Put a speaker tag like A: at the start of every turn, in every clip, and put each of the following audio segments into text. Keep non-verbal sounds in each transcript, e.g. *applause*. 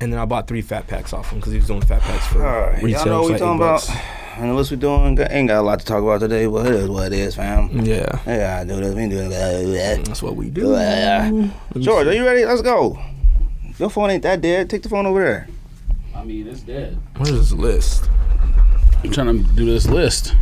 A: and then I bought three fat packs off him because he was doing fat packs for
B: All right,
A: retail.
B: y'all know what we
A: it's like
B: talking
A: eight bucks.
B: about. *sighs* And unless we doing, ain't got a lot to talk about today. Well, it is what it is, fam.
A: Yeah,
B: Yeah, I do this. We do that.
A: Mm. that's what we do.
B: Yeah.
A: Let me
B: George, are
A: see.
B: you ready? Let's go. Your phone ain't that dead. Take the phone over there.
C: I mean, it's dead.
A: where's this list?
C: I'm trying to do this list.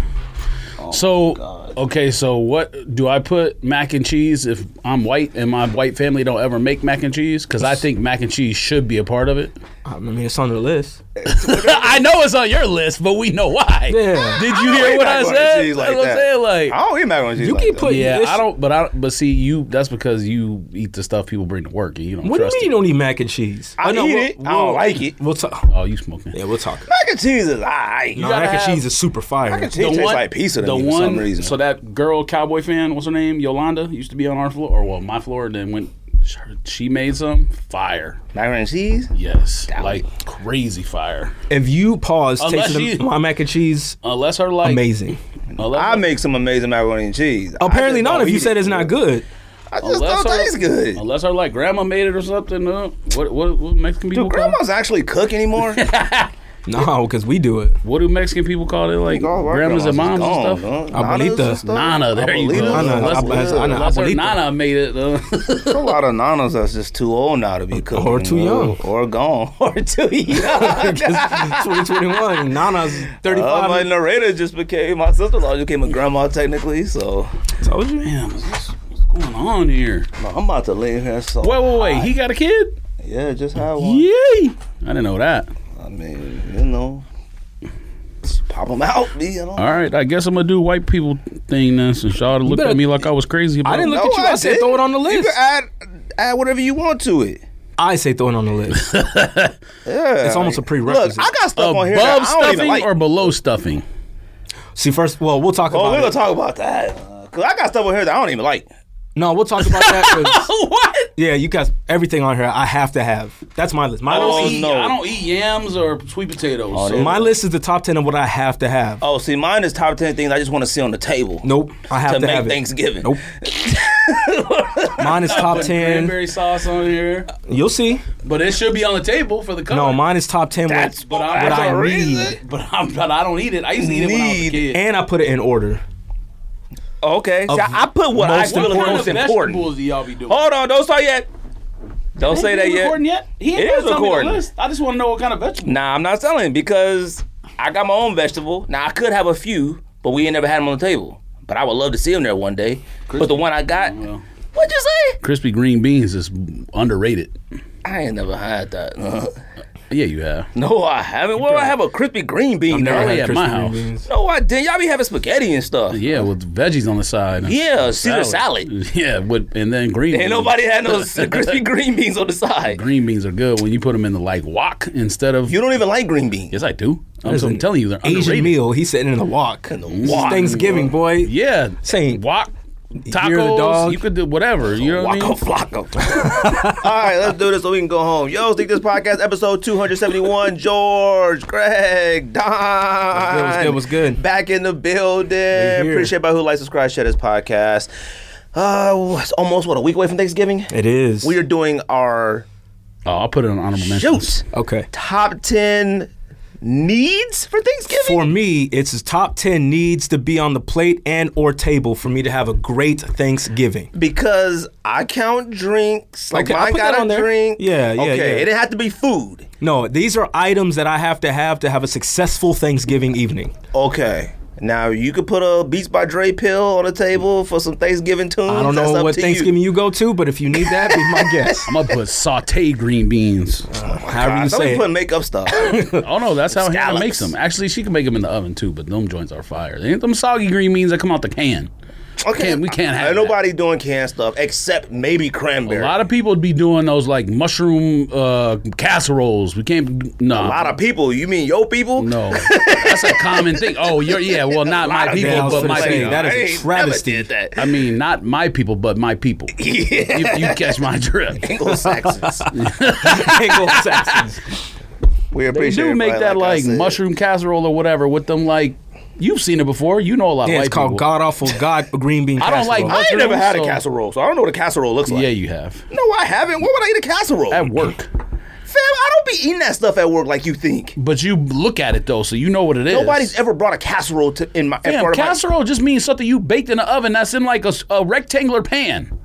C: so, okay, so what do I put mac and cheese if I'm white and my white family don't ever make mac and cheese? Because I think mac and cheese should be a part of it. *laughs*
A: I mean, it's on the list.
C: I know it's on your list, but we know why.
A: Yeah.
B: Ah.
C: Did you hear
B: eat
C: what
B: mac
C: I
B: and
C: said?
B: cheese like
C: That's what I'm
B: that.
C: saying. Like,
B: I don't eat mac and cheese.
A: You
B: like
A: keep
B: that.
A: putting-
C: yeah,
A: This-
C: I don't. But I. don't- But see, you. That's because you eat the stuff people bring to work, and you don't
A: What do you
C: trust
A: mean you don't eat mac and cheese?
B: I
A: Oh, no,
B: eat
A: we'll-
B: it. I don't
A: we'll-
B: like it.
A: We'll talk.
C: it. Oh, you smoking?
A: Yeah, we'll
B: *laughs*
A: talk.
B: Mac and cheese is alright.
A: No,
C: gotta
A: mac and
C: have-
A: cheese is super fire.
B: Mac and cheese tastes like pizza to
C: the
B: me
C: one,
B: for some reason.
C: So that girl cowboy fan, what's her name? Yolanda used to be on our floor, or well, my floor. Then went. She made some fire.
B: mac and cheese.
C: Yes, like crazy fire.
A: If you pause
C: Unless
A: tasting
C: you-
A: my mac and cheese,
C: Unless her like,
A: amazing.
C: Unless,
B: I make some amazing macaroni and cheese. I
A: Apparently
B: just
A: not.
B: don't
A: If you
B: eat
A: said
B: it.
A: it's not good, Oh,
B: I just don't
C: her-
B: taste good.
C: Unless her like grandma made it or something. Uh, what what what Mexican people
B: Do
C: call?
B: grandmas actually
A: *laughs*
B: cook anymore? *laughs*
A: no, because we do it.
C: What do Mexican people call it? Like grandmas and moms and stuff.
A: Abuelita.
C: Nana, there you go.
A: Nana,
B: Nana,
C: Unless-
A: Abuelita. Nana,
C: unless her
A: Abuelita.
C: Nana made it. Uh, *laughs*
B: There's a lot of nanas that's just too old now to be cooking.
A: Or too young.
B: Or gone. Or too
A: *laughs*
B: young. *laughs*
A: 2021, Nana's
B: Uh,
A: 35.
B: my narrator just became my sister-in-law. Just became a grandma technically, so
A: Told you.
C: Damn, is this- what's going on here?
B: I'm about to leave here. So
C: Wait, wait, wait. He got a kid?
B: yeah, just had one.
C: Yay! I didn't know that.
B: I mean, you know, just pop them out, me. You know.
C: All right, I guess I'm gonna do white people thing then, since y'all looked
A: better-
C: at me like I was crazy. About
A: I didn't
C: it.
A: look at you. I, said
B: didn't.
A: throw it on the
B: You
A: list.
B: can add add whatever you want to it.
A: I say throw it on the list.
B: *laughs* Yeah,
A: It's almost a
B: Look,
A: prerequisite.
B: I got stuff on
C: above
B: here that I don't even
C: stuffing
B: like.
C: or below stuffing.
A: See, first, well, we'll talk
B: oh, we're
A: about
B: gonna
A: it.
B: talk about that. Uh, Cause I got stuff on here that I don't even like.
A: no, we'll talk about that. 'cause- *laughs*
C: *laughs* what?
A: yeah, you got everything on here. I have to have. That's my list. My,
C: I don't,
B: Oh,
A: list,
C: eat,
B: no. Oh,
C: I don't eat yams or sweet potatoes. so-
B: yeah.
A: my list is the top 10 of what I have to have.
B: Oh, see, mine is top ten things I just want to see on the table.
A: Nope, I have
B: To
A: to,
B: make
A: have it.
B: Thanksgiving. *laughs*
A: Nope. mine is top
C: Put
A: ten.
C: Cranberry sauce on here,
A: You'll see.
C: but it should be on the table for the color.
A: No, mine is top ten.
B: That's
A: With,
C: But I,
A: What
B: that's
A: I
B: a reason.
A: need.
C: but I'm, but I don't eat it. I used to eat it when I was a
B: Need
C: kid.
A: and I put it in order.
B: Okay, see,
A: Of
B: I I put what I
A: most
B: feel is
C: what kind
B: most
C: of
B: important.
C: vegetables do y'all be doing?
B: Hold on, don't start yet. Don't
C: Ain't
B: say
C: he
B: that yet.
C: recording yet? He ain't
B: It
C: gotta
B: is
C: tell me the
B: recording.
C: list. I just want to know what kind of vegetable.
B: Nah, I'm not selling because I got my own vegetable. Now I could have a few, but we ain't never had them on the table. But I would love to see them there one day. But the one I got,
C: Well,
B: what'd you say?
C: crispy green beans is underrated.
B: I ain't never had that. *laughs*
C: Yeah, you have.
B: no, I haven't. Well, I have a crispy green bean.
C: never
B: now.
C: had- at
A: Crispy
C: my
A: green
C: house.
A: beans.
B: No, I didn't. Y'all be having spaghetti and stuff.
C: Yeah, with veggies on the side. and
B: Yeah, Caesar salad.
C: *laughs* Yeah, with and then green.
B: Ain't
C: beans.
B: nobody had no s- *laughs* crispy green beans on the side.
C: Green beans are good when you put them in the like wok instead of.
B: You don't even like green beans.
C: yes, I do. I'm, so-
A: an
C: I'm telling you, they're
A: Asian
C: underrated.
A: meal. He's sitting in the walk. This is
B: wok.
A: Thanksgiving, boy.
C: Yeah,
A: Saying-
C: wok
A: the
C: tacos.
A: dog.
C: You could do whatever. You know what I mean?
B: Waka
A: *laughs*
B: flocka. All right, let's do this so we can go home. Yo, think this podcast episode 271. *laughs* George, Greg, Don.
A: What's good, what's good?
B: Back in the
A: here.
B: building. Appreciate by who likes, subscribe, share this podcast. Uh, it's almost what a week away from Thanksgiving.
A: It is.
B: We are doing our
C: Oh, I'll put it on honorable mentions.
B: shoot
A: Okay.
B: top ten needs for Thanksgiving.
A: For me, it's his top ten needs to be on the plate and or table for me to have a great Thanksgiving.
B: because I count drinks. Like
A: Okay, I'll
B: mine
A: put that
B: got a
A: on there.
B: drink.
A: Yeah, yeah,
B: Okay,
A: yeah.
B: it didn't have to be food.
A: No, these are items that I have to have to have a successful Thanksgiving evening.
B: Okay. Now you could put a Beats by Dre pill on the table for some Thanksgiving tunes.
A: I don't
B: That's
A: know
B: up
A: what
B: to
A: Thanksgiving
B: You.
A: you. go to, but if you need that, be
C: *laughs*
A: my guest.
C: I'm gonna put sauteed
B: *laughs*
C: green beans.
A: However
B: I
A: you
B: thought
A: say
B: we
A: it.
B: put makeup stuff.
A: *laughs*
C: Oh no, that's how Hannah
B: Scallops.
C: makes them. Actually, she can make them in the oven too, but them joints are fire. They ain't them soggy green beans that come out the can.
B: Okay,
C: Can't- we can't have
B: Ain't
C: that.
B: nobody doing canned stuff except maybe
C: A
B: cranberry.
C: lot of people be doing those like mushroom uh, casseroles. We can't. No,
B: A lot of people. You mean your people?
C: no. That's a common thing. Oh, you're yeah. Well, not my people,
A: Yeah, I was
C: but
A: finna
C: my
A: say,
C: people.
A: that is a
B: I ain't never
A: travesty.
B: did that. *laughs*
C: I mean, not my people, but
A: *laughs*
C: my people. You, you catch my drift.
B: Anglo-Saxons.
A: *laughs* Anglo-Saxons.
B: we
C: They
B: appreciate
C: do make
B: everybody,
C: that
B: I
C: like,
B: said.
C: mushroom casserole or whatever with them like. You've seen it before. You know a lot of
A: Yeah,
C: white
A: it's called
C: people.
A: God awful God green bean.
C: *laughs* I don't like
A: casserole.
B: I ain't never had a
C: so-
B: casserole, so I don't know what a casserole looks like.
C: Yeah, you have
B: No, I haven't. What would I eat a casserole?
C: at work.
B: Fam, fam, I don't be eating that stuff at work like you think.
C: But you look at it though, so you know what it is.
B: Nobody's ever brought a casserole to in my in
C: Damn,
B: front of my-
C: casserole just means something you baked in the oven that's in like a, s- a rectangular pan.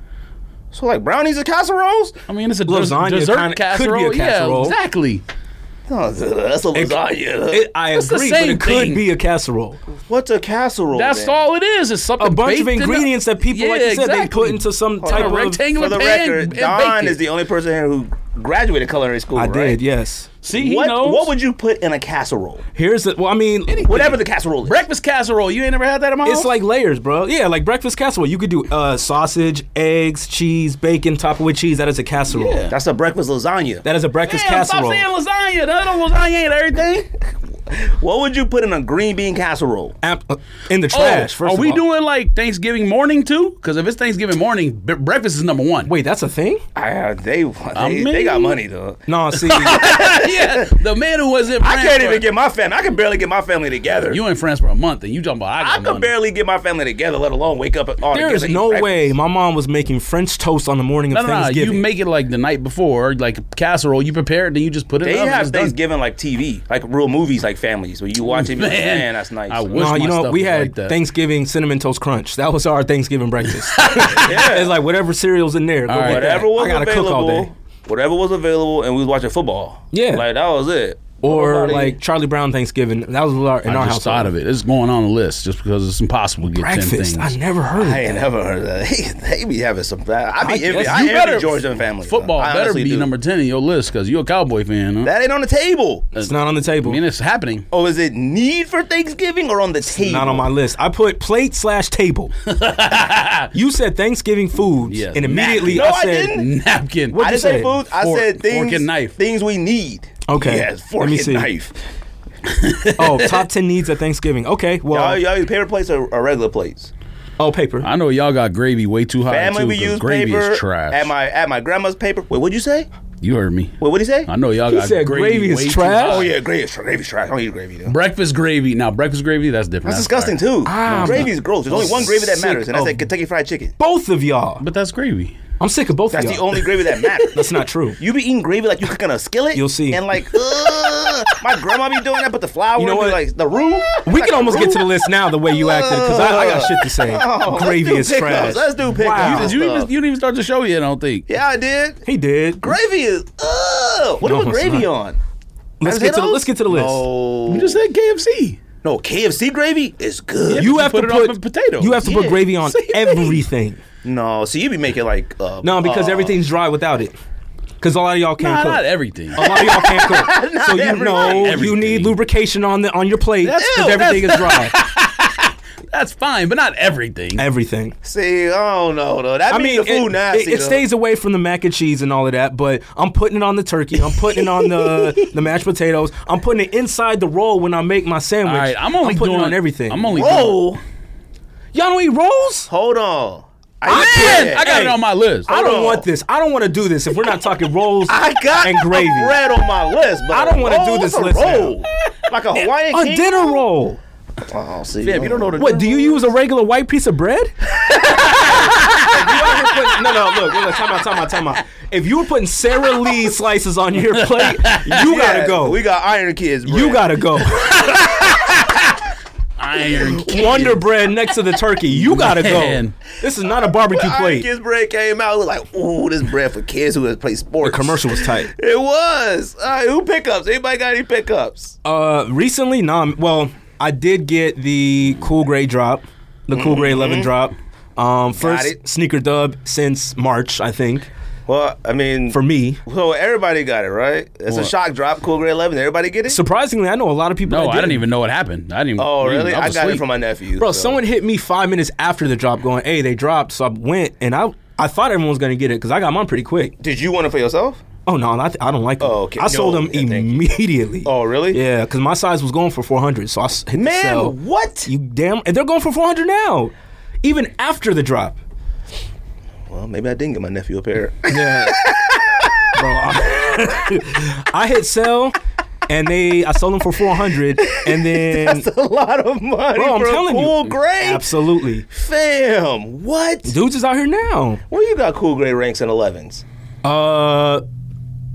B: So like brownies and casseroles?
C: I mean, it's a
A: Lasagna
C: des- dessert
A: kinda- could be a
C: casserole.
A: casserole.
C: Yeah, exactly.
B: No, *laughs* that's a lasagna.
A: It, I
C: It's the
A: agree, but
C: same
A: it could
C: thing.
A: be a casserole.
B: What's a casserole?
C: That's
B: then?
C: all it is. It's something
A: A bunch of
C: baked in the-
A: ingredients that people, like
C: Yeah,
A: you said, they
C: exactly.
A: put into some
C: on,
A: type
C: a
A: of
C: rectangular-
B: For the
C: pan and
B: record,
C: bake
B: Don
C: it.
B: is the only person here who graduated culinary school.
A: I
B: right?
A: did, yes.
C: See, he
B: what,
C: knows.
B: what would you put in a casserole?
A: Here's the. Well, I mean,
B: Whatever the casserole is.
C: breakfast casserole? You ain't never had that in my house.
A: It's like layers, bro. Yeah, like breakfast casserole. You could do uh, sausage, eggs, cheese, bacon, topped with cheese. That is a casserole.
B: That's a breakfast lasagna.
A: That is a breakfast
C: Damn,
A: casserole.
C: Stop saying lasagna. The other lasagna ain't everything.
B: what would you put in a green bean casserole?
A: Am- uh, in the
C: Oh,
A: trash. first
C: are
A: of
C: we
A: all.
C: doing like Thanksgiving morning too? Because if it's Thanksgiving morning, b- breakfast is number one.
A: Wait, that's a thing?
B: I, they, they, they got
C: mean-
B: money though.
A: No, *laughs* see,
C: *laughs* yeah, the man who was in France
B: I can't
C: for-
B: even get my family. I can barely get my family together.
C: you in France for a month, and you talking about I,
B: I
C: got
B: could
C: money.
B: barely get my family together, let alone wake up all
A: there
B: together
A: is
B: and eat
A: no
B: breakfast.
A: way my mom was making French toast on the morning
C: No,
A: of
C: no, no. You
A: Thanksgiving.
C: make it like the night before, like casserole. You prepare it, then you just put it.
B: They
C: up, and
B: have
C: it's done.
B: Thanksgiving like TV, like real movies, like families where you watch it. and be like,
C: Man,
B: Man, that's nice.
C: I wish
A: no,
C: my
A: you know
C: stuff
A: we
C: was
A: had
C: like that.
A: Thanksgiving cinnamon toast crunch. That was our Thanksgiving
C: *laughs*
A: breakfast. *laughs* it's like whatever cereal's in there. Go
C: right.
A: get that.
B: whatever was
A: I gotta
B: available.
A: cook all day.
B: Whatever was available, and we was watching football.
A: Yeah.
B: like that was it.
A: Or
B: Nobody-
A: like Charlie Brown Thanksgiving. That was our, in
C: I
A: our
C: just
A: house.
C: thought of it. It's going on the list just because it's impossible to get ten
A: breakfast.
C: things.
A: I never heard. of
B: *laughs* I
A: that.
B: ain't never heard of that. They, be having some. Bad, I be
A: I
B: envy.
A: guess
B: I
A: you
B: envy
A: better-
B: Georgia family.
C: Football
B: uh, I
C: better
B: honestly
C: be
B: do.
C: number ten in your list because you're a Cowboy fan. Huh?
B: That ain't on the table.
A: It's not on the table.
C: I mean, it's happening. *laughs*
B: Oh, is it need for Thanksgiving or on the table?
A: Not on my list. I put plate slash
B: *laughs*
A: table. you said Thanksgiving foods,
C: Yeah,
A: and immediately
B: napkin.
A: I
B: No, I
A: said,
B: didn't.
C: Napkin.
A: What
B: I
A: you
B: didn't
A: say?
B: say food. I
C: Fork-
B: said things.
C: fork and knife.
B: Things we need.
A: Okay.
B: Yes, fork
A: Let me
B: and
A: see.
B: knife.
A: "Oh, top ten needs at Thanksgiving." Okay, well,
B: Y'all, y'all use paper plates or, or regular plates?
A: oh, paper.
C: I know y'all got gravy way too high
B: Family,
C: too.
B: we
C: 'cause
B: use
C: gravy
B: paper.
C: is trash.
B: At my at my grandma's paper. Wait, what'd you say?
C: you heard me.
B: Wait, what'd he say?
C: I know y'all
A: He
C: got
A: said
C: gravy,
A: gravy is
C: way too
A: trash?
C: high.
B: Oh yeah, gravy. Gravy's trash. I don't eat gravy though.
C: Breakfast gravy. Now breakfast gravy, that's different.
B: That's disgusting
C: fire.
B: too. Gravy's gross. There's only one gravy that
A: ah, sick
B: matters, and that's
A: of-
B: that Kentucky Fried Chicken.
A: both of y'all.
C: But that's gravy.
A: I'm sick of both
B: That's
A: of
B: the
A: y'all.
B: only gravy that
A: *laughs*
B: matters.
A: That's not
B: *laughs*
A: true.
B: You be eating gravy like you cooking a skillet.
A: You'll see.
B: And like, ugh, my grandma be doing that, but the flour,
A: You know
B: be
A: what?
B: like the roux.
A: We can almost get to the list now the way you acted because I, I got shit to
B: *laughs*
A: say. gravy
B: Oh,
A: is
B: let's do pickups.
A: trash.
B: Let's do pickups.
A: Wow.
C: Did you
B: Stuff.
C: even you didn't even start the show yet? I don't think.
B: Yeah, I did.
A: He did.
B: Gravy is ugh. What
A: No,
B: was
A: it's
B: gravy
A: not.
B: on?
A: Let's get to the, let's get to the list.
B: No.
C: You just said KFC.
B: no KFC gravy is good.
A: You
C: You
A: have
C: put
A: to
C: it
A: put
C: on potatoes.
A: You have to put
B: Yeah.
A: gravy on
B: *laughs*
C: Same thing.
A: everything.
B: no, so you be making like uh,
A: No, because
B: uh,
A: everything's dry without it. Because a lot of y'all can't
C: Nah,
A: cook.
C: not everything.
B: Oh.
A: A lot of y'all can't
B: *laughs*
A: cook. so you know you
C: Everything.
A: need lubrication on the on your plate because
C: Ew,
A: everything is
B: *laughs*
A: dry.
C: That's fine, but not everything.
A: everything.
B: See, I don't know though. That
A: I
B: means
A: mean,
B: the food
A: it,
B: nasty.
A: it, it
B: though.
A: stays away from the mac and cheese and all of that, but I'm putting it on the turkey. I'm putting it on
B: *laughs*
A: the the mashed potatoes. I'm putting it inside the roll when I make my sandwich.
C: All right, I'm only
A: putting
C: doing
A: it on everything.
C: I'm only doing.
B: Roll.
A: y'all don't eat rolls.
B: Hold on.
C: Man,
B: did.
C: I got
B: Hey,
C: it on my list.
A: I don't
B: on.
A: want this. I don't want to do this. If we're not talking rolls
B: *laughs* I got
A: and gravy, a
B: bread on my list, but oh,
A: I don't wanna
B: want to
A: do this list now.
B: like
C: *laughs*
B: a Hawaiian king.
A: dinner roll.
B: Oh, see,
C: Fam, you don't know the-
A: What do you use a regular white piece of bread? *laughs* If you out here putting- no, no, look, look, time out, time out, time out. If you were putting Sarah Lee slices on your plate, you
B: Yeah,
A: gotta go.
B: We got Iron Kids. Bread.
A: you gotta
C: *laughs*
A: go.
C: Iron Kid.
A: Wonder bread next to the turkey. You gotta
C: Man.
A: go. This is not a barbecue
B: Iron
A: plate.
B: Kids bread came out. Look like, ooh, this bread for kids who has played sports.
A: Commercial was tight.
B: It was. All right, who pickups? Anybody got any pickups?
A: Uh, recently, nah. Well, I did get the Cool Gray drop, the Cool Gray
C: Mm-hmm.
A: Eleven drop. Um, first
B: it.
A: sneaker dub since March, I think,
B: Well, I mean,
A: for me.
B: so everybody got it, right? It's
C: What?
B: a shock drop. Cool grade eleven. Everybody get it?
A: Surprisingly, I know a lot of people.
C: No,
A: that
C: I didn't even know what happened. I didn't. even-
B: oh,
C: even-
B: really? I,
C: was
B: got it
C: asleep.
B: from my nephew.
A: Bro,
B: so-
A: someone hit me five minutes after the drop, going, "Hey, they dropped." So I went, and I I thought everyone was gonna get it because I got mine pretty quick.
B: Did you want it for yourself?
A: Oh no, I, I don't like them.
B: Oh, okay.
A: I
B: No,
A: sold them
B: yeah, thank you.
A: immediately.
B: Oh, really?
A: Yeah, because my size was going for 400, so I s- hit the
B: Man,
A: sell.
B: what?
A: You damn, and they're going for 400 now, even after the drop.
B: Well, maybe I didn't get my nephew a pair.
A: Yeah, *laughs* bro, I, *laughs* I hit sell, and they I sold them for 400, and then
B: *laughs* *laughs* That's a lot of money
A: bro, I'm
B: for
A: telling
B: a cool
A: you,
B: gray.
A: absolutely,
B: Fam, what?
A: dudes is out here now.
B: Where you got cool gray ranks and 11s?
A: Uh,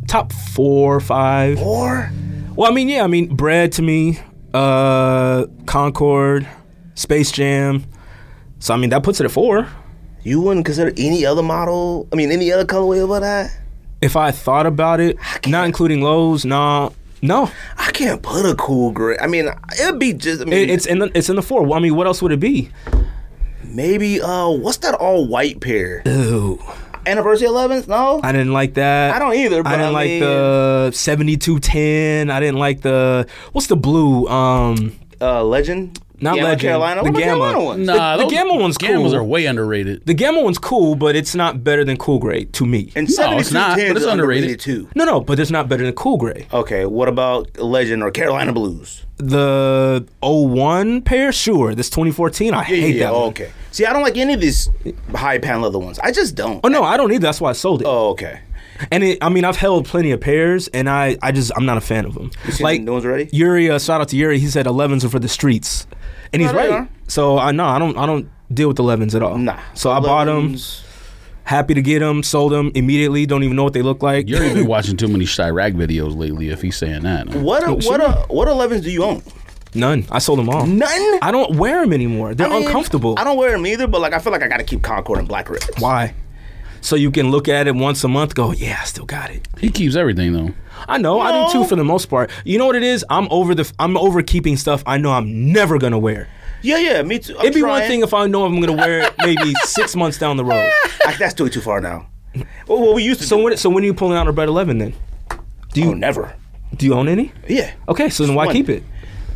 A: top four, five.
B: Or
A: Well, I mean, yeah, I mean, bread to me, uh, Concord, Space Jam. So I mean, that puts it at four.
B: you wouldn't consider any other model? I mean, any other colorway above that?
A: If I thought about it, not including Lowe's, nah, no,
B: I can't put a cool gray. I mean, it'd be just. I mean,
A: it, it's in the it's in the four. Well, I mean, what else would it be?
B: maybe. Uh, what's that all white pair?
A: Ooh,
B: Anniversary 11s? No,
A: I didn't like that.
B: I don't either, but
A: I didn't
B: I
A: like
B: mean-
A: the seventy-two ten. I didn't like the what's the blue? Um,
B: uh, Legend.
A: Not
B: Gamma
A: Legend,
B: Carolina.
A: the
B: What about
A: Gamma.
B: Carolina one?
C: Nah,
A: The- the
C: those-
A: Gamma one's cool.
C: Gammas are way underrated.
A: the gamma one's cool, but it's not better than Cool Gray to me.
B: And
C: No, it's not,
B: 7210
C: but it's
B: is
C: underrated.
B: too.
A: No, no, but it's not better than Cool Gray.
B: Okay, what about Legend or Carolina Blues?
A: The 01 pair, sure. This 2014, I hate that. one.
B: okay. See, I don't like any of these high pan leather ones. I just don't.
A: Oh no, I don't either. That's why I sold it.
B: Oh, okay.
A: And it, I mean, I've held plenty of pairs, and I, I just, I'm not a fan of them.
B: seen the new ones already?
A: Yuri, uh, shout out to Yuri. He said 11s are for the streets, and he's
B: No, Oh, they
A: right.
B: are.
A: So I know I don't, I don't deal with 11s at all.
B: Nah.
A: So I bought them.
B: 11s.
A: Happy to get them. Sold them immediately. Don't even know what they look like.
C: You're even watching too many Chirac videos lately. If he's saying that,
B: What a, what a, what elevens do you own?
A: *laughs* None. I sold them all.
B: None.
A: I don't wear them anymore. They're
B: I mean,
A: uncomfortable.
B: I don't wear them either, but like I feel like I gotta keep Concord and Black Ribs.
A: Why? So you can look at it once a month. Go, yeah, I still got it.
C: he keeps everything though.
A: I know, I do
B: No.
A: too for the most part. You know what it is? I'm over the I'm over keeping stuff I know I'm never gonna wear.
B: Yeah, yeah, me too. I'm
A: It'd be one
B: trying.
A: thing if I know I'm gonna wear
B: *laughs*
A: it maybe six months down the road.
B: I, that's too too far now. Well, what we used to
A: So
B: do.
A: when so when are you pulling out a bread eleven then? Do
B: Oh,
A: you
B: never.
A: do you own any?
B: Yeah.
A: Okay, so then why
B: one.
A: keep it?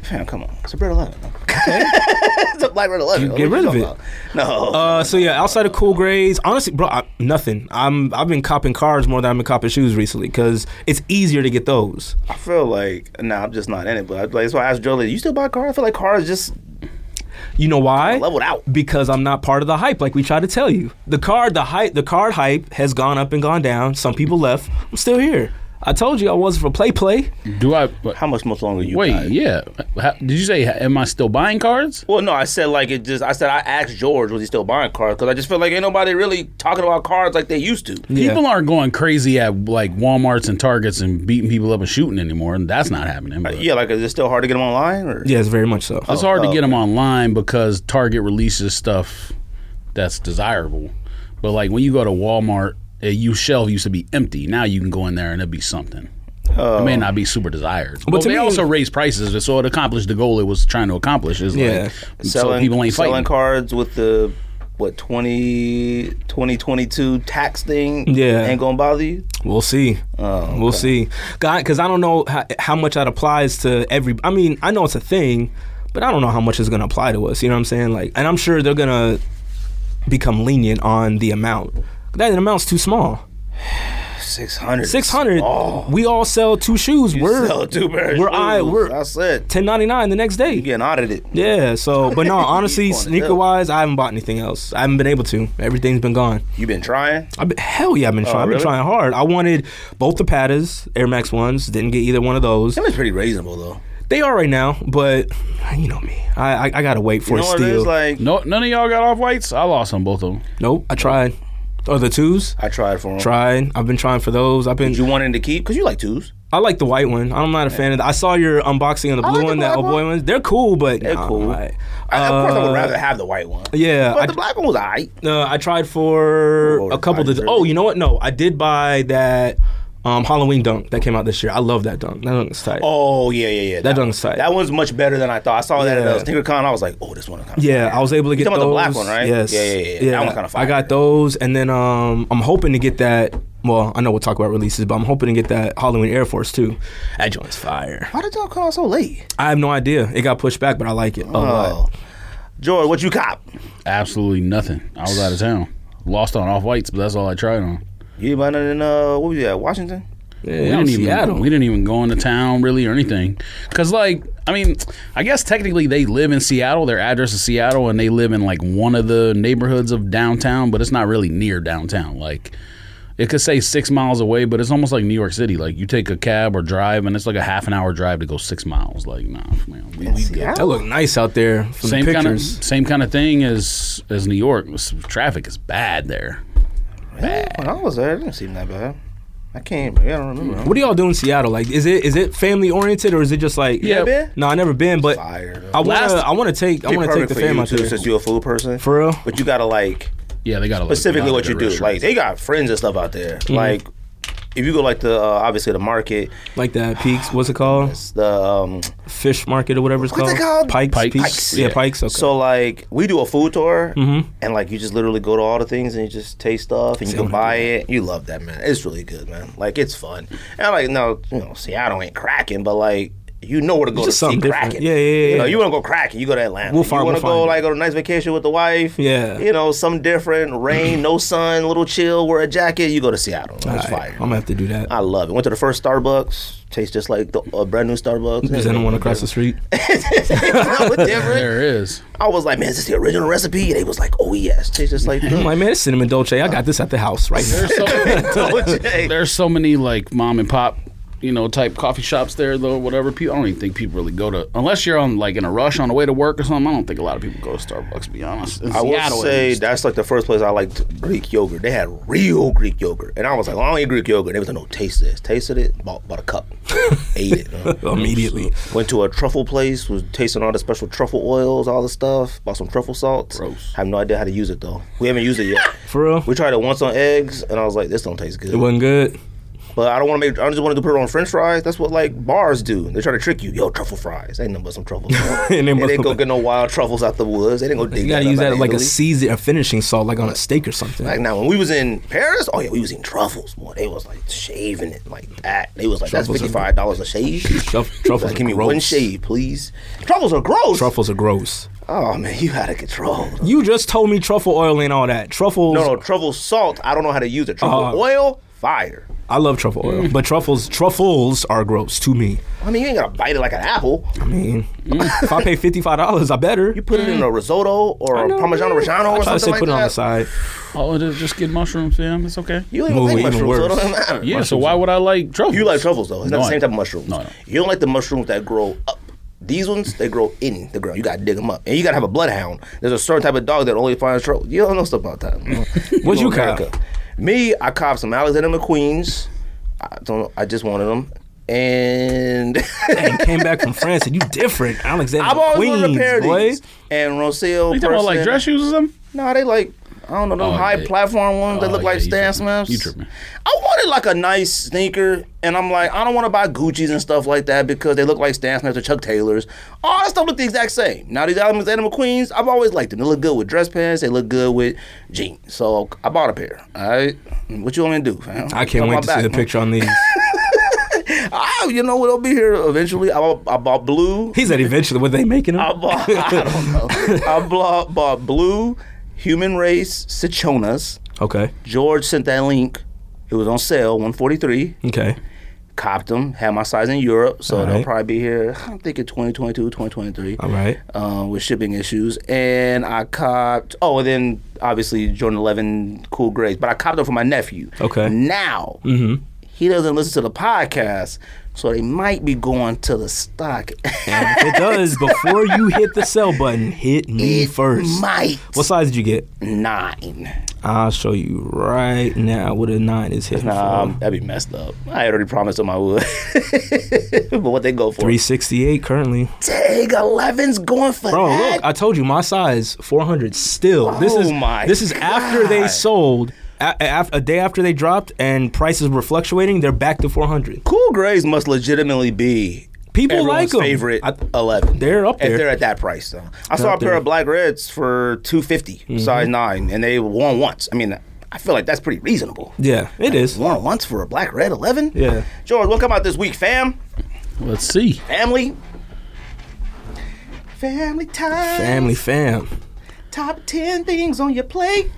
B: Fam, come on. It's a bread eleven. *laughs* it's a black bread eleven. What
A: get
B: you
A: rid of
B: talking
A: it.
B: about? No.
A: Uh, so yeah, outside of cool grades, honestly, bro, I, nothing. I'm I've been copping cars more than I've been copping shoes recently because it's easier to get those.
B: I feel like nah, I'm just not in it. But I, like, that's why I asked Joe, like, you still buy cars? I feel like cars just
A: You know why?
B: leveled out.
A: because I'm not part of the hype, like we try to tell you. The card, the hype, the card hype has gone up and gone down. Some people left. I'm still here. I told you I wasn't for play play.
C: Do I?
B: How much much longer you
C: Wait,
B: buy?
C: yeah. How, did you say? Am I still buying cards?
B: Well, no, I said like it just. I said I asked George was he still buying cars because I just feel like ain't nobody really talking about cars like they used to.
A: Yeah.
C: People aren't going crazy at like WalMarts and Targets and beating people up and shooting anymore, and that's not happening. but-
B: Yeah, like is it still hard to get them online? Or?
A: Yes, very much so.
C: It's hard to
B: Oh,
C: get them online because Target releases stuff that's desirable. But like when you go to Walmart, a used shelf used to be empty. Now you can go in there and it'll be something. it
B: Oh.
C: may not be super desired, but,
A: to
C: they
A: me-
C: also raise prices, so it accomplished the goal it was trying to accomplish. Is
A: Yeah.
C: like so people ain't
B: selling
C: fighting.
B: cards with the what 20, 2022 tax thing.
A: Yeah.
B: ain't gonna bother you.
A: We'll see. We'll see. Because I don't know how, how much that applies to every. I mean, I know it's a thing, but I don't know how much it's going to apply to us. You know what I'm saying? Like, and I'm sure they're going to become lenient on the amount. That amount's too small.
B: Six hundred.
A: Six hundred.
B: Oh,
A: We all sell two shoes. we're
B: sell two pairs.
A: we're I
B: I
A: we're
B: said
A: ten ninety nine the next day.
B: getting audited.
A: Yeah, so
B: *laughs*
A: but no, honestly,
B: Keep on it, yeah.
A: sneaker wise, I haven't bought anything else. I haven't been able to. Everything's been gone.
B: You been trying?
A: I've been, hell yeah, I've been trying. I've been
B: Oh, really?
A: trying hard. I wanted both the Pattas, Air Max ones. Didn't get either one of those.
B: Them is pretty reasonable though.
A: They are right now, but you know me. I I, I gotta wait for
B: You know
A: a
B: what it
A: steal.
B: is like.
C: No, none of y'all got off whites. I lost on both of them.
A: nope, I tried. Or the twos.
B: I tried for them.
A: Tried. I've been trying for those. I've been.
B: You wanted to keep because you like twos.
A: I like the white one. I'm not a fan of. The, I saw your unboxing on the blue
B: like the
A: one, that
B: black
A: old boy
B: one.
A: ones. They're cool, but
B: They're
A: nah,
B: cool.
A: alright.
B: I, of course, I
A: Uh,
B: would rather have the white one.
A: Yeah,
B: but
A: I-
B: the black one was alright.
A: Uh, I tried for
B: Oh,
A: a couple.
B: nice.
A: Of, oh, you know what? No, I did buy that um, Halloween dunk that came out this year. I love that dunk. That dunk is tight.
B: Oh yeah, yeah, yeah.
A: That one's tight.
B: That one's much better than I thought. I saw that at
A: Yeah.
B: uh, SneakerCon. I was like, oh, this one. Kind of
A: Yeah, I was able to get
B: talking
A: those.
B: about the black one, right?
A: Yes.
B: Yeah, yeah, yeah, yeah. That one's kinda
A: I
B: fire.
A: got those, and then um, I'm hoping to get that. Well, I know we'll talk about releases, but I'm hoping to get that Halloween Air Force too. That joint's fire.
B: Why did y'all call so late?
A: I have no idea. It got pushed back, but I like it a lot.
B: Oh, George, what you cop?
C: Absolutely nothing. I was out of town. Lost on off whites, but that's all I tried on.
B: You didn't buy nothing in uh, what was that? Washington.
A: Yeah,
C: we
A: out in
C: didn't even
A: Seattle.
C: we didn't even go into town really or anything because like i mean i guess technically they live in seattle their address is seattle and they live in like one of the neighborhoods of downtown but it's not really near downtown like it could say six miles away but it's almost like new york city like you take a cab or drive and it's like a half an hour drive to go six miles like nah man, we, we good.
A: that looked nice out there from
C: same
A: the
C: kind of
A: pictures.
C: same kind of thing as as new york traffic is bad there
B: When I was there, it didn't seem that bad. I can't. I don't remember.
A: What do y'all do in Seattle? Like, is it is it family oriented or is it just like?
C: Yeah.
B: been?
A: No, I never been, but
B: Fire, though.
A: I wanna
C: Last-
A: I wanna take I wanna take the fam
B: family
A: out there.
B: since you're a food person.
A: For real?
B: But you gotta like
C: Yeah, they got like,
B: specifically
C: gotta
B: what
C: go
B: you
C: to
B: do. Like
C: restaurants.
B: they got friends and stuff out there. Like if you go like the uh, obviously the market,
A: Like the Peaks, what's it called?
B: it's the um,
A: Fish Market or whatever it's
B: What's it called?
A: Pikes.
C: Pikes.
A: Peaks?
B: Yeah.
A: Yeah, Pikes. Okay.
B: so like we do a food tour
A: Mhm.
B: and like you just literally go to all the things and you just taste stuff and you can buy it. You love that man. It's really good man. Like it's fun. And like no, you know Seattle ain't cracking, but like. You know where to
A: Just
B: go to see
A: something different.
B: cracking.
A: Yeah, yeah, yeah,
B: You know,
A: yeah.
B: you want to go cracking, you go to Atlanta.
A: We'll
B: you
A: find-
B: want to
A: we'll
B: go
A: find.
B: like on a nice vacation with the wife.
A: Yeah.
B: You know, something different. Rain, no sun, little chill, wear a jacket. You go to Seattle. It's
A: Alright,
B: fire. Ah,
A: I'm gonna have to do that.
B: I love it. Went to the first Starbucks. Tastes just like the, a brand new Starbucks.
A: Is anyone across
B: *laughs*
A: the street?
B: No, it's
A: *laughs*
B: different.
C: there it is.
B: I was like, man, is this the original recipe? And they was like, oh yes, tastes
A: *laughs*
B: just like.
A: I'm like, man, it's cinnamon dolce. I got this at the house right now.
B: *laughs*
C: There's so,
A: *laughs*
B: Dolce.
C: there's so many like mom and pop, you know, type coffee shops there though. Whatever people, I don't even think people really go to unless you're on like in a rush on the way to work or something. I don't think a lot of people go to Starbucks. To be honest, in
B: I would
C: Seattle, at
B: say
C: least.
B: that's like the first place I liked Greek yogurt. They had real Greek yogurt, and I was like, well, I don't eat Greek yogurt. They was like, no, taste this. Tasted it, bought, bought
A: *laughs*
B: a cup, ate it.
A: Immediately.
B: Went to a truffle place, was tasting all the special truffle oils, all the stuff. Bought some truffle salts.
C: Gross.
B: Have no idea how to use it though. We haven't used it yet.
A: For real?
B: we tried it once on eggs, and I was like, this don't taste good.
A: It wasn't good.
B: But I don't want to make. I just want to put it on French fries. That's what like bars do. They try to trick you. Yo, truffle fries. Ain't nothing but
A: *laughs*
B: some truffles. they
A: And then
B: didn't
A: but-
B: go get no wild truffles out the woods. They didn't go dig.
A: You gotta use
B: up out
A: that
B: of
A: like a
B: Italy.
A: season, a finishing salt, like on a steak or something.
B: Like now, when we was in Paris, oh yeah, we was eating truffles. Boy, they was like shaving it like that. They was like,
A: Truffles
B: that's
A: are-
B: fifty five dollars a shave.
A: Truff- truffles
B: Like, give
A: are
B: me
A: gross.
B: one shave, please. Truffles are gross.
A: Truffles are gross.
B: Oh man, you out of control.
A: You just told me truffle oil and all that. Truffles.
B: No, no, truffle salt. I don't know how to use it. Truffle
A: Uh-huh.
B: oil, fire.
A: I love truffle
B: Mm.
A: oil, but truffles, truffles are gross to me.
B: I mean, you ain't gotta bite it like an apple.
A: I mean,
B: Mm.
A: if I pay fifty five dollars, I better.
B: You put it in a risotto or a
A: know,
B: parmigiano
A: man. Mm.
B: reggiano
A: I
B: or
A: try to say
B: something like
A: put it
B: that.
A: on the side.
C: all it is Oh, just get mushrooms, fam. It's okay.
B: You ain't
A: Ooh,
B: gonna like
A: even
B: mushrooms, so it
A: worse.
B: don't matter.
C: Yeah, so why would I like truffles?
B: You like truffles though. It's not
C: No,
B: the same
C: I-
B: type of mushrooms.
C: no, I don't.
B: You don't like the mushrooms that grow up. These ones they grow in the ground. You gotta dig them up, and you gotta have a bloodhound. There's a certain type of dog that only finds trouble. You don't know stuff about
C: *laughs*
B: that.
A: What you
B: know
A: cop?
B: America. Me, I cop some Alexander McQueen's. I don't. know. I just wanted them, and *laughs*
A: And came back from France, and you different, Alexander
B: I've always wanted
A: Queens,
B: a pair of
A: boy.
B: these. And Rocio,
C: You talking about like
B: Person-
C: dress shoes or something?
B: No, they like I don't know, them
C: Oh,
B: high
C: yeah.
B: platform ones that
C: Oh,
B: look like
C: yeah, you
B: Stan
C: tripping.
B: Smiths.
C: You tripping.
B: I wanted like a nice sneaker, and I'm like, I don't want to buy Gucci's and stuff like that because they look like Stan Smiths or Chuck Taylors. All that stuff look the exact same. Now these elements, Animal Queens, I've always liked them. They look good with dress pants. They look good with jeans. So I bought a pair. All right, what you want me to do? Fam?
A: I can't
B: Got my
A: wait to
B: back,
A: see a
B: man.
A: picture on these.
B: Ah, you know what? It'll be here eventually. I bought, I bought blue.
A: He said eventually, were they making
B: I
A: them?
B: bought, *laughs* I don't know. I bought, bought blue human race Cichonas.
A: Okay,
B: George sent that link. It was on sale, 143.
A: okay.
B: Copped them. Had my size in Europe, so
A: All
B: they'll
A: right.
B: probably be here. I'm thinking 2022, 2023.
A: All right.
B: Uh, with shipping issues, and I copped. Oh, and then obviously Jordan Eleven Cool Grays, but I copped them for my nephew.
A: Okay. Mm-hmm.
B: Now he doesn't listen to the podcast, so they might be going to the stock. *laughs*
A: And if it does, before you hit the sell button, hit me first.
B: might
A: What size did you get?
B: nine.
A: I'll show you right now what a nine is hitting
B: Nah,
A: for.
B: that'd be messed up. I had already promised them I would, *laughs* but what they go for?
A: 368 currently.
B: Dang, 11's going for
A: Bro,
B: that.
A: Oh, look, I told you my size 400 still. this
B: Oh
A: is
B: my
A: this is after they
B: God.
A: sold a, a, a day after they dropped and prices were fluctuating, they're back to 400.
B: cool Grays must legitimately be
A: People
B: everyone's
A: like 'em.
B: favorite
A: I-
B: 11.
A: They're up
B: If
A: there.
B: they're at that price, though. I saw a
A: up there.
B: pair
A: Mm-hmm.
B: of black reds for 250, size 9, and they won once. I mean, I feel like that's pretty reasonable.
A: Yeah, it is.
B: Won once for a black red 11?
A: Yeah.
B: George, what come out this week, fam?
C: Let's see.
B: Family? Family time.
A: Family fam
B: Top 10 things on your plate.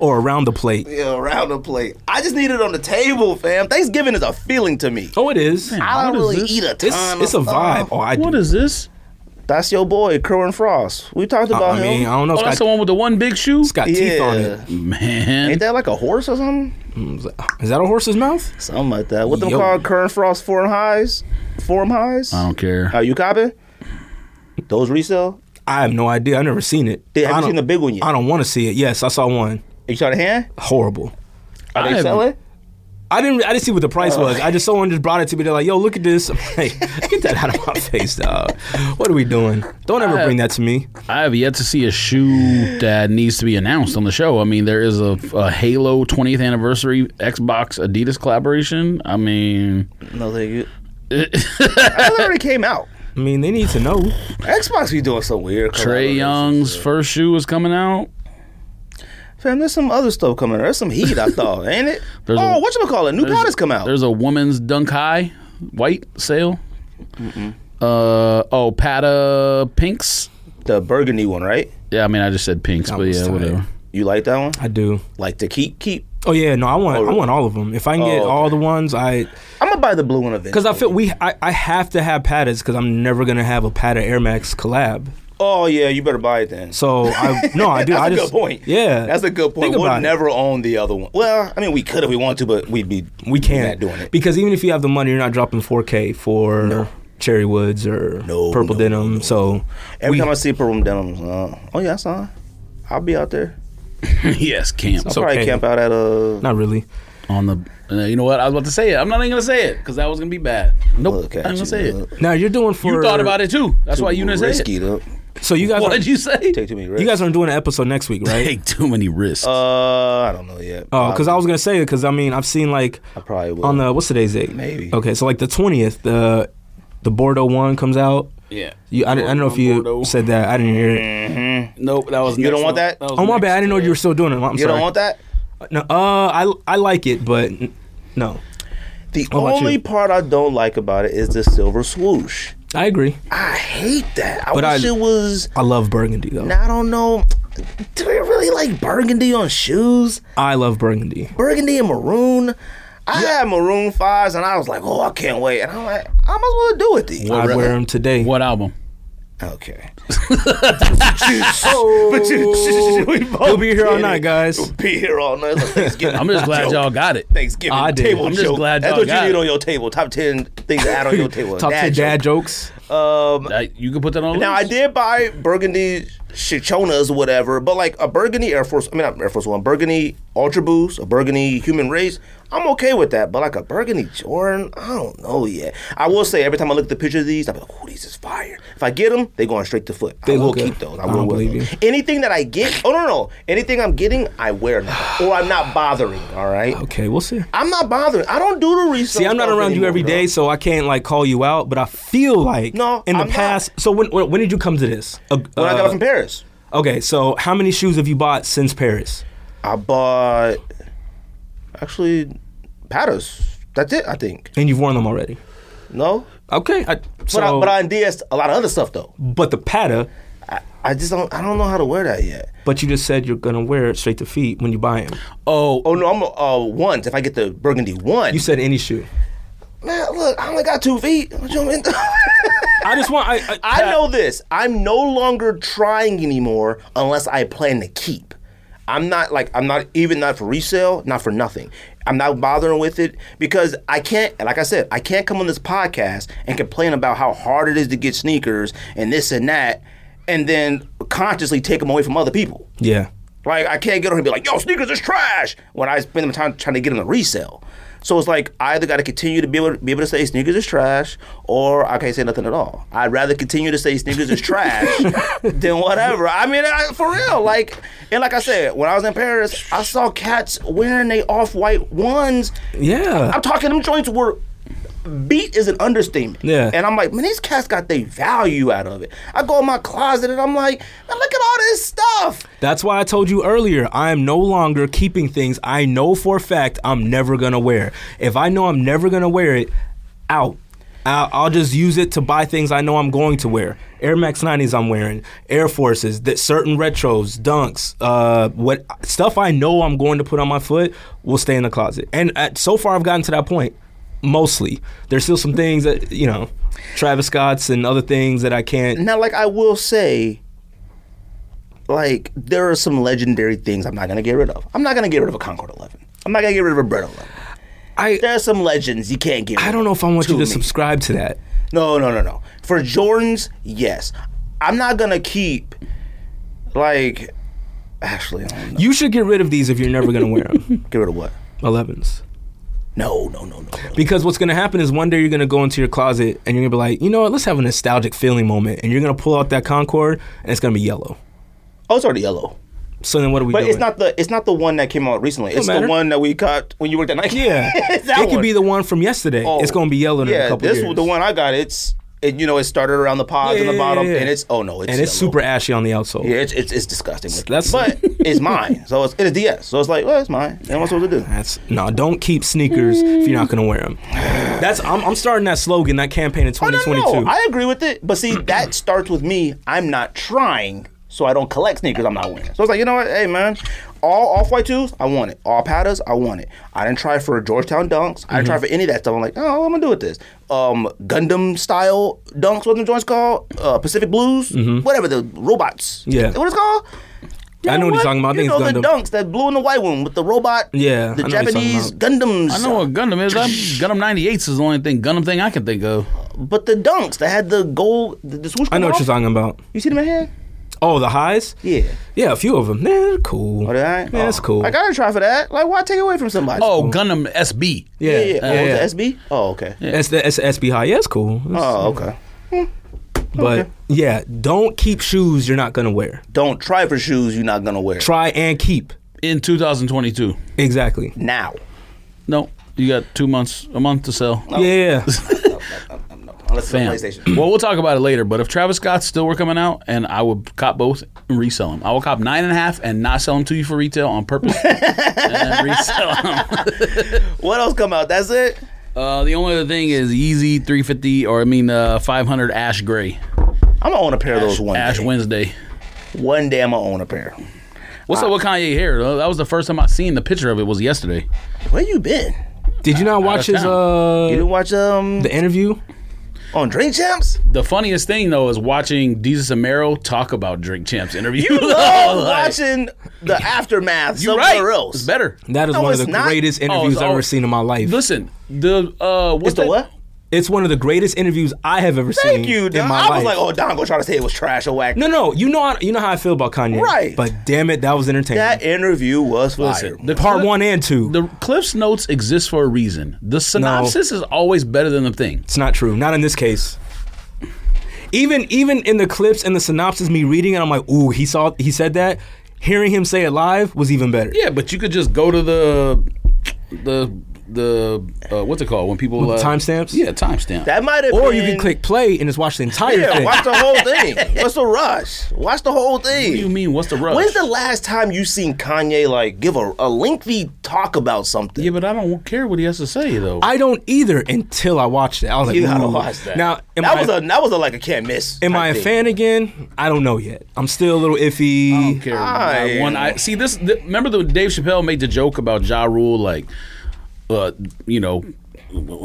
A: or around the plate.
B: Yeah, around the plate. I just need it on the table, fam. Thanksgiving is a feeling to me.
A: Oh, it is.
B: I don't
C: What is
B: really
C: this?
B: eat a
A: It's
B: ton.
A: it's a
B: of
A: vibe.
B: stuff.
A: Oh, I do.
C: What is this?
B: That's your boy, Kerwin Frost. We talked
A: I-
B: about
A: I
B: him.
A: mean, I don't know.
C: Oh,
A: It's
C: that's
A: got,
C: the one with the one big shoe.
A: it's got teeth on it.
B: Yeah.
C: Man,
B: Ain't that like a horse or something?
A: Is that a horse's mouth?
B: Something like that. What them
A: Yo.
B: called? Kerwin Frost form highs? Form highs?
C: I don't care.
B: Are you copping? Those resell?
A: I have no idea. I've never seen it.
B: Did- have
A: I
B: you
A: don't-
B: seen the big one yet?
A: I don't want to see it. Yes, I saw one.
B: You saw the hand?
A: Horrible.
B: Are they
C: I haven't-
B: selling?
A: I didn't. I didn't see what the
B: Oh.
A: price was. I just someone just brought it to me. They're like, "Yo, look at this." *laughs* I'm like, get that out of my face, dog. What are we doing? Don't ever
C: I-
A: bring that to me.
C: I have yet to see a shoe that needs to be announced on the show. I mean, there is a, a Halo 20th anniversary Xbox Adidas collaboration. I mean,
B: No,
A: *laughs*
B: thank you. I already came out.
A: I mean, they need to know.
B: Xbox be doing some weird.
C: Trey
B: collaborations.
C: Young's first shoe is coming out.
B: Fam, there's some other stuff coming. There's some heat, I thought, ain't it?
C: There's
B: oh,
C: a-
B: what you call it? New products come out.
C: There's a woman's Dunk High white sale. Uh oh, Pata Pinks.
B: The burgundy one, right?
C: Yeah, I mean, I just said Pinks,
A: That
C: but
A: was
C: yeah,
A: tight.
C: whatever. *laughs*
B: You like that one?
A: I do.
B: Like the keep keep.
A: Oh yeah, no, I want.
B: Oh,
A: I want all of them. If I can get
B: Oh,
A: all the ones, I
B: I'm gonna buy the blue one eventually.
A: because I feel we. I, I have to have Pattas because I'm never gonna have a Patta Air Max collab.
B: Oh yeah, you better buy it then.
A: So I no,
B: *laughs*
A: I do.
B: That's
A: I
B: a
A: just
B: good point.
A: Yeah,
B: That's a good point.
A: Think
B: we'll
A: about it.
B: never own the other one. Well, I mean, we could if we want to, but we'd be
A: We can't
B: not doing it.
A: because even if you have the money, you're not dropping 4K for Cherry Woods or
B: No,
A: Purple
B: no,
A: Denim. So
B: Every
A: we-
B: time I see Purple Denims, uh, oh yeah, that's on. I'll be out there.
C: yes, camp.
A: So-
B: Probably
A: okay.
B: camp out at uh.
A: not really.
C: on the, uh, you know what? I was about to say it. I'm not even gonna say it because that was gonna be bad. Nope,
B: Look
C: I'm
B: at
C: gonna
B: you,
C: say it.
B: look.
A: Now you're doing for
C: You thought about it too. That's why you didn't say it.
B: risky though.
A: So you guys,
C: *laughs* What
A: are,
C: did you say?
B: Take too many risks.
A: you guys aren't doing an episode next week,
C: *laughs*
A: right?
C: Take too many risks.
B: Uh, I don't know yet.
A: Oh, because I was gonna say it because I mean I've seen like
B: I probably will.
A: on the what's today's date?
B: Maybe.
A: Okay, so like the 20th, the the Bordeaux one comes out.
C: yeah.
A: You, I, didn't- I don't know if you said that. I didn't hear it.
C: Nope, that was.
B: You don't want that?
A: Oh my bad. I didn't know you were still doing it. I'm
B: you
A: sorry.
B: don't want that.
A: No, uh, I I like it, but n- no,
B: The
A: What about
B: only
A: you?
B: part I don't like about it is the silver swoosh.
A: I agree.
B: I hate that. I
A: But
B: wish
A: I-
B: it was.
A: I love burgundy though.
B: I don't know. Do we really like burgundy on shoes?
A: I love burgundy.
B: Burgundy and maroon. I had maroon fives, and I was like, "Oh, I can't wait!" And I'm like, "I might as well do it." These.
A: I wear them today.
C: *laughs* What album?
B: *laughs* Okay. *laughs* but you, *laughs* we both
A: You'll be here all
B: did
A: night,
B: it.
A: guys.
B: You'll be here all night. It's like
A: *laughs*
B: Thanksgiving.
C: I'm *laughs* just glad
B: joke.
C: y'all got it.
B: Thanksgiving
A: I did.
B: table
A: I'm
C: just
B: joke.
C: glad
B: That's
C: y'all
B: what
C: got
B: you
C: it.
B: need on your table. Top ten things to add
A: *laughs*
B: on your table.
A: Top ten dad
B: joke.
A: jokes.
B: Um,
C: That- you can put that on.
B: Now
C: list.
B: I did buy burgundy Shichonas, whatever, but like a burgundy Air Force, I mean not Air Force One, burgundy Ultra Boost, a burgundy Human Race, I'm okay with that. But like a burgundy Jordan, I don't know yet. I will say every time I look at the picture of these, I'm like, oh, these is fire. If I get them, they going straight to foot. I
A: They
B: will
A: look good.
B: keep those. I
A: I
B: will
A: don't
B: wear
A: believe
B: them. Anything that I get, oh no no, no. anything I'm getting, I wear now, or I'm not bothering. All right,
A: Okay, we'll see.
B: I'm not bothering. I don't do the research.
A: See, I'm not
B: stuff
A: around you
B: anymore,
A: every
B: dog.
A: day, so I can't like call you out. But I feel like
B: No,
A: in the
B: I'm not.
A: past. So when, when when did you come to this? Uh,
B: When I got
A: uh,
B: it from Paris,
A: okay, so how many shoes have you bought since Paris?
B: I bought actually Patter's. That's it, I think.
A: And you've worn them already.
B: No,
A: Okay, I, so
B: but I, but I did a lot of other stuff though.
A: but the patta.
B: I, I just don't I don't know how to wear that yet.
A: But you just said you're gonna wear it straight to feet when you buy them.
C: Oh,
B: Oh no, I'm uh once if I get the burgundy one.
A: You said any shoe.
B: man, look, I only got two feet. What you mean? *laughs*
A: I just want. I, I,
B: I know this. I'm no longer trying anymore unless I plan to keep. I'm not like I'm not even not for resale, not for nothing. I'm not bothering with it because I can't like I said, I can't come on this podcast and complain about how hard it is to get sneakers and this and that and then consciously take them away from other people.
A: Yeah.
B: Like I can't get on here and be like, "Yo, sneakers is trash," when I spend my time trying to get them to resell. So it's like I either got to continue to be able be able to say sneakers is trash, or I can't say nothing at all. I'd rather continue to say sneakers is trash than whatever. I mean, I, for real. Like and like I said, when I was in Paris, I saw cats wearing they off white ones.
A: Yeah.
B: I'm talking them joints were beat is an understatement.
A: Yeah.
B: And I'm like, man, these cats got their value out of it. I go in my closet and I'm like, man, look at all this stuff.
A: That's why I told you earlier, I am no longer keeping things I know for a fact I'm never gonna wear. If I know I'm never gonna wear it, out. I'll, I'll just use it to buy things I know I'm going to wear. Air Max 90s I'm wearing, Air Forces, that certain retros, dunks, uh, what stuff I know I'm going to put on my foot will stay in the closet. And at, so far, I've gotten to that point. Mostly, there's still some things that you know, Travis Scott's and other things that I can't.
B: Now, like I will say, like there are some legendary things I'm not gonna get rid of. I'm not gonna get rid of a Concord 11. I'm not gonna get rid of a Bread 11.
A: I
B: There are some legends you can't get. rid
A: I don't know if I want you to
B: me.
A: subscribe to that.
B: No, no, no, no. For Jordans, yes. I'm not gonna keep like actually. I don't know. *laughs*
A: You should get rid of these if you're never gonna wear them.
B: Get rid of what?
A: Elevens.
B: No, no, no, no. no.
A: Because what's gonna happen is one day you're gonna go into your closet and you're gonna be like, you know what, let's have a nostalgic feeling moment, and you're gonna pull out that Concord and it's gonna be yellow.
B: Oh, it's already yellow.
A: So then what are we
B: But
A: doing?
B: it's not the it's not the one that came out recently. It's
A: matter.
B: the one that we caught when you worked at
A: *laughs*
B: Nike.
A: Yeah,
B: *laughs* It's that
A: it could
B: one.
A: be the one from yesterday.
B: Oh,
A: it's gonna be yellow in
B: yeah,
A: a couple
B: this
A: years.
B: was the one I got. It's it, you know it started around the pods
A: Yeah,
B: on the
A: yeah,
B: bottom,
A: yeah, yeah.
B: and it's oh no, it's
A: and it's
B: yellow.
A: super ashy on the outsole.
B: Yeah, it's it's, it's disgusting.
A: That's-
B: but it's mine, so it's, it's DS. So it's like, well, it's mine. And what's supposed to do?
A: That's no. Don't keep sneakers if you're not gonna wear them. That's I'm, I'm starting that slogan, that campaign in
B: Oh, no, no,
A: 2022.
B: no, I agree with it, but
A: *clears throat*
B: see, that starts with me. I'm not trying, so I don't collect sneakers. I'm not wearing. So it's like, you know what? Hey, man, all off white twos, I want it. All pattas, I want it. I didn't try for Georgetown dunks. I didn't try
A: Mm-hmm.
B: for any of that stuff. I'm like, oh, what I'm gonna do with this. Um, Gundam style dunks, what the joints called? Uh, Pacific Blues, whatever the robots.
A: Mm-hmm. Yeah.
B: What it's called?
A: I know what he's talking about. I
B: You
A: think
B: know
A: it's
B: the
A: Gundam.
B: dunks, that blue and the white one with the robot.
A: Yeah,
B: the
A: I know what he's talking
B: Japanese Gundams.
C: I know what Gundam is. I'm, Gundam 98s is the only thing Gundam thing I can think of. Oh,
B: but the dunks that had the gold, the, the swoosh.
A: I know
B: going
A: what you're
B: off.
A: talking about.
B: You see them in here?
A: Oh, the highs.
B: Yeah.
A: Yeah, a few of them. Man, they're cool.
B: Oh, they ain't?
A: Yeah, that's
B: Oh.
A: cool.
B: Like I didn't try for that. Like why take it away from somebody?
C: Oh, Gundam SB.
A: yeah,
B: yeah.
A: yeah,
B: oh,
A: yeah.
B: was it SB? Oh, okay.
A: That's the that's the SB high. Yeah, it's cool. It's-
B: Oh, okay.
A: but
B: okay.
A: yeah, don't keep shoes you're not gonna wear.
B: Don't try for shoes you're not gonna wear
A: Try and keep.
C: in 2022.
A: Exactly.
B: now.
C: No, you got two months, a month to sell.
A: Yeah.
B: *laughs* Unless
C: Bam.
B: it's on PlayStation.
C: Well, we'll talk about it later. But if Travis Scott's still were coming out, and I would cop both and resell them. I will cop nine and a half and not sell them to you for retail on *laughs* purpose, and then resell them.
B: What else come out? That's it.
C: Uh, the only other thing is Yeezy 350, or I mean uh, 500 Ash Gray,
B: I'm gonna own a pair of those one
C: Ash
B: day.
C: Wednesday.
B: One day I'm gonna own a pair.
C: What's up with Kanye hair? though? That was the first time I seen the picture of it. Was yesterday.
B: Where you been?
A: Did you not watch his uh
B: You didn't watch um
A: the interview?
B: on
A: *laughs*
B: Dream Champs?
C: The funniest thing though is watching Jesus and Mero talk about Drink Champs interview. *laughs*
A: Oh,
B: You
C: Like,
B: love watching the aftermath
C: You're
B: somewhere
C: right.
B: else.
C: It's better.
A: That is
B: No,
A: one of
B: it's
A: the
B: not.
A: greatest
C: it's
A: interviews I've
C: all-
A: ever seen in my life.
C: Listen, the uh, what's
B: It's the
C: that-
B: what?
A: It's one of the greatest interviews I have ever seen.
B: Thank you,
A: in
B: Don.
A: my
B: I
A: life.
B: was like, oh, Don gonna try to say it was trash or whack.
A: no, no. You know, I, you know how I feel about Kanye,
B: Right.
A: But damn it, that was entertaining.
B: That interview was fire.
C: The
A: Part
C: clip-
A: one and two.
C: The Cliff's notes exist for a reason. The synopsis is always better than the thing.
A: it's not true. Not in this case. Even even in the clips and the synopsis, me reading it, I'm like, ooh, he saw, he said that. Hearing him say it live was even better.
C: Yeah, but you could just go to the the the uh, what's it called when people uh,
A: timestamps?
C: Yeah, timestamp.
B: That might have
A: Or
B: been,
A: you can click play and just watch the entire
B: Yeah,
A: thing.
B: watch the whole
A: *laughs*
B: thing. What's the rush? Watch the whole thing.
C: What do you mean? What's the rush?
B: When's the last time you seen Kanye like give a, a lengthy talk about something?
C: yeah, but I don't care what he has to say though.
A: I don't either until I watched it. I was like,
B: you gotta
A: ooh.
B: watch that.
A: Now, am
B: that
A: I,
B: was a that was a like a can't miss.
A: am
B: type
A: I a
B: thing.
A: fan again? I don't know yet. I'm still a little iffy.
C: I
B: Oh,
C: don't care.
B: I-
C: I, one, I see this. Th- remember the Dave Chappelle made the joke about Ja Rule, like, uh, you know,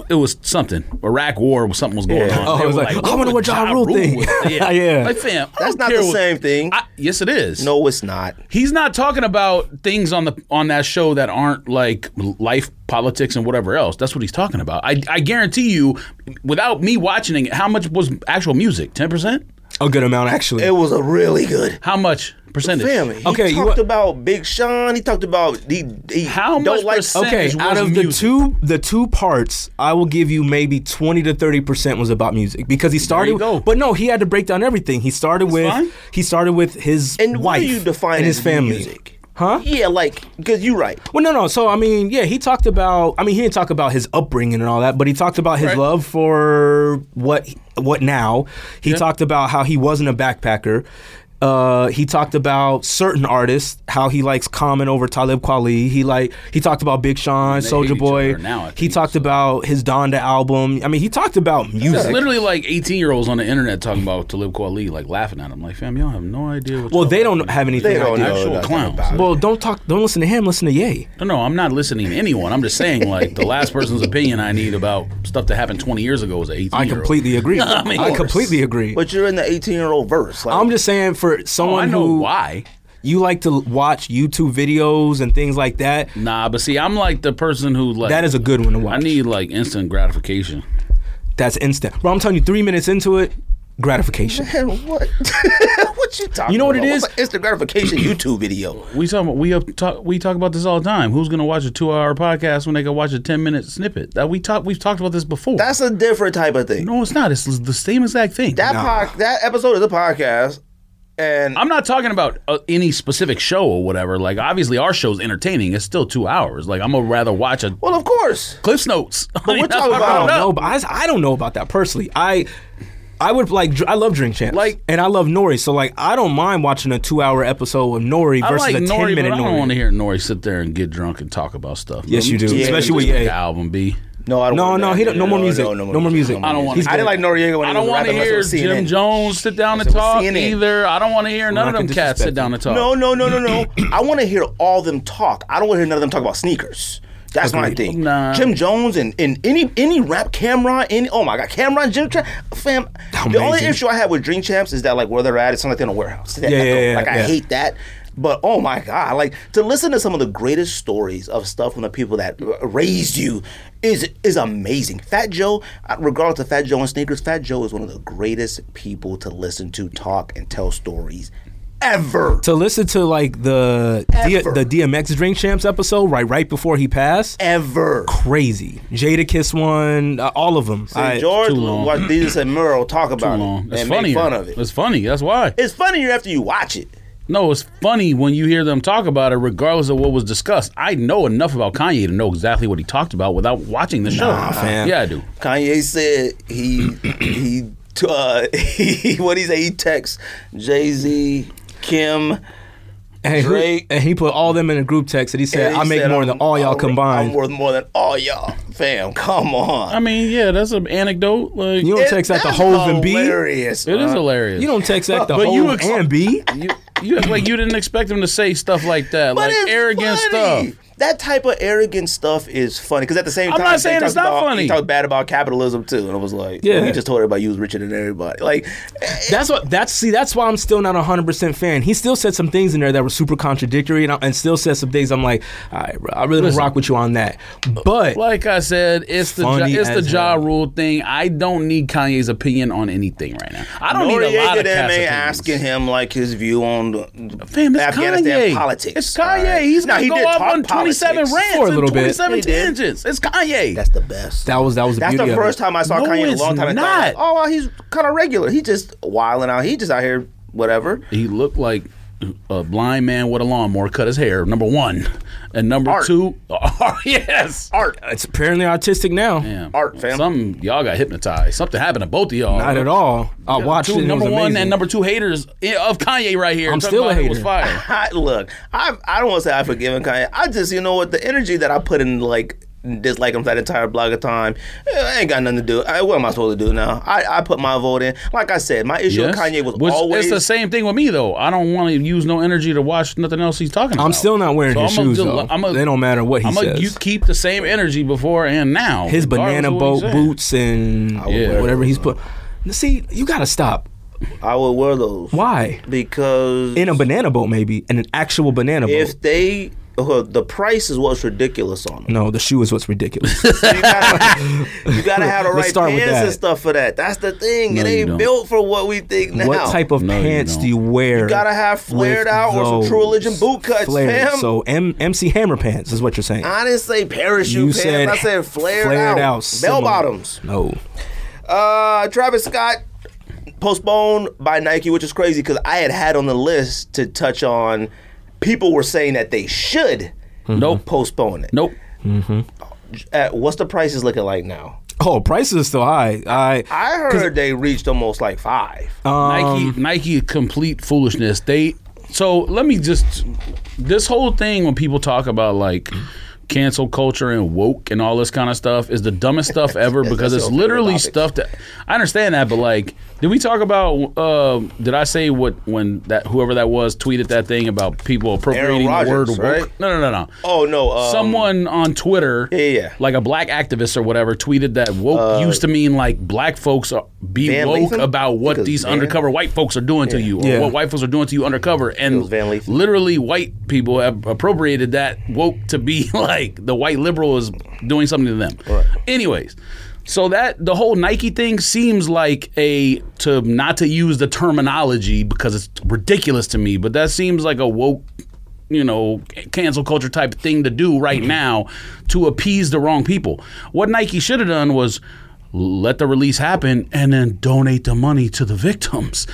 C: it was something Iraq War was something was going
B: Yeah.
A: *laughs*
C: on.
A: Oh,
C: They
A: it was
C: were
A: like, I wonder what
C: would
A: Ja Rule think.
C: would
A: *laughs*
C: think?
A: Yeah.
C: like fam, I
B: That's
C: don't
B: not
C: care
B: the
C: what-
B: same thing.
C: I, yes, it is.
B: no, it's not.
C: he's not talking about things on the on that show that aren't like life politics and whatever else that's what he's talking about i, I guarantee you without me watching it how much was actual music 10%
A: A good amount, actually.
B: It was a really good.
C: how much percentage
B: Fam, he
A: Okay, you
B: talked
A: wa-
B: about Big Sean. He talked about he, he
C: How
B: don't
C: much
B: like
C: percent-
A: okay,
C: percentage
A: out
C: was
A: of the
C: music.
A: two the two parts, I will give you maybe twenty to thirty percent was about music because he started.
C: you go.
A: But no, he had to break down everything. He started with
C: fine.
A: he started with his
B: and
A: wife
B: what do you define
A: and
B: as
A: his family.
B: music?
A: Huh?
B: Yeah, like because you're right.
A: Well, no, no. So I mean, yeah, he talked about. I mean, he didn't talk about his upbringing and all that, but he talked about his
C: Right.
A: love for what what now. He talked about how he wasn't a backpacker. Uh, he talked about certain artists, how he likes Common over Talib Kweli. He like he talked about Big Sean,
C: they hate
A: Soldier
C: each
A: Boy.
C: other now, I
A: he
C: think,
A: talked about his Donda album. I mean, he talked about
C: It's
A: music.
C: literally like 18 year olds on the internet talking about Talib Kweli, like laughing at him. Like, fam, y'all have no idea what
A: Well,
C: y'all
A: they
C: are.
A: don't have anything.
B: They
A: I
B: don't
A: do.
B: know
C: actual
B: nothing
C: clowns.
B: about it.
A: Well, don't talk. Don't listen to him. Listen to Ye.
C: No, no, I'm not listening to anyone. I'm just saying, like, the last person's opinion I need about stuff that happened 20 years ago was an 18
A: I completely agree.
C: *laughs* I mean,
A: I
C: of course.
A: completely agree.
B: But you're in the 18 year old verse. Like,
A: I'm just saying for someone
C: Oh, I know
A: who
C: why.
A: you like to watch YouTube videos and things like that.
C: Nah, but see, I'm like the person who, like,
A: That is a good one to
C: I
A: watch.
C: need like instant gratification.
A: That's instant. Bro, I'm telling you, three minutes into it, gratification.
B: *laughs* Man, what? what you talking?
A: You know what it
B: about?
A: is?
B: What's an instant gratification YouTube video.
C: We talk about we up talk we talk about this all the time. Who's gonna watch a two hour podcast when they can watch a ten minute snippet? That we talk we've talked about this before.
B: That's a different type of thing.
C: no, it's not. It's the same exact thing.
B: That pod, that episode is a podcast, and
C: I'm not talking about uh, any specific show or whatever. Like obviously our show's entertaining. It's still two hours. Like I'm gonna rather watch a
B: well, of course.
C: Cliff's Notes. *laughs* But
B: we're talking
A: I don't
B: about-
A: know, but I, I don't know about that personally. I I would like dr- I love Drink Champs,
C: Like-
A: and I love Nori, so like I don't mind watching a two-hour episode of Nori
C: I
A: versus
C: like
A: a
C: Nori, but
A: ten-minute
C: I don't want
A: Nori.
C: to hear Nori sit there and get drunk and talk about stuff.
A: Yes, you do,
B: Yeah,
A: especially
B: you
A: with
C: Just make
A: Ye.
C: an album B.
B: No, I don't.
A: No,
B: want
A: no,
B: that.
A: he don't- no more music. No more music.
C: I don't want
B: music.
C: to-
B: I didn't like Noriega when
C: I
B: he
C: don't
B: want to
C: hear Jim Jones sit down and
B: That's what
C: talk
B: CNN.
C: either. I don't want to hear none
A: not
C: of them
A: gonna
C: cats
A: disrespect
C: sit down
A: you.
C: and talk.
B: No, no, no,
A: *clears throat*
B: no, no. I want to hear all them talk. I don't want to hear none of them talk about sneakers. That's my
A: Agreed.
B: thing.
C: Nah.
B: Jim Jones and, and any any rap Cameron, any oh my god, Cameron, Jim Tra- fam. The only
A: Amazing.
B: issue I have with Dream Champs is that like where they're at, it's not like they're in a warehouse. That
A: Yeah,
B: echo.
A: yeah, yeah,
B: like I
A: yeah.
B: hate that. But oh my god, like to listen to some of the greatest stories of stuff from the people that r- raised you is is amazing. Fat Joe, uh, regardless of Fat Joe and sneakers, Fat Joe is one of the greatest people to listen to talk and tell stories ever.
A: To listen to like the D-
B: Ever.
A: the DMX Drink Champs episode right right before he passed,
B: ever.
A: crazy. Jada Kiss one, uh, all of them. I-
B: And George
C: too long.
B: watched Jesus and Merle talk about
C: Long.
B: it
C: It's
B: and make
C: funny.
B: fun of it.
C: It's funny. That's why.
B: It's funnier after you watch it.
C: No, it's funny when you hear them talk about it, regardless of what was discussed. I know enough about Kanye to know exactly what he talked about without watching the show.
A: fam.
C: Yeah, I do.
B: Kanye said he he t- uh, he *laughs* what he say he texts Jay Z, Kim.
A: and, who-
B: Drake.
A: and he put all them in a group text, and he said,
B: and he
A: "I make
B: said,
A: more
B: I'm-
A: than all y'all
B: I'm-
A: combined."
B: I'm worth more than all y'all, fam. Come on.
C: I mean, yeah, that's an anecdote. Like,
A: you don't
B: It-
A: text at the
B: that's
A: Hove and B. You
B: Hilarious.
C: it is
B: man.
C: hilarious.
A: don't text at the
C: But you
A: Hove
C: ex-
A: and B.
C: You, you act like you didn't expect him to say stuff like that,
B: But
C: like
B: it's
C: arrogant
B: funny.
C: stuff.
B: That type of arrogant stuff is funny because at the same
C: I'm
B: time,
C: not
B: they
C: saying it's
B: talked
C: not
B: about-
C: funny.
B: He talked bad about capitalism too, and I was like,
A: Yeah.
B: yeah, he just told everybody you was richer than everybody. Like,
A: That's what. That's see. That's why I'm still not a hundred percent fan. He still said some things in there that were super contradictory, and, I, and still said some things. I'm like, all right, bro, I really don't rock with you on that. But
C: Like I said, it's the ja,
A: Funny
C: it's the
A: as
C: Ja
A: hell.
C: Rule thing. I don't need Kanye's opinion on anything right now. I don't need a lot
B: Noriega
C: of
B: then
C: cats
B: they
C: opinions.
B: asking him like his view on the-
C: Fam, it's
B: Afghanistan
C: Kanye.
B: politics.
C: It's Kanye.
B: alright?
C: He's
B: Now,
C: gonna
B: he
C: go
B: did
C: off
B: talk
C: on twenty seven
B: politics.
C: rants
A: For a
C: and
A: little bit.
C: twenty seven
B: He did.
C: tangents. It's Kanye.
B: That's the best.
A: that was that was the
B: That's
A: beauty
B: the
A: of it.
B: first time I saw
C: No,
B: Kanye in a
C: it's
B: long time. and thought,
C: not.
B: Oh, well, he's kind of regular. He just wilding out. He just out here whatever.
C: he looked like a blind man with a lawnmower cut his hair. Number one, and number
B: Art.
C: two, *laughs* oh, yes,
B: Art,
A: It's apparently autistic now.
C: Damn.
B: Art, fam.
C: Something y'all got hypnotized. Something happened to both of y'all.
A: Not at all. I watched it.
C: Two,
A: and it
C: number
A: was
C: one
A: amazing.
C: and number two haters eh, of Kanye right here.
A: I'm
C: Talking
A: still a
C: about it
A: hater.
C: Was fire.
B: I, look, I I don't want to say I've forgiven Kanye. I just you know what the energy that I put in like dislike him for that entire block of time. eh, I ain't got nothing to do. I, what am I supposed to do now? I, I put my vote in. Like I said, my issue with
C: Yes.
B: Kanye was
C: Which-
B: always
C: It's the same thing with me though. I don't want to use no energy to watch nothing else he's talking about.
A: I'm still not wearing his
C: I'ma
A: shoes
C: do-
A: though.
C: I'ma-
A: they don't matter what he
C: I'ma-
A: says.
C: You keep the same energy before and now.
A: his
C: regardless
A: banana
C: of what
A: boat
C: he said.
A: boots and
B: would
C: Yeah. wear
A: whatever he's put. See, you gotta stop.
B: I would wear those.
A: Why?
B: Because
A: In a banana boat, maybe, in an actual banana boat.
B: if they uh, the price is what's ridiculous on them.
A: No, the shoe is what's
B: *laughs*
A: ridiculous.
B: So you, gotta,
A: *laughs*
B: you gotta have the
A: Let's
B: right
A: start with
B: pants and
A: that.
B: stuff for that. That's the thing.
C: No,
B: it
C: you
B: ain't
C: don't.
B: built for what we think now.
A: what type of
C: No, you
A: pants
C: don't.
A: do you wear?
B: You gotta have flared
A: with
B: out or some True
A: those
B: Religion boot cuts,
A: flares?
B: fam.
A: So M- MC Hammer pants is what you're saying.
B: I didn't say parachute
A: You
B: pants.
A: said
B: I said flared,
A: flared
B: out,
A: out, similar.
B: bell bottoms.
A: no.
B: Uh, Travis Scott postponed by Nike, which is crazy because I had had on the list to touch on. People were saying that they should
C: Nope.
B: postpone it.
C: Nope.
B: At what's the prices looking like now?
A: Oh, prices are still high. I
B: I heard they reached almost like five.
C: Nike, Nike, complete foolishness. They so let me just this whole thing when people talk about like cancel culture and woke and all this kind of stuff is the
B: *laughs*
C: dumbest stuff ever because
B: that's
C: it's
B: our favorite
C: literally
B: topic.
C: stuff that I understand that, but like, did we talk about? Uh, did I say what when that whoever that was tweeted that thing about people appropriating
B: Rodgers,
C: the word woke?
B: right?
C: No, no, no, no.
B: oh no, um,
C: Someone on Twitter,
B: Yeah, yeah. Uh,
C: like a black activist or whatever, tweeted that woke used to mean like black folks are, be
B: Van
C: woke
B: Lathan?
C: about what
B: Because
C: these
B: Van-
C: undercover white folks are doing to you or
A: Yeah.
C: what white folks are doing to you undercover. And
B: was Van Lathan.
C: literally, white people have appropriated *laughs* that woke to be like the white liberal is doing something to them. Anyways, So that the whole Nike thing seems like a to not to use the terminology because it's ridiculous to me, but that seems like a woke, you know, cancel culture type thing to do right now to appease the wrong people. What Nike should have done was let the release happen and then donate the money to the victims.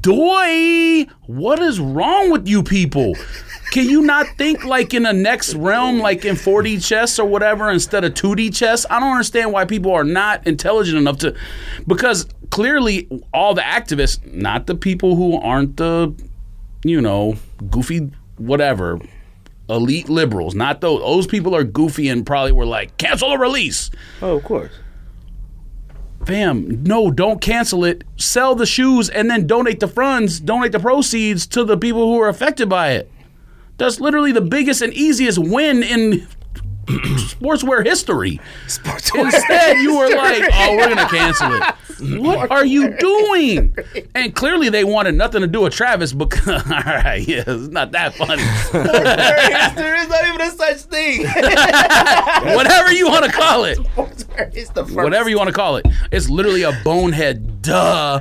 C: Doy, what is wrong with you people? Can you not think like in the next realm, like in 4D chess or whatever, instead of 2D chess? I don't understand why people are not intelligent enough to, because clearly all the activists, not the people who aren't the, you know, goofy whatever, elite liberals, not those. Those people are goofy and probably were like, cancel the release.
B: Oh, of course.
C: Fam, no, don't cancel it. Sell the shoes and then donate the funds, donate the proceeds to the people who are affected by it. That's literally the biggest and easiest win in *clears throat* sportswear history. Instead, you were like, "Oh, we're gonna cancel it." What are you doing? And clearly, they wanted nothing to do with Travis because, *laughs* all right, yeah, it's not that funny.
B: *laughs*
C: *laughs*
B: there is not even a such *laughs* thing.
C: Whatever you want to call it,
B: it's the first.
C: whatever you want to call it, it's literally a bonehead duh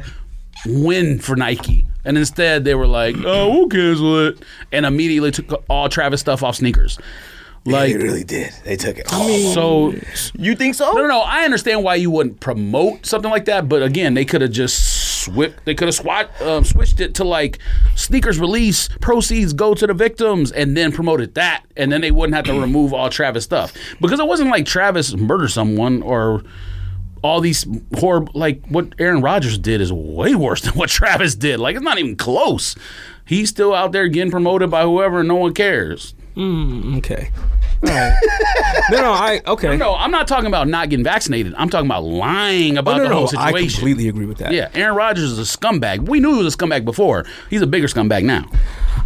C: win for Nike. And instead, they were like, "Oh, we'll cancel it," and immediately took all Travis stuff off sneakers. Like,
B: They really did. They took it.
C: so
B: you think so?
C: No, no, no. I understand why you wouldn't promote something like that, but again, they could have just swift. They could have swat, um, switched it to like sneakers release proceeds go to the victims, and then promoted that, and then they wouldn't
A: *clears throat*
C: have to remove all Travis stuff because it wasn't like Travis murdered someone or. All these horrible, like what Aaron Rodgers did is way worse *laughs* than what Travis did. Like, it's not even close. He's still out there getting promoted by whoever, and no one cares.
A: Okay. All right. no, no, I okay.
C: No, I'm not talking about not getting vaccinated. I'm talking about lying about
A: Oh, no,
C: the
A: no,
C: whole
A: no, I
C: situation.
A: completely agree with that.
C: Yeah, Aaron Rodgers is a scumbag. We knew he was a scumbag before. He's a bigger scumbag now.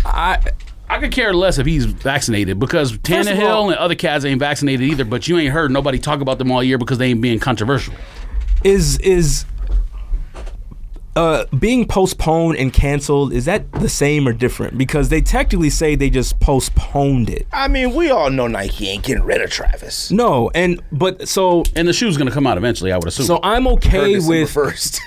A: I
C: I could care less if he's vaccinated because
A: of
C: Tannehill
A: all-
C: and other cats ain't vaccinated either. But you ain't heard nobody talk about them all year because they ain't being controversial.
A: is is uh, being postponed and canceled is that the same or different? Because they technically say they just postponed it.
B: I mean, we all know Nike ain't getting rid of Travis.
A: No, and but so
C: And the shoe's gonna come out eventually, I would assume.
A: so I'm okay
B: Ferguson
A: with
B: *laughs* first.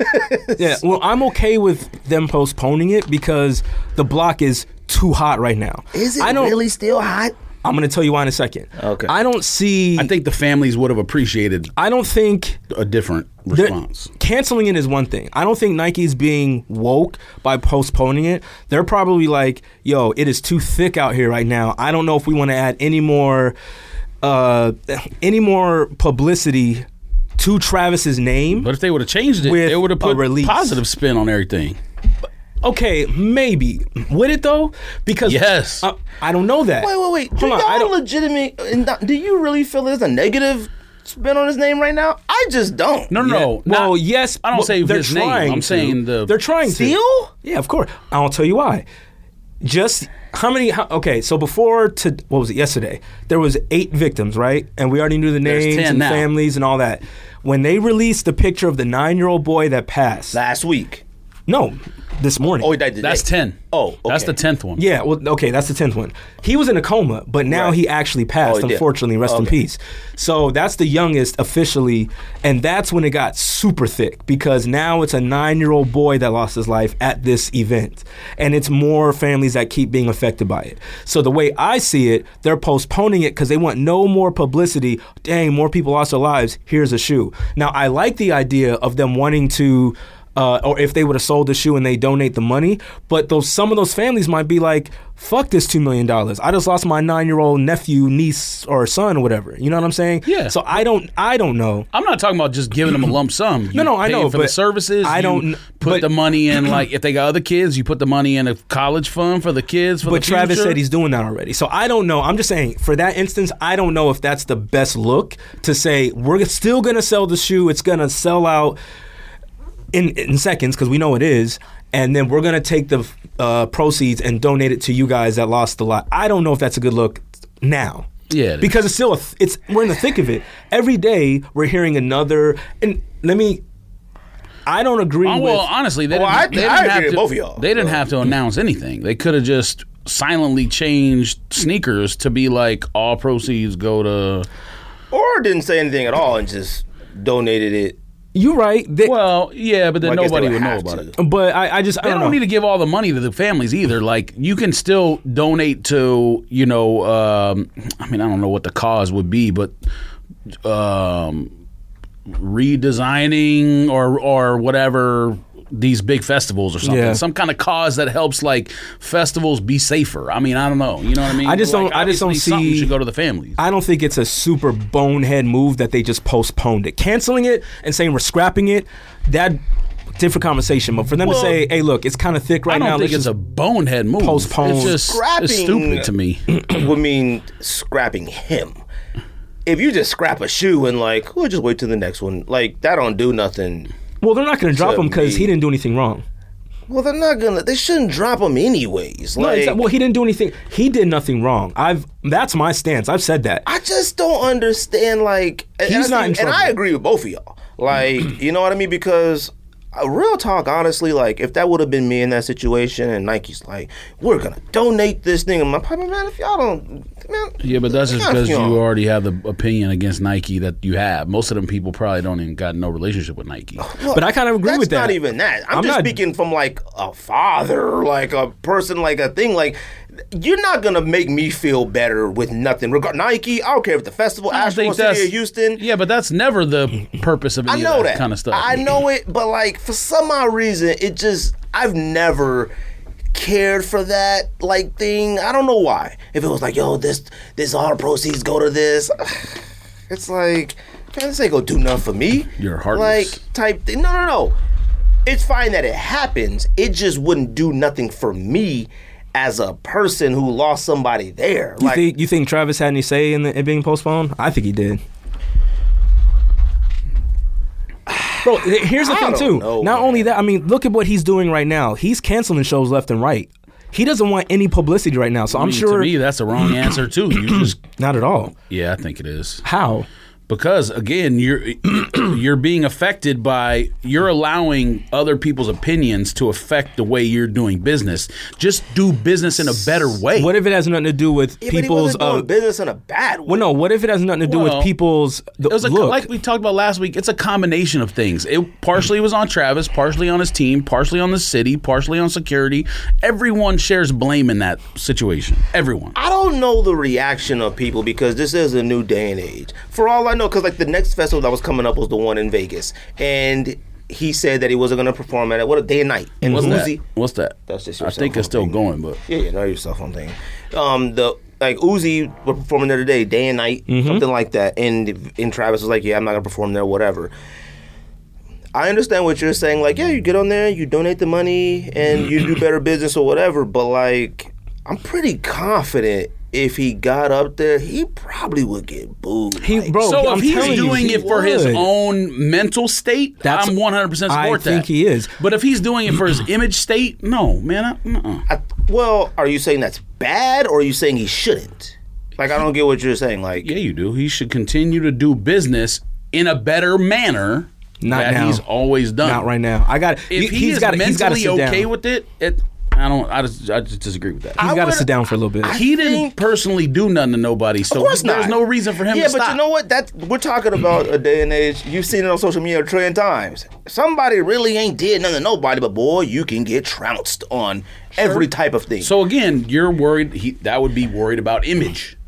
A: yeah. Well, I'm okay with them postponing it because the block is too hot right now.
B: is it
A: I don't.
B: really still hot?
A: I'm gonna tell you why in a second.
B: Okay.
A: I don't see.
C: I think the families would have appreciated
A: I don't think
C: a different
A: They're-
C: response.
A: Canceling it is one thing. I don't think Nike's being woke by postponing it. They're probably like, "Yo, it is too thick out here right now. I don't know if we want to add any more, uh, any more publicity to Travis's name."
C: But if they would have changed it,
A: With
C: they would have
A: a
C: put
A: release.
C: positive spin on everything.
A: Okay, maybe would it though? Because
C: Yes.
A: I, I don't know that.
B: Wait, wait, wait. Do
A: Hold on, I
B: y'all
A: don't.
B: legitimate? and not- Do you really feel there's a negative spin on his name right now? I just don't.
C: no, no, no.
A: well,
C: not-
A: yes.
C: I don't
A: well,
C: say
A: they're
C: his name.
A: trying
C: I'm
A: to.
C: saying the-
A: they're trying to.
B: Still?
A: Yeah, of course. I'll tell you why. Just how many? How, okay, so before to what was it yesterday? There was eight victims, right? And we already knew the
C: There's
A: names
C: 10
A: and
C: now.
A: families and all that. When they released the picture of the nine-year-old boy that passed,
B: Last week.
A: no, this morning.
B: Oh, he died today.
C: That's ten.
B: Oh, okay.
C: that's the tenth one.
A: Yeah, well, okay, that's the tenth one. He was in a coma, but now
B: Right.
A: he actually passed.
B: Oh, he did.
A: unfortunately, rest in
B: Okay.
A: peace. So that's the youngest officially, and that's when it got super thick because now it's a nine-year-old boy that lost his life at this event, and it's more families that keep being affected by it. So the way I see it, they're postponing it because they want no more publicity. Dang, more people lost their lives. Here's a shoe. Now I like the idea of them wanting to uh, or if they would have sold the shoe and they donate the money. But those some of those families might be like, "Fuck this two million dollars! I just lost my nine year old nephew, niece, or son, or whatever." You know what I'm saying?
C: Yeah.
A: So I don't, I don't know.
C: I'm not talking about just giving them a lump sum. You
A: No, no, I
C: pay
A: know,
C: for the
A: but
C: services.
A: I
C: you
A: don't-
C: put
A: but-
C: the money in like if they got other kids, you put the money in a college fund for the kids. For
A: But
C: the
A: Travis
C: future.
A: said he's doing that already. So I don't know. I'm just saying, for that instance, I don't know if that's the best look to say we're still going to sell the shoe. It's going to sell out in in seconds because we know it is, and then we're going to take the uh, proceeds and donate it to you guys that lost the lot. I don't know if that's a good look now.
C: Yeah, it is.
A: because it's still a th- it's we're in the thick of it. Every day we're hearing another. And let me, I don't agree
C: Oh,
A: with.
C: well, honestly, they
B: Well,
C: didn't,
B: I-
C: they didn't
B: I
C: have
B: agree with
C: to.
B: both of y'all.
C: They didn't have to announce anything. They could have just silently changed sneakers to be like all proceeds go to.
B: Or didn't say anything at all and just donated it.
A: You're right. They,
C: Well, yeah, but then
B: Well, I guess they
C: nobody
B: would
C: would know
B: have
C: about
B: to.
C: it.
A: but I, I just I
C: They
A: don't,
C: don't
A: know.
C: need to give all the money to the families either. Like you can still donate to, you know, um, I mean, I don't know what the cause would be, but um, redesigning or or whatever these big festivals or something,
A: Yeah.
C: some kind of cause that helps like festivals be safer. I mean, I don't know. You know what I mean?
A: I just
C: Like,
A: don't- I just don't
C: obviously something
A: see-
C: should go to the families.
A: I don't think it's a super bonehead move that they just postponed it. Canceling it and saying we're scrapping it, that different conversation. But for them
C: Well,
A: to say, "Hey, look, it's kind of thick right
C: I don't
A: now."
C: think
A: let's
C: it's a
A: just-
C: bonehead move.
A: postpone.
C: It's just
B: Scrapping-
C: it's stupid to me.
B: would mean scrapping him. If you just scrap a shoe and like, we'll just wait till the next one. Like that don't do nothing.
A: well, they're not going to drop
B: to
A: him because
B: me.
A: he didn't do anything wrong.
B: Well, they're not gonna. They shouldn't drop him anyways.
A: No,
B: Like,
A: exa- well, he didn't do anything. He did nothing wrong. I've that's my stance. I've said that.
B: I just don't understand. Like, and-
A: He's
B: and
A: not
B: I,
A: in
B: think- And
A: trouble.
B: I agree with both of y'all.
A: *clears throat*
B: Like, you know what I mean? Because uh, real talk, honestly, like if that would have been me in that situation, and Nike's like, we're gonna donate this thing, and my partner, man, if y'all don't, man,
C: Yeah, but that's just
B: F
C: because you
B: y'all.
C: already have the opinion against Nike that you have. Most of them people probably don't even got no relationship with Nike.
A: But I kind of agree
B: That's
A: with that.
B: not even that. I'm,
A: I'm
B: just
A: not-
B: speaking from like a father, like a person, like a thing. Like you're not gonna make me feel better with nothing. Regard Nike, I don't care if the festival,
C: I
B: Asheville, City, or Houston.
C: Yeah, but that's never the purpose of
B: I
C: any
B: know
C: of that,
B: that
C: kind of stuff.
B: I know it, but like for some odd reason, it just I've never cared for that like thing. I don't know why. If it was like, yo, this this all the proceeds go to this, *sighs* it's like man, this ain't gonna do nothing for me.
C: You're heartless.
B: Like type thing. No, no, no. It's fine that it happens. It just wouldn't do nothing for me as a person who lost somebody there.
A: You
B: like
A: think you think Travis had any say in the, it being postponed? I think he did. Bro, th- here's the
B: I
A: thing
B: don't
A: too.
B: know,
A: Not
B: man.
A: only that, I mean, look at what he's doing right now. He's canceling shows left and right. He doesn't want any publicity right now, so I'm
C: I mean,
A: sure
C: to me that's a wrong answer too. You just
A: not at all.
C: yeah, I think it is
A: How?
C: because again you're *clears throat* you're being affected by you're allowing other people's opinions to affect the way you're doing business. Just do business in a better way.
A: What if it has nothing to do with
B: Yeah, but he
A: people's
B: wasn't doing
A: uh,
B: business in a bad way.
A: Well, no. What if it has nothing to do
C: Well,
A: with people's the,
C: It was a,
A: look?
C: like we talked about last week. It's a combination of things. It partially was on Travis, partially on his team, partially on the city, partially on security. Everyone shares blame in that situation. Everyone.
B: I don't know the reaction of people because this is a new day and age. For all I know, because like the next festival that was coming up was the one in Vegas, and he said that he wasn't going to perform at it. What a day and night. And
C: What's
B: Uzi,
C: that? What's that?
B: That's just your
C: I think
B: cell
C: it's still
B: phone
C: going, but
B: yeah, yeah, know your cell phone thing. Um, the like Uzi were performing the other day, day and night,
A: Mm-hmm.
B: something like that. And and Travis was like, yeah, I'm not going to perform there, whatever. I understand what you're saying. Like, yeah, you get on there, you donate the money, and you
A: *clears throat*
B: do better business or whatever. But like, I'm pretty confident if he got up there, he probably would get booed.
A: he,
B: Like,
A: bro,
C: so
A: Oh, I'm
C: if he's
A: telling you,
C: doing
A: he
C: it for his
A: would.
C: own mental state,
A: That's-
C: I'm 100 percent
A: I
C: support that.
A: think he is.
C: But if he's doing it
A: *clears throat*
C: for his image state, no, man. I, uh-uh. nuh-uh.
B: I, well, are you saying that's bad, or are you saying he shouldn't? Like, I don't get what you're saying. Like,
C: Yeah, you do. He should continue to do business in a better manner.
A: Not
C: that
A: now.
C: he's always done.
A: not right now. I got.
C: if he,
A: he's
C: is
A: got. He's got to
C: mentally
A: sit
C: okay
A: down.
C: with it, it I don't. I just, I just disagree with that.
A: He's got to
B: would-
A: sit down for a little bit.
C: he didn't personally do nothing to nobody, so
B: Of course not.
C: there's no reason for him.
B: Yeah,
C: to
B: but
C: stop.
B: you know what? That we're talking about a day and age. You've seen it on social media a trillion times. Somebody really ain't did nothing to nobody, but boy, you can get trounced on every type of thing.
C: So again, you're worried. He, that would be worried about image.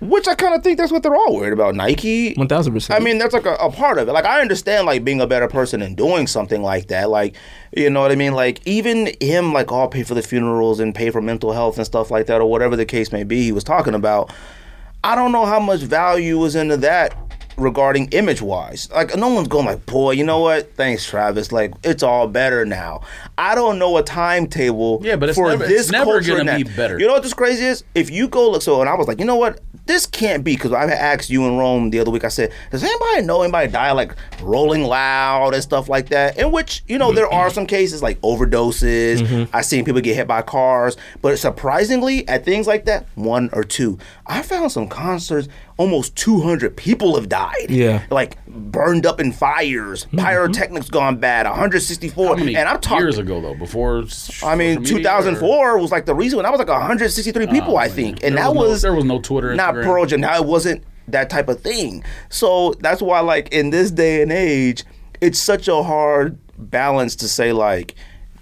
B: Which I kind of think that's what they're all worried about. Nike.
A: One thousand percent.
B: I mean, that's like a, a part of it. Like, I understand, like, being a better person and doing something like that. Like, you know what I mean? Like, even him, like, oh, I'll pay for the funerals and pay for mental health and stuff like that, or whatever the case may be, he was talking about. I don't know how much value was into that regarding image wise. Like, no one's going, like, boy, you know what? Thanks, Travis. Like, it's all better now. I don't know a timetable
C: Yeah, but it's
B: for
C: never- it's
B: this
C: never
B: culture
C: gonna
B: and
C: be
B: that.
C: better.
B: You know what this crazy is? If you go look, so and I was like, you know what? This can't be because I had asked you in Rome the other week. I said, does anybody know anybody die like rolling loud and stuff like that? In which you know there are some cases like overdoses.
C: Mm-hmm.
B: I've seen people get hit by cars, but surprisingly, at things like that, one or two. I found some concerts. Almost 200 people have died.
A: Yeah.
B: like burned up in fires, pyrotechnics gone bad. 164,
C: Mm-hmm. How many
B: and I'm talking
C: years ago though, before s-
B: I mean,
C: social media, Oh,
B: 2004 was like the reason when I was like 163 people, I think, and
C: There
B: that
C: was no-
B: was
C: there was no Twitter,
B: not
C: Instagram.
B: Pearl Jam. Now it wasn't that type of thing. So that's why, like in this day and age, it's such a hard balance to say, like,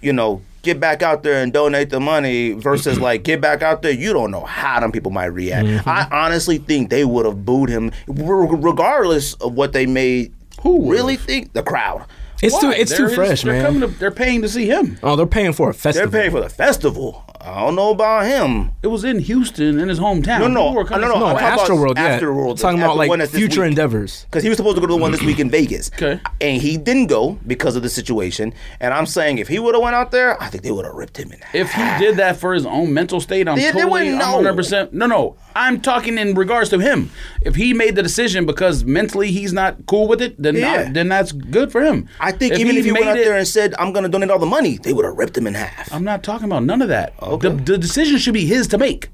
B: you know, get back out there and donate the money
C: *clears throat*
B: versus like get back out there. You don't know how them people might react.
C: Mm-hmm.
B: I honestly think they would have booed him re- regardless of what they may. Who really think the crowd?
A: It's too
C: Why?
A: it's
C: They're
A: too
C: just-
A: fresh,
C: they're
A: man.
C: coming to- they're paying to see him.
A: oh, they're paying for a
B: They're
A: festival.
B: paying for the festival. I don't know about him.
C: It was in Houston, in his hometown.
B: No, no,
C: People were coming
B: no,
C: to-
B: no,
A: no,
B: I'm talking
A: Astroworld,
B: about
A: yeah.
B: Astroworld,
A: talking
B: the-
A: about
B: the one
A: like
B: that's this
A: future
B: week.
A: endeavors.
B: because he was supposed to go to the one this week in
C: *clears throat*
B: Vegas.
C: 'Kay.
B: And he didn't go because of the situation. And I'm saying if he would have went out there, I think they would have ripped him in. half.
C: If he did that for his own mental state, I'm
B: They- they
C: totally,
B: wouldn't
C: I'm
B: know.
C: 100%. No, no. I'm talking in regards to him. If he made the decision because mentally he's not cool with it, then
B: Yeah.
C: I- then that's good for him.
B: I think even if he went
C: made
B: out
C: it- Um,
B: there and said, "I'm going to donate all the money," they would have ripped him in half.
C: I'm not talking about none of that. The, the decision should be his to make.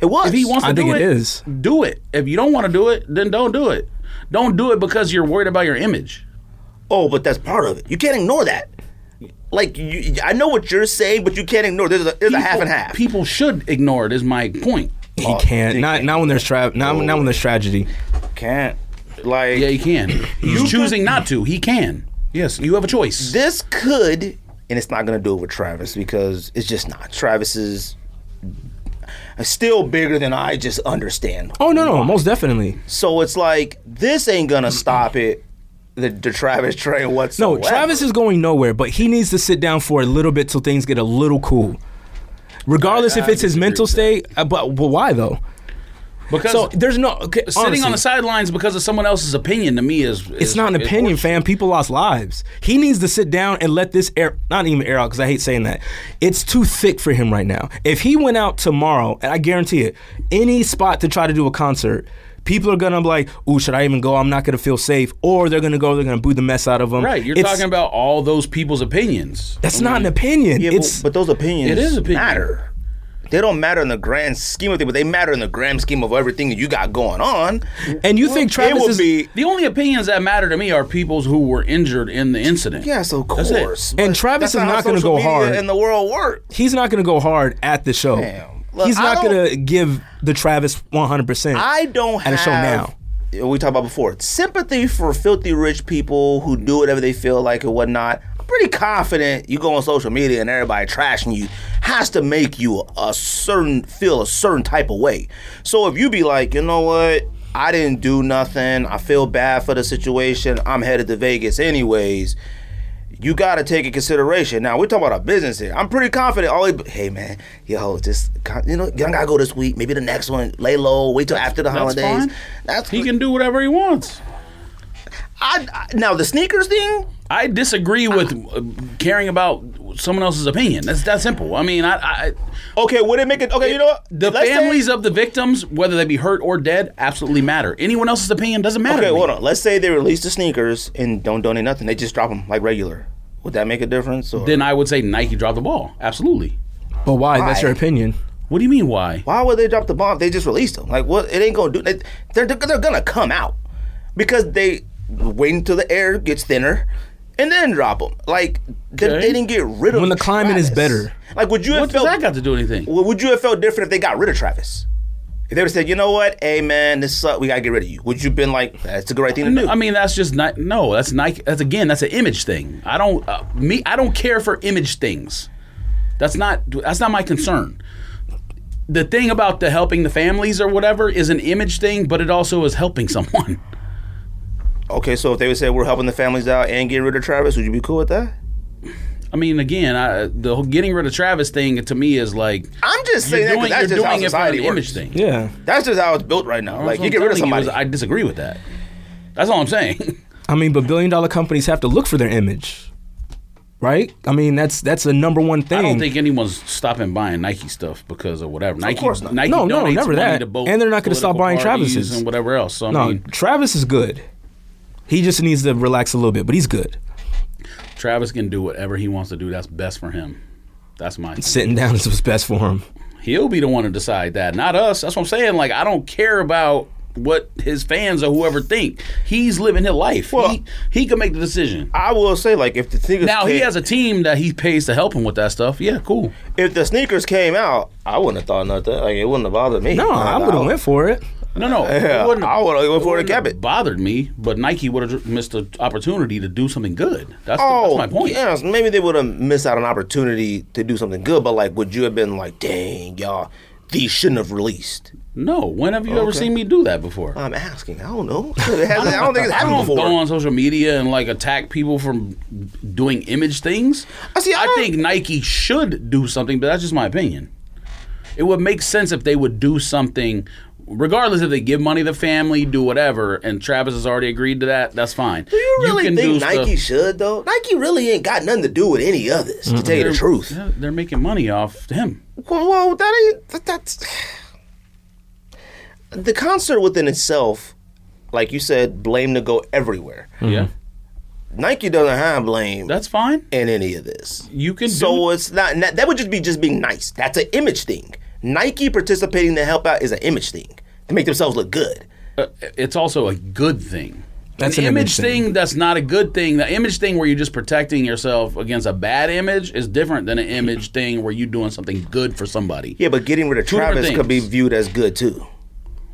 B: it was.
C: If he wants
A: I
C: to do
A: think it
C: it,
A: is.
C: do it. If you don't want to do it, then don't do it. Don't do it because you're worried about your image.
B: Oh, but that's part of it. You can't ignore that. Like you, I know what you're saying, but you can't ignore. There's a, there's a half and
C: People-
B: half.
C: People should ignore it. Is my point.
A: He can't. Not not when there's tra- not, not when there's tragedy.
B: can't. Like
C: Yeah, he can. He's choosing not to. He can. Yes, you have a choice.
B: this could, and it's not gonna do it with Travis because it's just not. Travis is still bigger than I just understand.
A: Oh no, no, most definitely.
B: So it's like this ain't gonna stop it. The, the Travis train
A: No,
B: whatsoever.
A: Travis is going nowhere, but he needs to sit down for a little bit till things get a little cool. Regardless if it's his mental state, uh, but, but why though?
C: because
A: So there's no okay,
C: sitting on the
A: honestly,
C: sidelines because of someone else's opinion to me is,
A: It's not an opinion, fam. People lost lives. He needs to sit down and let this air, not even air out, because I hate saying that. It's too thick for him right now. If he went out tomorrow, and I guarantee it, any spot to try to do a concert, people are gonna be like, "Ooh, should I even go? I'm not gonna feel safe." Or they're gonna go, they're gonna boo the mess out of him.
C: Right, you're
A: It's-
C: talking about all those people's opinions.
A: That's not an opinion.
B: Yeah,
A: it's
B: but, but those opinions
C: It is opinion.
B: matter. They don't matter in the grand scheme of things, but they matter in the grand scheme of everything that you got going on.
A: and you think
B: it
A: Travis
B: would
A: is
B: be
C: The only opinions that matter to me are people's who were injured in the incident.
B: yes, of
C: That's it.
B: course.
A: And
B: but
A: Travis
B: that's
A: is
B: how
A: not gonna
B: social
A: go
B: media
A: hard.
B: in the world work.
A: he's not gonna go hard at the show.
B: Damn. Look,
A: he's
B: I
A: not
B: don't-
A: gonna give the Travis 100. percent
B: I don't
A: at
B: have
A: a show now.
B: We talked about before sympathy for filthy rich people who do whatever they feel like and whatnot. I'm pretty confident you go on social media and everybody trashing you has to make you a certain feel a certain type of way. So if you be like, you know what, I didn't do nothing. I feel bad for the situation. I'm headed to Vegas anyways you got to take in consideration. Now we're talking about a business here. I'm pretty confident. Always, hey man, yo, just con- you know, you don't gotta go this week. Maybe the next one. Lay low. Wait till after the
C: That's
B: holidays.
C: fine.
B: That's
C: He can do whatever he wants.
B: I, I- now the sneakers thing.
C: I disagree with uh, caring about someone else's opinion. That's that simple. I mean, I, I
B: Okay, would it make it? Okay, you know what?
C: the
B: Let's say-
C: families of the victims, whether they be hurt or dead, absolutely matter. Anyone else's opinion doesn't matter.
B: Okay,
C: to me.
B: hold on. Let's say they release the sneakers and don't donate nothing. They just drop them like regular. Would that make a difference? Or
C: Then I would say Nike dropped the ball. Absolutely.
A: But why? That's your opinion.
C: What do you mean? Why?
B: why would they drop the bomb? They just released them. Like what? It ain't gonna do. They, they're they're gonna come out because they wait until the air gets thinner and then drop them. Like they,
C: Okay.
B: they didn't get rid of
A: When the climate is
B: Travis.
A: better.
B: Like would you
C: What
B: have
C: does
B: felt?
C: that got to do with anything?
B: would you have felt different if they got rid of Travis? If they would have said, you know what, hey man, this sucks. We gotta get rid of you. Would you been like, that's the right thing to do?
C: I mean, that's just not. No, that's Nike. That's again, that's an image thing. I don't uh, me. I don't care for image things. That's not. That's not my concern. The thing about the helping the families or whatever is an image thing, but it also is helping someone. *laughs*
B: okay, so if they would say we're helping the families out and get rid of Travis, would you be cool with that?
C: I mean, again, I, the whole getting rid of Travis thing to me is like
B: I'm just saying that 'cause that's just how society works.
C: image thing.
A: Yeah.
B: That's just how it's built right now. Like
C: So
B: you
C: I'm
B: get rid of
C: telling you
B: somebody.
C: is I disagree with that. That's all I'm saying. *laughs*
A: I mean, but billion dollar companies have to look for their image, right? I mean, that's that's the number one thing.
C: I don't think anyone's stopping buying Nike stuff because of whatever. Nike,
B: course not.
C: Nike
A: No, no,
C: donates
A: never
C: money
A: that.
C: to both
A: And they're not gonna stop
C: political
A: buying
C: parties
A: Travis's.
C: and whatever else. So I
A: no,
C: mean,
A: Travis is good. He just needs to relax a little bit, but he's good.
C: Travis can do whatever he wants to do. That's best for him. That's my.
A: Sitting down *laughs* is what's best for him.
C: He'll be the one to decide that, not us. That's what I'm saying. Like I don't care about what his fans or whoever think. He's living his life. he, he can make the decision.
B: I will say, like, if the sneakers
C: Now he
B: came-
C: has a team that he pays to help him with that stuff. Yeah, cool.
B: if the sneakers came out, I wouldn't have thought nothing. Like it wouldn't have bothered me.
A: No, I would have went for it.
C: No, no,
B: Yeah,
C: it wouldn't
B: I would've went for it and
C: wouldn't have
B: kept it.
C: Bothered me, but Nike would have missed the opportunity to do something good. That's,
B: Oh,
C: the, that's my point.
B: yes. Maybe they would have missed out an opportunity to do something good, but like, would you have been like, dang, y'all, these shouldn't have released?
C: No, when have you ever
B: Okay.
C: seen me do that before?
B: I'm asking. I don't know. *laughs* It hasn't- I don't think it's
C: I
B: happened
C: don't
B: before.
C: go on social media and like attack people from doing image things.
B: I see, I don't-
C: think Nike should do something, but that's just my opinion. It would make sense if they would do something, regardless if they give money to the family, do whatever. And Travis has already agreed to that. That's fine.
B: Do you really think
C: stuff-
B: Nike should though? Nike really ain't got nothing to do with any others. To tell you the truth.
C: Yeah, they're making money off him.
B: Well, well that ain't that, that's *sighs* the concert within itself. Like you said, blame to go everywhere.
C: Yeah,
B: Nike doesn't have blame
C: that's fine.
B: in any of this.
C: You can do
B: So it's not that that would just be just being nice. That's an image thing. Nike participating to help out is an image thing to make themselves look good.
C: uh, it's also a good thing.
A: That's an image
C: thing. That's not a good thing. The image thing where you're just protecting yourself against a bad image is different than an image thing where you're doing something good for somebody.
B: Yeah, but getting rid of
C: Two different
B: Travis could be
C: things.
B: viewed as good too.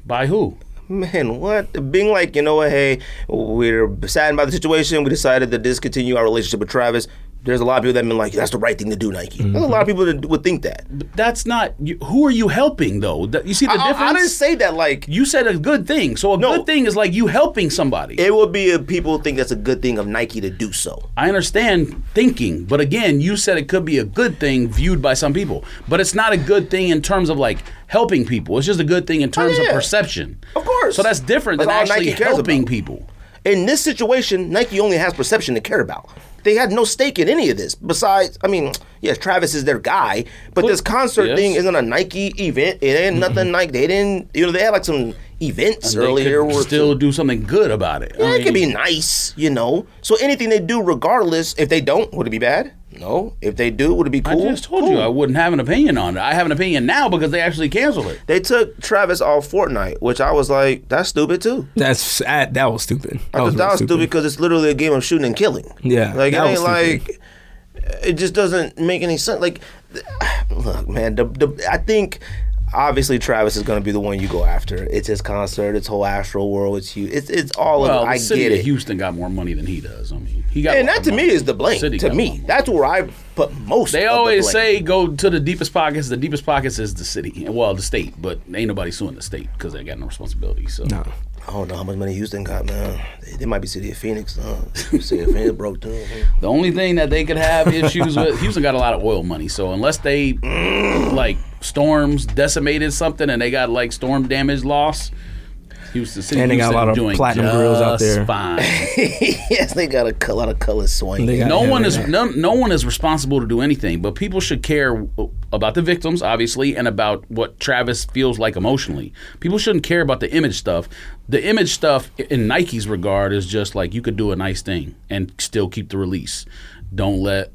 C: By who?
B: Man, what? Being like, you know what? Hey, we're saddened by the situation. We decided to discontinue our relationship with Travis. There's a lot of people that have been like, that's the right thing to do, Nike. There's a
C: Mm-hmm.
B: lot of people that would think that.
C: That's not. You, who are you helping though? That- You see the
B: I, I- I
C: difference.
B: didn't say that. Like,
C: you said a good thing. So a
B: No.
C: good thing is like you helping somebody.
B: it would be if people think that's a good thing of Nike to do so.
C: I understand thinking, but again, you said it could be a good thing viewed by some people, but it's not a good thing in terms of like helping people. It's just a good thing in terms
B: Oh, yeah.
C: of perception.
B: Of course.
C: So that's different
B: That's
C: than
B: all Nike
C: actually
B: cares
C: helping
B: about.
C: people.
B: In this situation, Nike only has perception to care about. They had no stake in any of this. Besides, I mean, yes, Travis is their guy, but this concert
C: yes.
B: thing isn't a Nike event. It ain't nothing like they didn't. You know, they had like some events
C: They
B: earlier.
C: could
B: where-
C: still do something good about it. I
B: Yeah, it could
C: mean,
B: be nice, you know. So anything they do, regardless, if they don't, would it be bad? No. If they do, would it be
C: I
B: cool?
C: just told
B: Cool.
C: you I wouldn't have an opinion on it. I have an opinion now because they actually canceled it.
B: They took Travis off Fortnite, which I was like, that's stupid too.
A: That's that, that was stupid. That
B: I
A: was
C: Oh,
B: thought that
A: real
B: was stupid because it's literally a game of shooting and killing.
A: Yeah,
B: like it
A: that was
B: ain't like it just doesn't make any sense. Like, *sighs* th- look, man, the, the, I think obviously Travis is going to be the one you go after. It's his concert. It's whole Astro World. It's you. It's it's all
C: Well,
B: of.
C: the
B: it. I
C: city
B: get
C: of
B: it.
C: Houston got more money than he does. I mean, he got
B: And
C: more
B: that to
C: money.
B: me is the blame.
C: City
B: to
C: got more
B: me,
C: money.
B: that's where I put most.
C: They
B: of the
C: always
B: blame.
C: say go to the deepest pockets. The deepest pockets is the city, well, the state, but ain't nobody suing the state because they got no responsibility. So
A: stupid.
B: I don't know how much money Houston got, man. They, they might be City of Phoenix. Uh, *laughs* City of Phoenix broke down. man.
C: the only thing that they could have issues with, Houston got a lot of oil money. So unless they like storms decimated something and they got like storm damage loss, Houston city
A: And they got a
C: Houston
A: lot of
C: doing
A: platinum grills out
C: just
A: there.
B: *laughs*
C: Fine.
B: yes, they got a co- lot of color swing.
A: They got-
C: no
A: yeah,
C: one
A: they
C: is
A: got-
C: no, no one is responsible to do anything but people should care w- about the victims obviously and about what travis feels like emotionally people shouldn't care about the image stuff the image stuff i- in nike's regard is just like you could do a nice thing and still keep the release don't let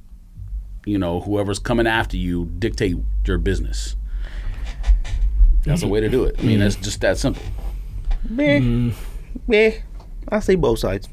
C: you know whoever's coming after you dictate your business that's a way to do it i mean that's just that simple
B: Meh.
C: Mm-hmm.
B: Meh. I see both
C: *laughs*
B: sides.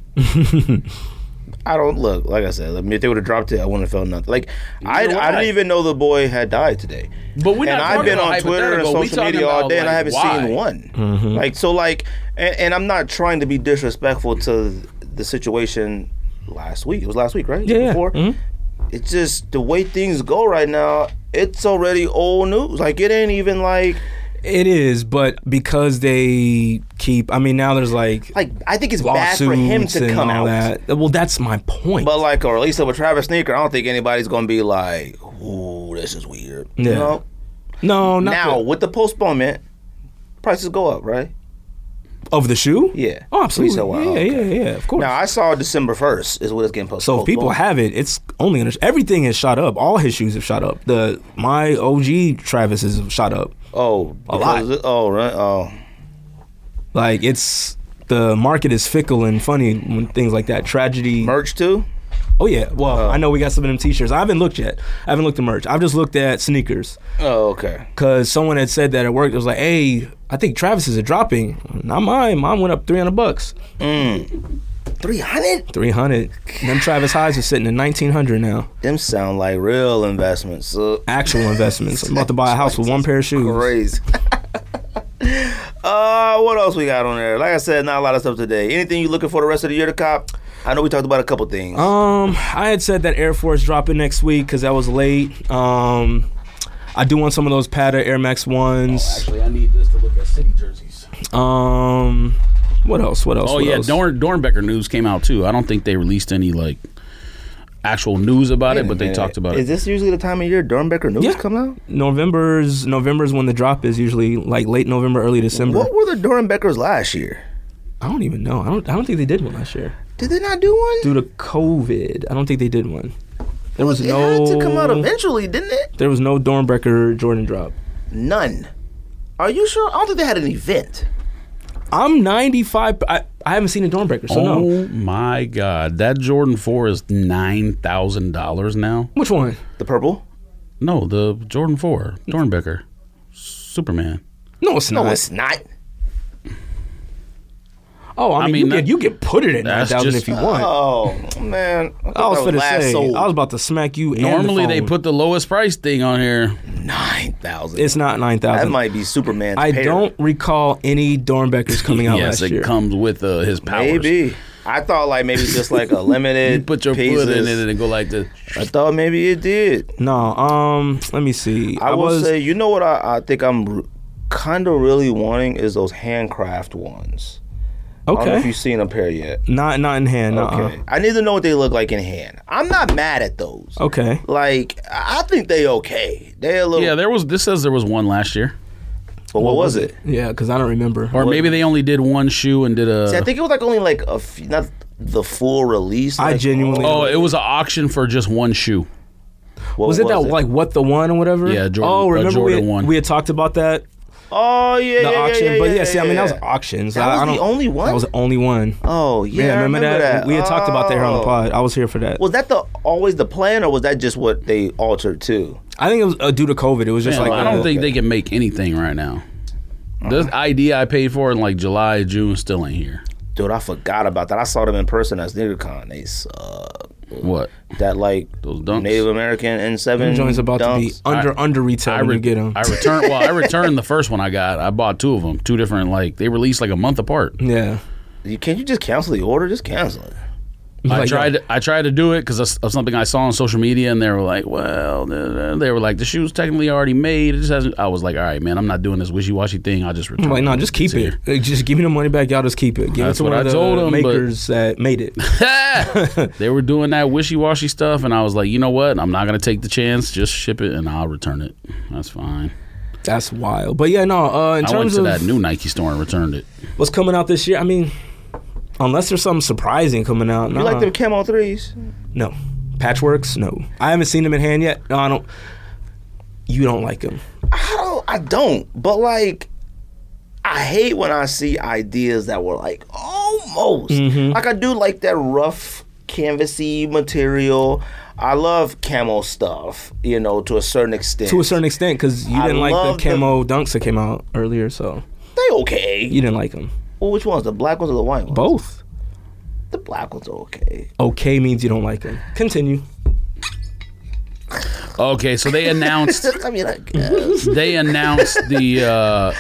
B: I don't look like I said. I mean, if they would have dropped it, I wouldn't have felt nothing. Like I,
C: Neither would
B: I
C: I.
B: didn't even know the boy had died today.
C: But we're
B: and
C: not
B: I've
C: talking
B: been
C: about
B: on Twitter and
C: hypothetical. We
B: social
C: talking
B: media all
C: about,
B: day, and I
C: like,
B: haven't
C: why? Mm-hmm.
B: seen one. Like so, like, and, and I'm not trying to be disrespectful to the situation last week. It was last week, right?
A: Yeah, yeah.
B: Before.
C: Mm-hmm.
A: Mhm.
B: It's just the way things go right now. It's already old news. Like it ain't even like
A: It is, but because they keep, I mean, now there's like
B: like I think it's bad for him
A: lawsuits
B: to
A: and
B: come
A: all
B: out.
A: that. Well, that's my point.
B: But like, or at least with Travis Sneaker, I don't think anybody's gonna be like, "Ooh, this is weird." You
A: Yeah.
B: know.
A: no, not
B: Now
A: the-
B: with the postponement, prices go up, right?
A: of the shoe.
B: Yeah.
A: Oh, absolutely.
B: Resale, wow,
A: yeah,
B: okay.
A: yeah, yeah. Of course.
B: Now I saw December first is what it's getting post-
A: So
B: postponed.
A: if people have it, it's only gonna. Everything is shot up. All his shoes have shot up. The my OG Travis is shot up.
B: oh
A: A lot.
B: because of- oh right oh
A: Like it's the market is fickle and funny when things like that. Tragedy.
B: merch too.
A: oh yeah. Well, I know we got some of them T-shirts. I haven't looked yet. I haven't looked at merch. I've just looked at sneakers
B: Oh okay.
A: because someone had said that at work. It was like, hey, I think Travis's are dropping. Not mine. Mine went up three hundred bucks.
B: Three hundred.
A: Three hundred. Them Travis highs are sitting at nineteen hundred now.
B: Them sound like real investments. Uh,
A: *laughs* Actual investments. I'm about to buy a house with one pair of shoes.
B: crazy. *laughs* Uh, what else we got on there? Like I said, not a lot of stuff today. Anything you looking for the rest of the year to cop? I know we talked about a couple things.
A: Um, I had said that Air Force dropping next week because that was late. Um, I do want some of those Pata Air Max ones.
C: Actually, I need this to look at city jerseys.
A: Um, what else? What else?
C: Oh
A: what
C: yeah,
A: else?
C: Dorn, Dornbecker news came out too. I don't think they released any like actual news about it, but they talked about
B: Is
C: it.
B: this usually the time of year Dornbecker news
A: Yeah.
B: come out?
A: November's November's when the drop is usually like late November, early December.
B: What were the Dornbeckers last year?
A: I don't even know. I don't. I don't think they did one last year
B: Did they not do one?
A: due to COVID. I don't think they did one. There was
B: it
A: no.
B: had to come out eventually, didn't it?
A: There was no Dornbrecker Jordan drop.
B: None. Are you sure? I don't think they had an event.
A: I'm 95. I, I haven't seen a Dornbrecker, so
C: oh
A: no.
C: my god, that Jordan Four is nine thousand dollars now.
A: Which one?
B: The purple?
C: No, the Jordan Four Dornbecker, Superman.
A: No, it's
B: No,
A: not.
B: it's not.
A: oh, I mean,
C: mean,
A: you,
C: that-
A: could, you could put it at
C: that's
A: 9,000
C: just-
A: if you want.
B: Oh man,
A: I was
B: going
A: gonna say. I was about to smack you. and the
C: Normally they
A: phone.
C: put the lowest price thing on here.
B: nine thousand.
A: It's not nine
B: that
A: thousand.
B: might be Superman's.
A: I
B: pair.
A: don't recall any Dornbeckers coming out
C: *laughs* yes,
A: last
C: it
A: year.
C: comes with uh, his powers.
B: Maybe I thought like maybe just like a
C: You
B: limited.
C: put your
B: pieces.
C: foot in it and it go like this.
B: I thought maybe it did.
A: no, um, let me see.
B: I, will say, you know what? I, I think I'm kind of really wanting is those handcraft ones. I don't know if
A: okay. Uh-uh.
B: you've seen a pair yet.
A: Not not in hand.
B: Okay,
A: Okay.
B: I need to know what they look like in hand. I'm not mad at those.
A: Okay.
B: Like I I think they okay. They a little.
C: Yeah, there was. This says there was one last year,
B: but what, was it?
A: Yeah, because I don't remember.
C: or maybe they only did one shoe and did a.
B: See, I think it was like only like a few, not the full release.
A: I
B: like,
A: genuinely-
C: oh, it was an auction for just one shoe.
B: what
A: was it that like what the one or whatever?
C: Yeah, Jordan-
A: oh,
C: uh,
A: remember we
C: Jordan
A: had,
C: one.
A: we had talked about that
B: Oh yeah,
A: the
B: yeah,
A: auction.
B: Yeah, yeah,
A: but yeah,
B: yeah,
A: see, I mean that was
B: yeah.
A: auctions. I,
B: That was
A: I don't,
B: the only one?
A: That was the only one.
B: Oh yeah, I remember, that.
A: We had talked about that here on the
B: Oh.
A: pod. I was here for that.
B: Was that the always the plan, or was that just what they altered too?
A: I think it was uh, due to COVID. It was just
C: Man,
A: like
C: I don't
A: uh,
C: think they can make anything right now. This
A: Uh-huh.
C: ID I paid for in like July, June still ain't here.
B: Dude, I forgot about that. I saw them in person at SneakerCon. They suck.
C: What?
B: That like
C: Those dunks.
B: Native American N seven
A: them joints about to be
B: dunks.
A: under under retail
C: I
A: when
C: re-
A: you get them.
C: I
A: *laughs*
C: returned. Well, I returned the first one I got. I bought two of them, two different. Like they released like a month apart.
A: yeah.
B: You can't you just cancel the order? Just cancel it.
A: *laughs*
C: I
A: Like,
C: tried. I tried to do it because of something I saw on social media, and they were like, "Well," they were like, "The shoe's technically already made. It just hasn't." I was like, "All right, man, I'm not doing this wishy-washy thing. I'll just return."
A: I'm like,
C: it."
A: no, just *laughs* keep
C: It's
A: it. Like, Just give me the money back. Y'all just keep it. Give
C: That's
A: it to
C: what
A: one
C: I
A: of the
C: told 'em, but-
A: makers that made it.
C: here." *laughs* they were doing that wishy-washy stuff, and I was like, "You know what? I'm not gonna take the chance. Just ship it, and I'll return it. That's fine."
A: That's wild. But yeah, no. Uh, in
C: I went
A: terms
C: to
A: of
C: that new Nike store and returned it.
A: what's coming out this year, I mean, unless there's something surprising coming out,
B: You
A: nah.
B: like them camo threes?
A: No, patchworks. No, I haven't seen them in hand yet. No, I don't. You don't like them.
B: I don't. I don't. But like, I hate when I see ideas that were like almost.
A: Mm-hmm.
B: Like I do like that rough canvasy material. I love camo stuff, you know, to a certain extent.
A: To a certain extent, because you
B: I
A: didn't like
B: love
A: the
B: the-
A: camo dunks that came out earlier, so
B: they okay.
A: you didn't like them.
B: Well, which ones? The black ones or the white ones?
A: Both.
B: The black ones are okay.
A: Okay means you don't like them. Continue.
C: Okay, so they announced *laughs*
B: I mean, I guess.
C: they announced the uh,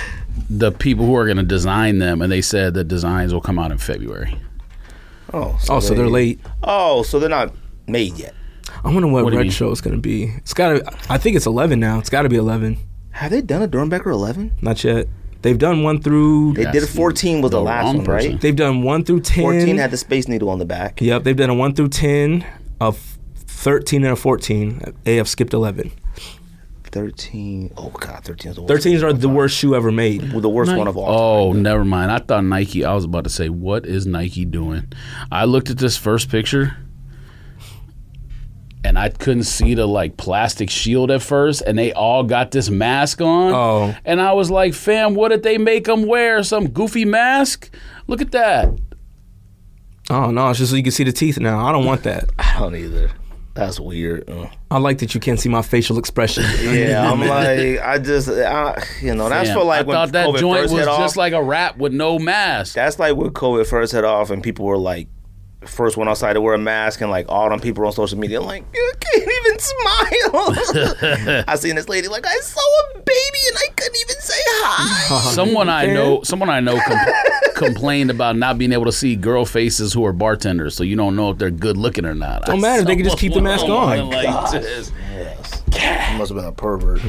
C: the people who are gonna design them, and they said the designs will come out in February.
B: oh,
A: Oh, so they're late.
B: Oh, so they're not made yet.
A: I wonder what,
C: What do you mean?
A: retro is gonna be. It's gotta. I think it's eleven now. It's gotta be eleven.
B: Have they done a Dornbecker 11?
A: Not yet. They've done one through.
B: They did
C: That's
B: 14 was the,
C: the
B: last
C: wrong
B: one, right?
C: person.
A: They've done one through ten.
B: 14 had the space needle on the back.
A: Yep, they've done a one through ten, a f- thirteen, and a fourteen. They have skipped eleven.
B: 13. Oh, God, 13 is the worst.
A: Thirteens are the worst shoe ever made.
B: the worst one of all.
C: Oh, never mind. I thought Nike. I was about to say, what is Nike doing? I looked at this first picture, and I couldn't see the like plastic shield at first, and they all got this mask on.
A: Oh.
C: and I was like, fam, what did they make them wear? Some goofy mask? Look at that.
A: Oh no, it's just so you can see the teeth now. I don't want that.
B: I don't either. That's
C: *laughs*
B: weird. Ugh.
A: I like that you can't see my facial expression.
B: Yeah, I'm like, I just, I, you know, that's
C: Fam,
B: for like
C: I
B: when
C: thought that
B: COVID
C: joint
B: first
C: was
B: hit off.
C: just like a wrap with no mask.
B: that's like when COVID first hit off and people were like, first went outside to wear a mask and like all them people on social media like, you can't *laughs* even smile. I seen this lady like, I saw a baby and I couldn't even say *laughs* high.
A: *laughs*
C: Someone I know, someone I know
B: *laughs*
C: com- complained about not being able to see girl faces who are bartenders, so you don't know if they're good looking or not.
A: Don't
C: I
A: matter, they can just
C: saw
A: keep the
C: one
A: mask
C: online
A: on.
C: Like *laughs* this.
B: Yes. He must have been a pervert.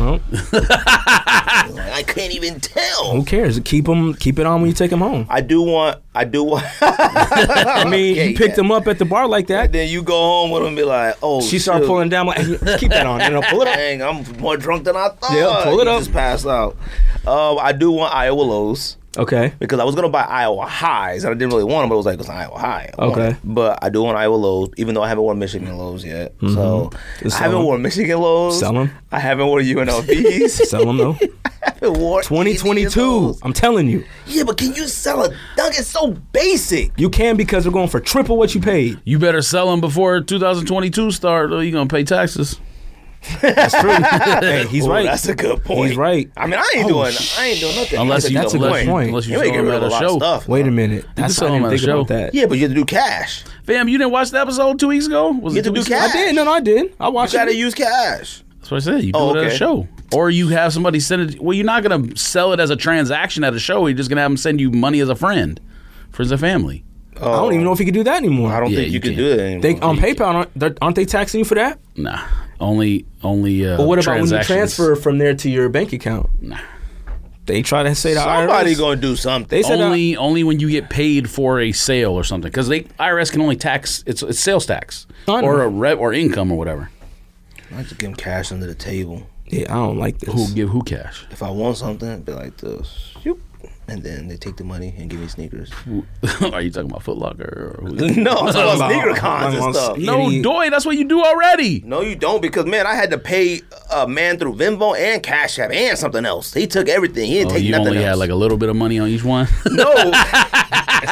B: *laughs* Like, I can't even tell.
A: Who cares? Keep them, keep it on when you take them home.
B: I do want. I do want. *laughs*
A: I mean, you picked them up at the bar like that.
B: Then you go home with him and be like, oh,
A: She started
B: shoot.
A: pulling down. Like, keep that on. You know,
B: *laughs*
A: pull it up.
B: Dang, I'm more drunk than I thought.
A: Yeah, pull it
B: You
A: up.
B: Just pass out. Um, I do want Iowa lows
A: Okay.
B: because I was gonna buy Iowa highs and I didn't really want them, but I was like, it's an Iowa high. I want
A: Okay.
B: it. but I do want Iowa lows, even though I haven't worn Michigan lows yet. So
A: Just sell
B: I haven't
A: 'em.
B: worn Michigan lows.
A: Mm-hmm. Sell 'em.
B: I haven't worn UNLVs.
A: Sell them *laughs* though.
B: *laughs* I haven't worn any of
A: 2022.
B: those.
A: I'm telling you,
B: Yeah, but can you sell a dunk? It's so basic.
A: you can because we're going for triple what you paid.
C: You better sell them before 2022 start, or you gonna pay taxes.
A: That's
B: *laughs*
A: true. hey, he's
B: Ooh,
A: right.
B: That's a good point.
A: He's right.
B: I mean, I ain't
A: Oh,
B: doing. I ain't doing nothing.
C: Unless you
A: that's a good
C: unless,
A: point.
C: unless you
B: You ain't
C: show
B: get
C: them
B: rid of
C: at a
B: a lot of
C: show.
B: stuff.
A: Wait a minute. That's
C: sell
A: I
C: them
A: didn't
C: at a
A: think about
C: show.
A: that.
B: Yeah, but you have to do cash.
C: Fam, you didn't watch the episode two weeks ago? Was
B: You have
C: it
B: to
C: two
B: do
C: weeks ago?
B: cash.
A: I did. No, no, I did. I
B: You
A: watched
B: gotta
A: it.
B: use cash.
C: That's what I said. You do
B: Oh,
C: it at
B: okay.
C: a show. Or you have somebody send it. Well, you're not going to sell it as a transaction at a show. You're just going to have them send you money as a friend, friends and family.
A: I don't even know if you can do that anymore.
B: Oh, I don't
C: Yeah,
B: think you,
C: you
B: can
C: can't.
B: do that anymore.
A: They um, on PayPal aren't, they're- aren't they taxing you for that?
C: Nah. Only, only. Uh,
A: But what about when you
C: transactions.
A: transfer from there to your bank account? Nah. They try to say the
B: Somebody
A: IRS.
B: gonna do something.
A: they said uh,
C: Only, only when you get paid for a sale or something, because they IRS can only tax it's, it's sales tax
A: I know.
C: or a rev or income or whatever.
B: I just give them cash under the table.
A: yeah, I don't like this.
C: Who give who cash?
B: If I want something, it'd be like this. And then they take the money and give me sneakers. *laughs*
C: *laughs* Are you talking about Foot Locker? Or who?
B: no, I'm *laughs* talking about
A: about-
B: sneaker cons
A: I'm
B: and
A: on
B: stuff.
A: sneak-
C: no,
A: Any-
C: Doy, that's what you do already.
B: No, you don't, because man, I had to pay a man through Venmo and Cash App and something else. He took everything. He didn't
C: Oh,
B: take
C: you
B: nothing
C: only
B: else.
C: had like a little bit of money on each *laughs* one.
B: *laughs* no,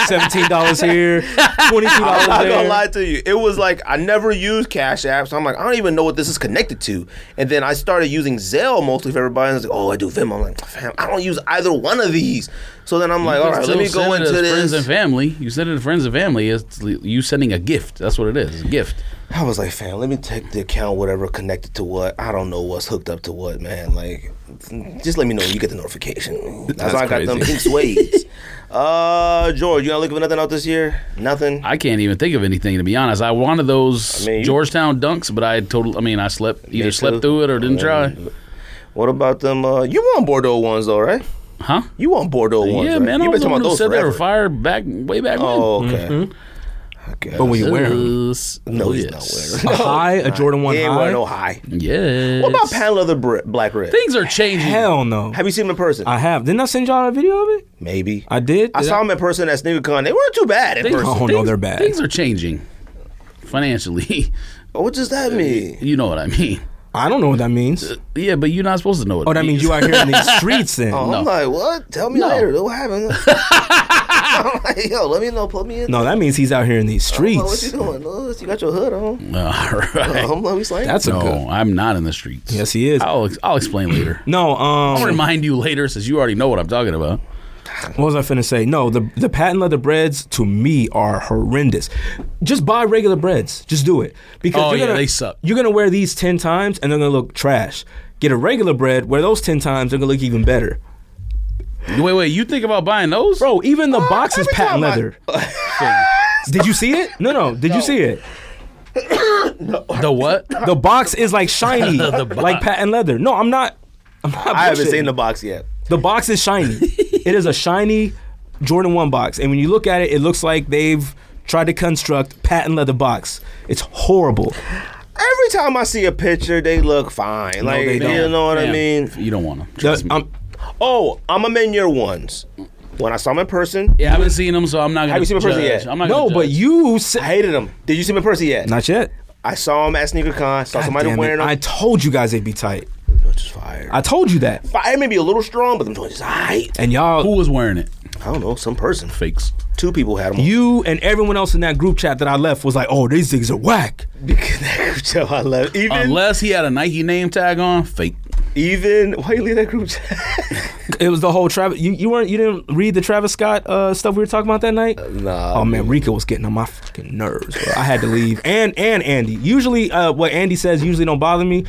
A: Seventeen dollars here, twenty two
B: *laughs*
A: dollars
B: I'm not
A: there.
B: gonna lie to you. It was like I never used Cash App, so I'm like, I don't even know what this is connected to. And then I started using Zelle mostly for everybody. And I was like, oh, I do Venmo. I'm like, fam, I don't use either one of these. So then I'm like, all right,
C: Still
B: let me go
C: send it
B: into
C: as Friends and
B: this.
C: family. You send it to friends and family. It's you sending a gift. That's what it is. It's a gift.
B: I was like, fam, let me take the account, whatever connected to what. I don't know what's hooked up to what, man. Like, just let me know when you get
A: *laughs*
B: the notification. That's, how I got them pink suedes. uh, George, you gonna look for nothing out this year? Nothing.
C: I can't even think of anything to be honest. I wanted those
B: I mean, you-
C: Georgetown dunks, but I total. I mean, I slept either slept
B: too.
C: through it or didn't try.
B: What about them? Uh, you want Bordeaux ones though, right?
C: Huh?
B: You want Bordeaux ones?
C: yeah,
B: right?
C: man. I
B: You
C: was the one who said they were
B: forever.
C: fire back way back
B: Oh, okay. okay.
A: Mm-hmm. But when
C: when.
A: you wear 'em.
C: Yes.
B: no,
C: Oh,
B: he's not
C: yes.
A: a
B: wearing.
A: high, a *laughs* Jordan one
B: he ain't
A: high.
B: wearing no high.
C: Yes.
B: What about pan leather br- black red?
C: Things are changing.
A: Hell no.
B: Have you seen him in person?
A: I have. Didn't I send y'all a video of it?
B: Maybe.
A: I did.
B: I
A: Did
B: saw him in person at SneakerCon. They weren't too bad in
C: Things-
B: person.
A: Oh, no,
C: things-
A: they're bad.
C: Things are changing financially. *laughs*
B: What does that mean?
C: you know what I mean?
A: I don't know what that means.
C: Yeah, but you're not supposed to know it.
A: Oh, that means you out here in
B: *laughs*
A: these streets then.
B: Oh, I'm like, what? Tell me
C: No.
B: later. What
A: *laughs*
B: happened? I'm like, yo, let me know. Put me in.
A: No, that means he's out here in these
B: I'm like, Oh, what you
A: streets.
B: doing? Lewis? You got your hood on.
C: All *laughs* right.
B: I'm like, we slaying.
A: That's a
C: no,
A: good.
C: I'm not in the streets.
A: Yes, he is.
C: I'll I'll explain
A: *laughs*
C: later.
A: No, um,
C: I'll remind you later since you already know what I'm talking about.
A: What was I finna say? No, the the patent leather breads to me are horrendous. Just buy regular breads. Just do it because
C: Oh,
A: you're
C: yeah,
A: gonna,
C: they suck.
A: You're gonna wear these ten times and they're gonna look trash. Get a regular bread, wear those ten times, they're gonna look even better.
C: Wait, wait, you think about buying those?
A: Bro, even the box is
B: every
A: patent
B: time I-
A: leather. Did you see it? No, no. Did you see it?
C: The what?
A: The box is like
C: *laughs*
A: shiny, like patent leather. No, I'm not. I'm not.
B: *laughs* I haven't
A: bullshitting.
B: seen the box yet.
A: The box is shiny. it is a shiny Jordan 1 box. And when you look at it, it looks like they've tried to construct patent leather box. It's horrible.
B: Every time I see a picture, they look fine. like,
A: they
B: you
A: don't.
B: know what I
C: Damn,
B: mean?
C: You don't want them.
A: The- I'm-
B: Oh, I'm a man your ones. When I saw him in person,
C: yeah, I haven't seen them, so I'm not gonna.
B: you seen the person
C: judge.
B: yet?
C: I'm not
A: no,
C: gonna
A: but
C: judge.
A: you
B: I
A: said.
B: hated him. Did you see him in person yet?
A: Not yet.
B: I saw him at SneakerCon. Saw somebody
A: Damn it.
B: wearing them.
A: I told you guys they'd be tight.
B: Which is fire.
A: I told you that.
B: fire may be a little strong, but them joints is aight.
A: And y'all,
C: who was wearing it?
B: I don't know, some person.
C: Fakes.
B: Two people had them.
A: you and everyone else in that group chat that I left was like, oh, these things are whack.
B: *laughs* that group chat I left. Even,
C: Unless he had a Nike name tag on, fake.
B: even, why you leave that group chat?
A: It was the whole Travis. You, you weren't. You didn't read the Travis Scott uh, stuff we were talking about that night.
B: nah,
A: Oh man, Rika was getting on my fucking nerves. Bro. I had to leave. *laughs* And and Andy. Usually, uh, what Andy says usually don't bother me.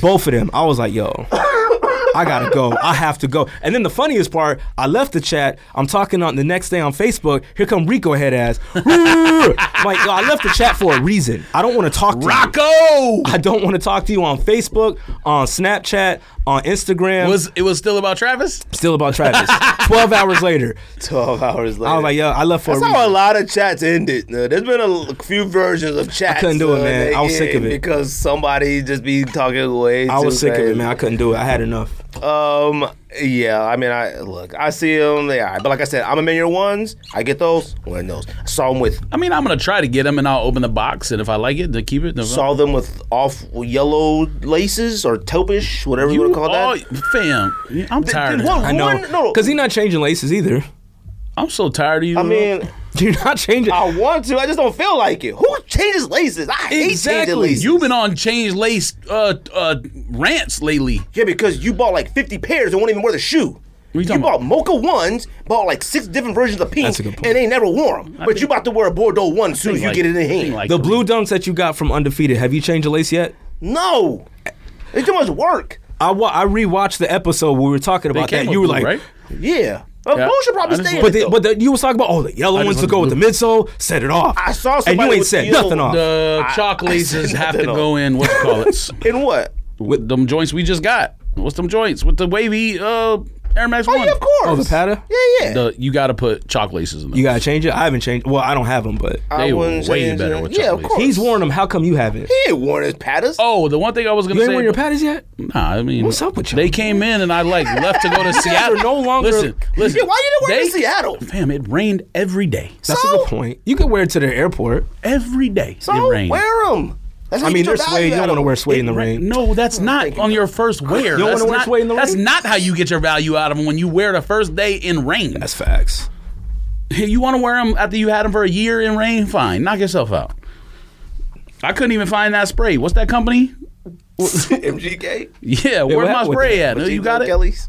A: Both of them. I was like, yo, I gotta go. I have to go. And then the funniest part, I left the chat. I'm talking on the next day on Facebook. Here come Rico head ass. *laughs* I'm like, yo, I left the chat for a reason. I don't want to talk to you.
C: Rocco
A: I don't want to talk to you on Facebook, on Snapchat, on Instagram.
C: *laughs* was it was still about Travis.
A: still about Travis. Twelve hours later,
B: *laughs* Twelve hours later.
A: I was like, yo, I left for
B: That's
A: a reason.
B: how a lot of chats ended. Uh, There's been a l- few versions of chats.
A: couldn't do it,
B: uh,
A: man.
B: they
A: I was sick of
B: end
A: it.
B: because somebody just be talking away.
A: I was sick of it, man. I couldn't do it. I had enough.
B: Um, yeah. I mean, I look. I see them. They all right. But like I said, I'm a man. Your ones. I get those. Wearing those. Saw them with.
C: I mean, I'm gonna try to get him, and I'll open the box, and if I like it, to keep it. then-
B: Saw them with off yellow laces or taupish, whatever you,
C: you
B: want to call that.
C: all- fam. I'm tired.
B: Dude,
C: Of
B: what-
A: I know,
B: One- no.
A: because he's not changing laces either. *laughs*
C: I'm so tired of you.
B: I mean,
A: You're not changing.
B: I want to. I just don't feel like it. Who changes laces? I hate changing
A: Exactly.
B: laces.
C: You've been on change lace uh, uh, rants lately.
B: Yeah, because you bought like 50 pairs and won't even wear the shoe.
C: you
B: You,
C: talking
B: bought mocha ones, bought like six different versions of pink,
A: That's a good point.
B: and they never wore them. But you about to wear a Bordeaux one soon as you
C: Like-
B: get it in the hand.
C: like
A: the blue dunks that you got from Undefeated. Have you changed a lace yet?
B: no, it's too much work.
A: I wa- I rewatched the episode where we were talking about that.
C: came with
A: You were
C: blue,
A: like,
C: right?
B: Yeah, a
C: Yeah,
B: yeah. should probably
C: I just
B: stay. in
A: but
B: it,
A: the,
B: though.
A: but the, you was talking about oh the yellow
C: just
A: ones to
C: want
A: go
C: the
A: with the midsole. Set it off.
B: I saw
A: and you
B: somebody
A: ain't
B: with
A: said
B: yellow-
A: nothing off.
C: The
B: I-
C: chalk
B: I
C: laces
B: said
C: have to
B: nothing
C: go in. What you call it?
A: *laughs*
B: in what?
C: with them joints we just got. What's them joints with the wavy uh, Air Max
B: Oh
C: One?
B: yeah, of course.
A: oh the pattern.
B: Yeah, yeah.
C: The, you got to put chalk laces in them.
A: You gotta change it. I haven't changed. Well, I don't have them, but
B: I
C: they were
B: wouldn't
C: way
B: change
C: better
B: it.
C: with
B: Yeah, of
C: chocolate.
B: course.
A: he's worn them. How come you haven't?
B: He ain't worn his patterns.
C: Oh, the one thing I was gonna
A: You ain't
C: say.
A: wearing your patties yet.
C: Nah, I mean,
A: What's up with y'all?
C: They came in and I
A: *laughs*
C: like left to go to Seattle.
A: no longer-
C: Listen, listen.
B: Yeah, why you didn't wear it in
C: they-
B: Seattle?
C: Fam, it rained every day.
A: That's a
B: So?
A: good point. You could wear it to the airport.
C: Every day
B: So
C: it rained.
B: wear them. That's how
A: I
B: you
A: mean,
B: get your
A: there's suede.
B: value
A: You
B: out
A: don't want to
B: of
A: wear
B: them.
A: suede in the rain.
C: No, that's
A: Oh,
C: not on your first wear.
A: don't
C: that's
A: wanna wear
C: not,
A: suede in the
C: That's
A: rain?
C: not how you get your value out of them when you wear the first day in rain.
A: That's facts.
B: *laughs*
C: You want to wear them after you had them for a year in rain? Fine, knock yourself out. I couldn't even find that spray. What's that company? *laughs*
B: MGK.
C: Yeah,
A: what
C: where my
A: happened with
C: spray
A: that?
C: at? You got it.
B: Kelly's.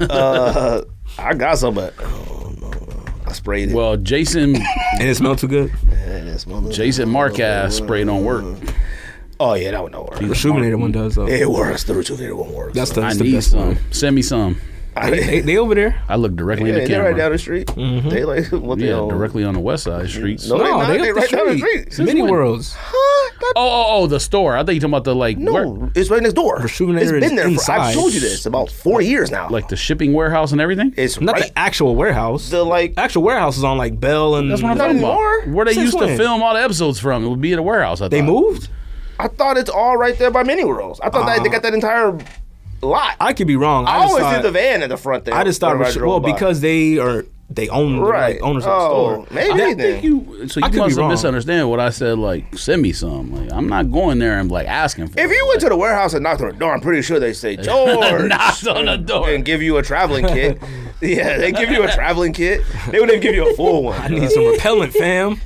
B: uh, I got some, but oh, no, no. I sprayed it.
C: Well, Jason,
A: And it smelled too good.
B: Man, it's my little-
C: Jason Marquez spray don't work.
B: Oh yeah, that would not work.
A: The Shoemaker one does though.
B: *laughs* It works. The rejuvenator won't work.
A: That's the,
C: I
A: that's the
C: need
A: best
C: some.
A: one.
C: Send me some.
B: I
A: They,
B: mean,
A: they over there.
C: I look directly
B: yeah,
C: in the
B: they're
C: camera.
B: right down the street. They like *laughs* what they
C: yeah,
B: own.
C: directly on the west side streets.
B: No,
C: oh,
B: they
A: No,
B: not.
A: they,
B: They
A: up the
B: right down the street.
A: street. Mini worlds.
B: Huh? That-
C: oh, oh, the store. I thought you talking about the like,
B: no,
C: where-
B: it's right next door.
A: Rejuvenator
B: it's
A: is
B: been there. For,
A: inside.
B: I've told you this about four years now.
C: like the shipping warehouse and everything.
B: it's
A: Not
B: right.
A: the actual warehouse.
B: The, like-
A: actual warehouse is on like Bell and
C: That's what I'm
B: Not
C: talking about.
B: anymore?
C: Where they
A: Since
C: used to
A: when?
C: film all the episodes from. It would be at a warehouse. I
A: They
C: thought.
A: moved?
B: I thought it's all right there by Mini Worlds. I thought that they got that entire lot. I,
A: I could be wrong. I, just
B: always
A: thought,
B: see the van at the front there.
A: I just thought
B: whenever I
A: Reju-
B: drove
A: well
B: by.
A: because they are they own they're,
B: Right.
A: like owners of the
B: Oh,
A: store.
B: maybe
A: I
B: then.
A: think
C: think you so
A: I
C: you
A: could
C: must
A: be
C: have
A: wrong.
C: misunderstand what I said. Like, send me some. Like, I'm not going there and like asking for.
B: If
C: it.
B: you went to the warehouse and knocked on the door, I'm pretty sure they
C: *laughs*
B: say George
C: Knocked on the door.
B: and give you a traveling
C: *laughs*
B: kit. yeah, they give you a traveling kit. They wouldn't even give you a full one.
A: I need some repellent, fam.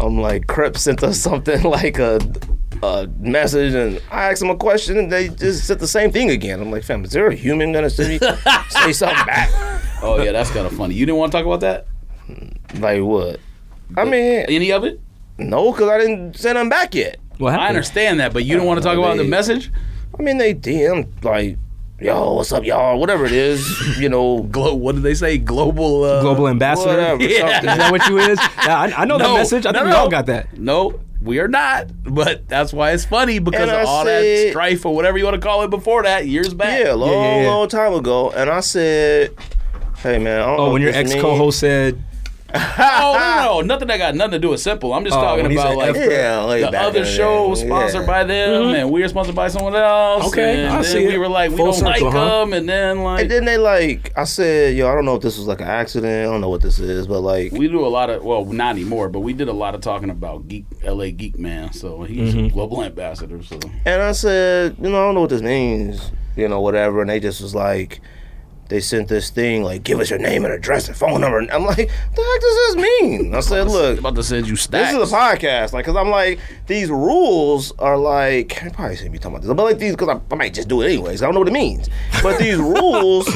B: I'm like, Crep sent us something *laughs* like a a message, and I asked them a question, and they just said the same thing again. I'm like, fam, is there a human gonna
C: *laughs*
B: say, say something back?
C: oh yeah, that's kind of funny. You didn't want to talk about that.
B: Like what? I mean,
C: Any of it?
B: no, because I didn't send them back yet.
A: What happened?
C: I understand that, but you didn't want to talk about the
B: they-
C: message.
B: I mean, they DM like, yo, what's up, y'all? Whatever it is, you know,
C: Glo. What did they say? Global. Uh,
A: Global ambassador. *laughs*
B: whatever.
A: Is
C: *laughs* Yeah.
B: something.
A: that what you
B: *laughs*
A: is? Yeah, I, I know that message. I think we all got that.
C: No, we are not. But that's why it's funny because
B: And I
C: of all that
B: said-
C: strife or whatever you want to call it before that, years back.
B: Yeah, a long,
A: yeah, yeah.
B: long time ago, and I said, "Hey, man." I don't know
A: Oh,
B: if
A: when your
B: this
A: ex
B: mean-
A: co-host said
C: Oh no, no, no, nothing that got nothing to do with simple. I'm just
A: Oh,
C: talking
A: when he
C: about
A: said
C: like
A: F-
B: Yeah, like
C: the
B: back in
C: other
B: the
C: show
B: day.
C: was sponsored
B: Yeah.
C: by them, and we were sponsored by someone else.
A: Mm-hmm. Okay,
C: and
A: I
C: then
A: see
C: we
A: it.
C: were like, we
A: Full
C: don't
A: circle,
C: like
A: huh?
C: them, and then like
B: And then they like, I said, "Yo, I don't know if this was like an accident. I don't know what this is, but like,
C: we do a lot of well, not anymore, but we did a lot of talking about geek LA geek man. So he's
A: Mm-hmm.
C: a global ambassador. So
B: And I said, you know, I don't know what this means, you know, whatever. And they just was like, they sent this thing like, give us your name and address and phone number. And I'm like, the heck does this mean? I said, look,
C: about to send you
B: this
C: stacks.
B: is a podcast, like, cause I'm like, these rules are like, I probably shouldn't be talking about this, but like these, cause I, I might just do it anyways. I don't know
A: *laughs*
B: what it means, but these rules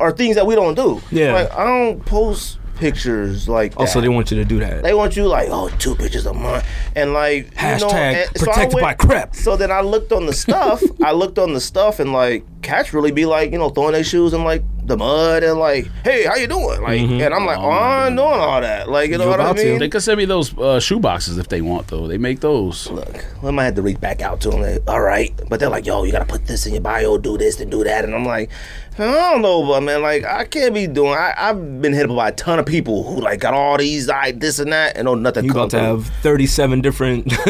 B: are things that we don't do.
A: Yeah.
B: like I don't post pictures like
A: Also,
B: that.
A: they want you to do that.
B: They want you like, oh, two pictures a month, and like you know,
A: Hashtag
B: and- I
A: protected
B: went-
A: by crap.
B: So then I looked on the
A: *laughs*
B: stuff. I looked on the stuff, and like cats really be like, you know, throwing their shoes in like the mud, and like, hey, how you doing? Like,
A: Mm-hmm.
B: and I'm like, oh, I'm doing all that. Like, you know what I
A: about to.
B: mean?
C: They could send me those uh, shoe boxes if they want, though. They make those.
B: Look, I might have to reach back out to them. Like, all right, but they're like, yo, you gotta put this in your bio, do this and do that, and I'm like, I don't know, but man, like, I can't be doing. I, I've been hit up by a ton of people who like got all these, I this and that, and no nothing.
A: You
B: come
A: about to
B: through.
A: have 37 different *laughs*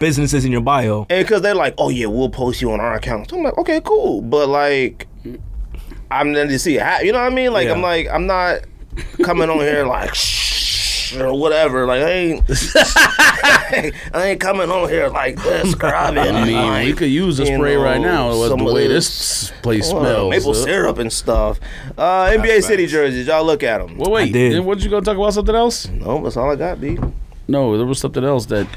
A: businesses in your bio.
B: And because they're like, oh yeah, we'll post you on our account. So I'm like, okay, cool. But like, I'm then to see it hap- You know what I mean? Like,
A: Yeah.
B: I'm like, I'm not coming on here like, shh, or whatever. Like, I ain't, *laughs* I ain't coming on here
A: *laughs*
B: like this, grabbing.
C: I mean,
B: like,
C: we could use a
B: you
C: spray right
B: know,
C: now. with
B: some
C: The
B: of
C: way
B: this-
C: this place
B: well,
C: smells.
B: maple
C: Uh,
B: syrup and stuff. Uh, NBA City jerseys, y'all look at them.
C: Well, wait.
A: did.
C: Did. What did you go talk about? Something else?
B: No, that's all I got, B.
C: No, there was something else that.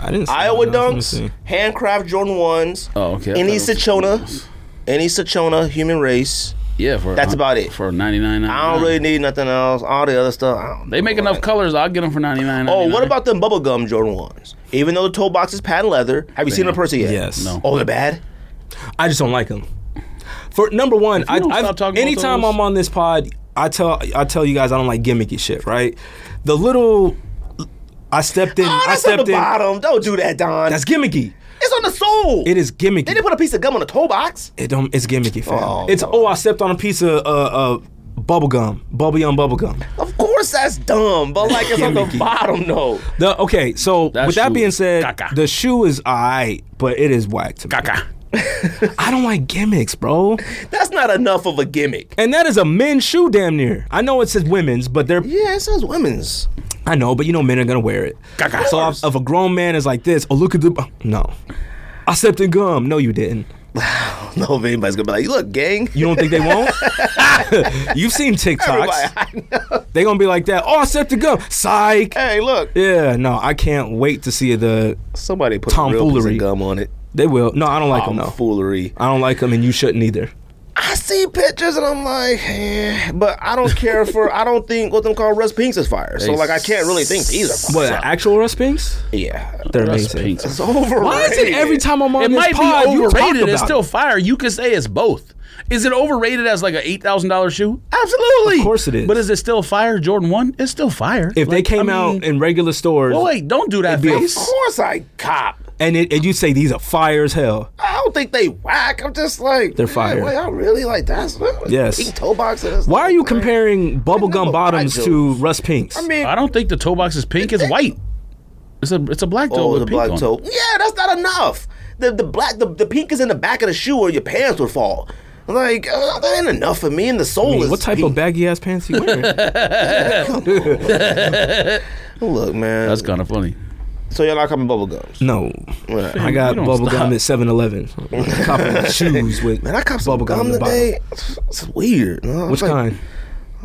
A: I didn't. see
B: Iowa
A: that. Let me
B: dunks,
A: see.
B: handcraft Jordan ones,
C: Oh, okay. I
B: any
C: thought it was-
B: Sachona, any Sachona human race.
C: Yeah, for uh,
B: That's about it.
C: For ninety nine.
B: I don't really need nothing else. All the other stuff, I don't
C: They make enough colors. I'll get them for ninety nine.
B: Oh, what about them bubblegum Jordan ones? Even though the toe box is patent leather, have you seen them in person yet?
A: Yes.
C: No.
B: Oh, they're bad.
A: I just don't like them. For number one, I,
C: you don't stop
A: I've,
C: talking about
A: anytime
C: those-
A: I'm on this pod, I tell I tell you guys I don't like gimmicky shit. Right? The little I stepped in.
C: Ah,
B: Oh,
A: I
B: that's on the
A: stepped in.
B: bottom. Don't do that, Don.
A: That's gimmicky.
B: it's on the sole.
A: It is gimmicky.
B: They didn't put a piece of gum on the toe box.
A: It don't. It's gimmicky, fam.
B: Oh,
A: it's
B: no.
A: oh, I stepped on a piece of uh, uh, bubble gum, bubbly on bubble gum.
B: Of course, that's dumb. But like, it's on the
A: Gimmicky.
B: bottom though.
A: The, okay, so
C: That
A: with that
C: shoe
A: being
C: is
A: said,
C: caca.
A: the shoe is alright, but it is whack to me.
C: Caca.
A: I don't like gimmicks, bro.
B: That's not enough of a gimmick.
A: And that is a men's shoe, damn near. I know it says women's, but they're
B: Yeah, it says women's.
A: I know, but you know men are gonna wear it.
C: Caca.
A: So if, if a grown man is like this, oh look at the no, I stepped in gum. No, you didn't.
B: I don't know if anybody's gonna be like, look, gang.
A: You don't think they won't? *laughs* You've seen TikToks.
B: Everybody, I know.
A: They gonna be like that. Oh, I stepped in gum. Psych.
B: Hey, look.
A: Yeah, no, I can't wait to see the.
B: Somebody put a real piece
A: Tomfoolery.
B: of gum on it.
A: They will. No, I don't
B: Oh,
A: like them.
C: Oh.
A: No,
B: Tomfoolery.
A: I don't like them, and you shouldn't either.
B: I see pictures and I'm like, eh, but I don't care for. I don't think what them called Russ Pinks is fire. So
C: They
B: like, I can't really think these are fire.
A: What actual Russ Pinks?
B: Yeah,
A: They're
C: That's
A: amazing.
C: pink.
B: it's overrated.
A: Why is it every time I'm on
C: It
A: this
C: might
A: pod,
C: be
A: you talk
C: overrated. It's
A: about
C: still
A: it?
C: fire. You could say it's both. Is it overrated as like an eight thousand dollar shoe? Absolutely.
A: Of course it is.
C: But is it still fire? Jordan one? It's still fire.
A: If they
C: Like,
A: came
C: I
A: out
C: mean-
A: in regular stores,
C: Well, wait, don't do that
A: It'd be a
B: Of
C: face.
B: course, I cop.
A: and it, and you say these are fire as hell,
B: I don't think they whack. I'm just like
A: They're
B: man,
A: fire.
B: Wait, I'm really like that's
A: Yes.
B: Big toe boxes.
A: why are you comparing
B: know,
A: bubblegum bottoms
B: I
A: to Russ Pinks?
B: I mean,
C: I don't think the toe box is pink. It's white. It's a it's a black toe
B: oh,
C: with
B: the
C: pink
B: black
C: on
B: toe. Yeah, that's not enough. The the black the, the pink is in the back of the shoe, or your pants would fall. Like uh, that ain't enough for me. And the sole
A: I mean,
B: is
A: what type
B: pink.
A: of baggy ass pants you
B: *laughs*
A: wearing?
B: Look, man.
C: it. That's kind of funny.
B: so you're not coming bubble gums.
A: no,
B: Right.
A: I got
C: don't
A: bubblegum
C: stop.
A: at
B: *laughs*
A: 7-Eleven. Copping shoes with
B: Man, I copped some
A: bubblegum
B: gum
A: in the bottom.
B: today. It's weird. No,
A: Which
B: like,
A: kind?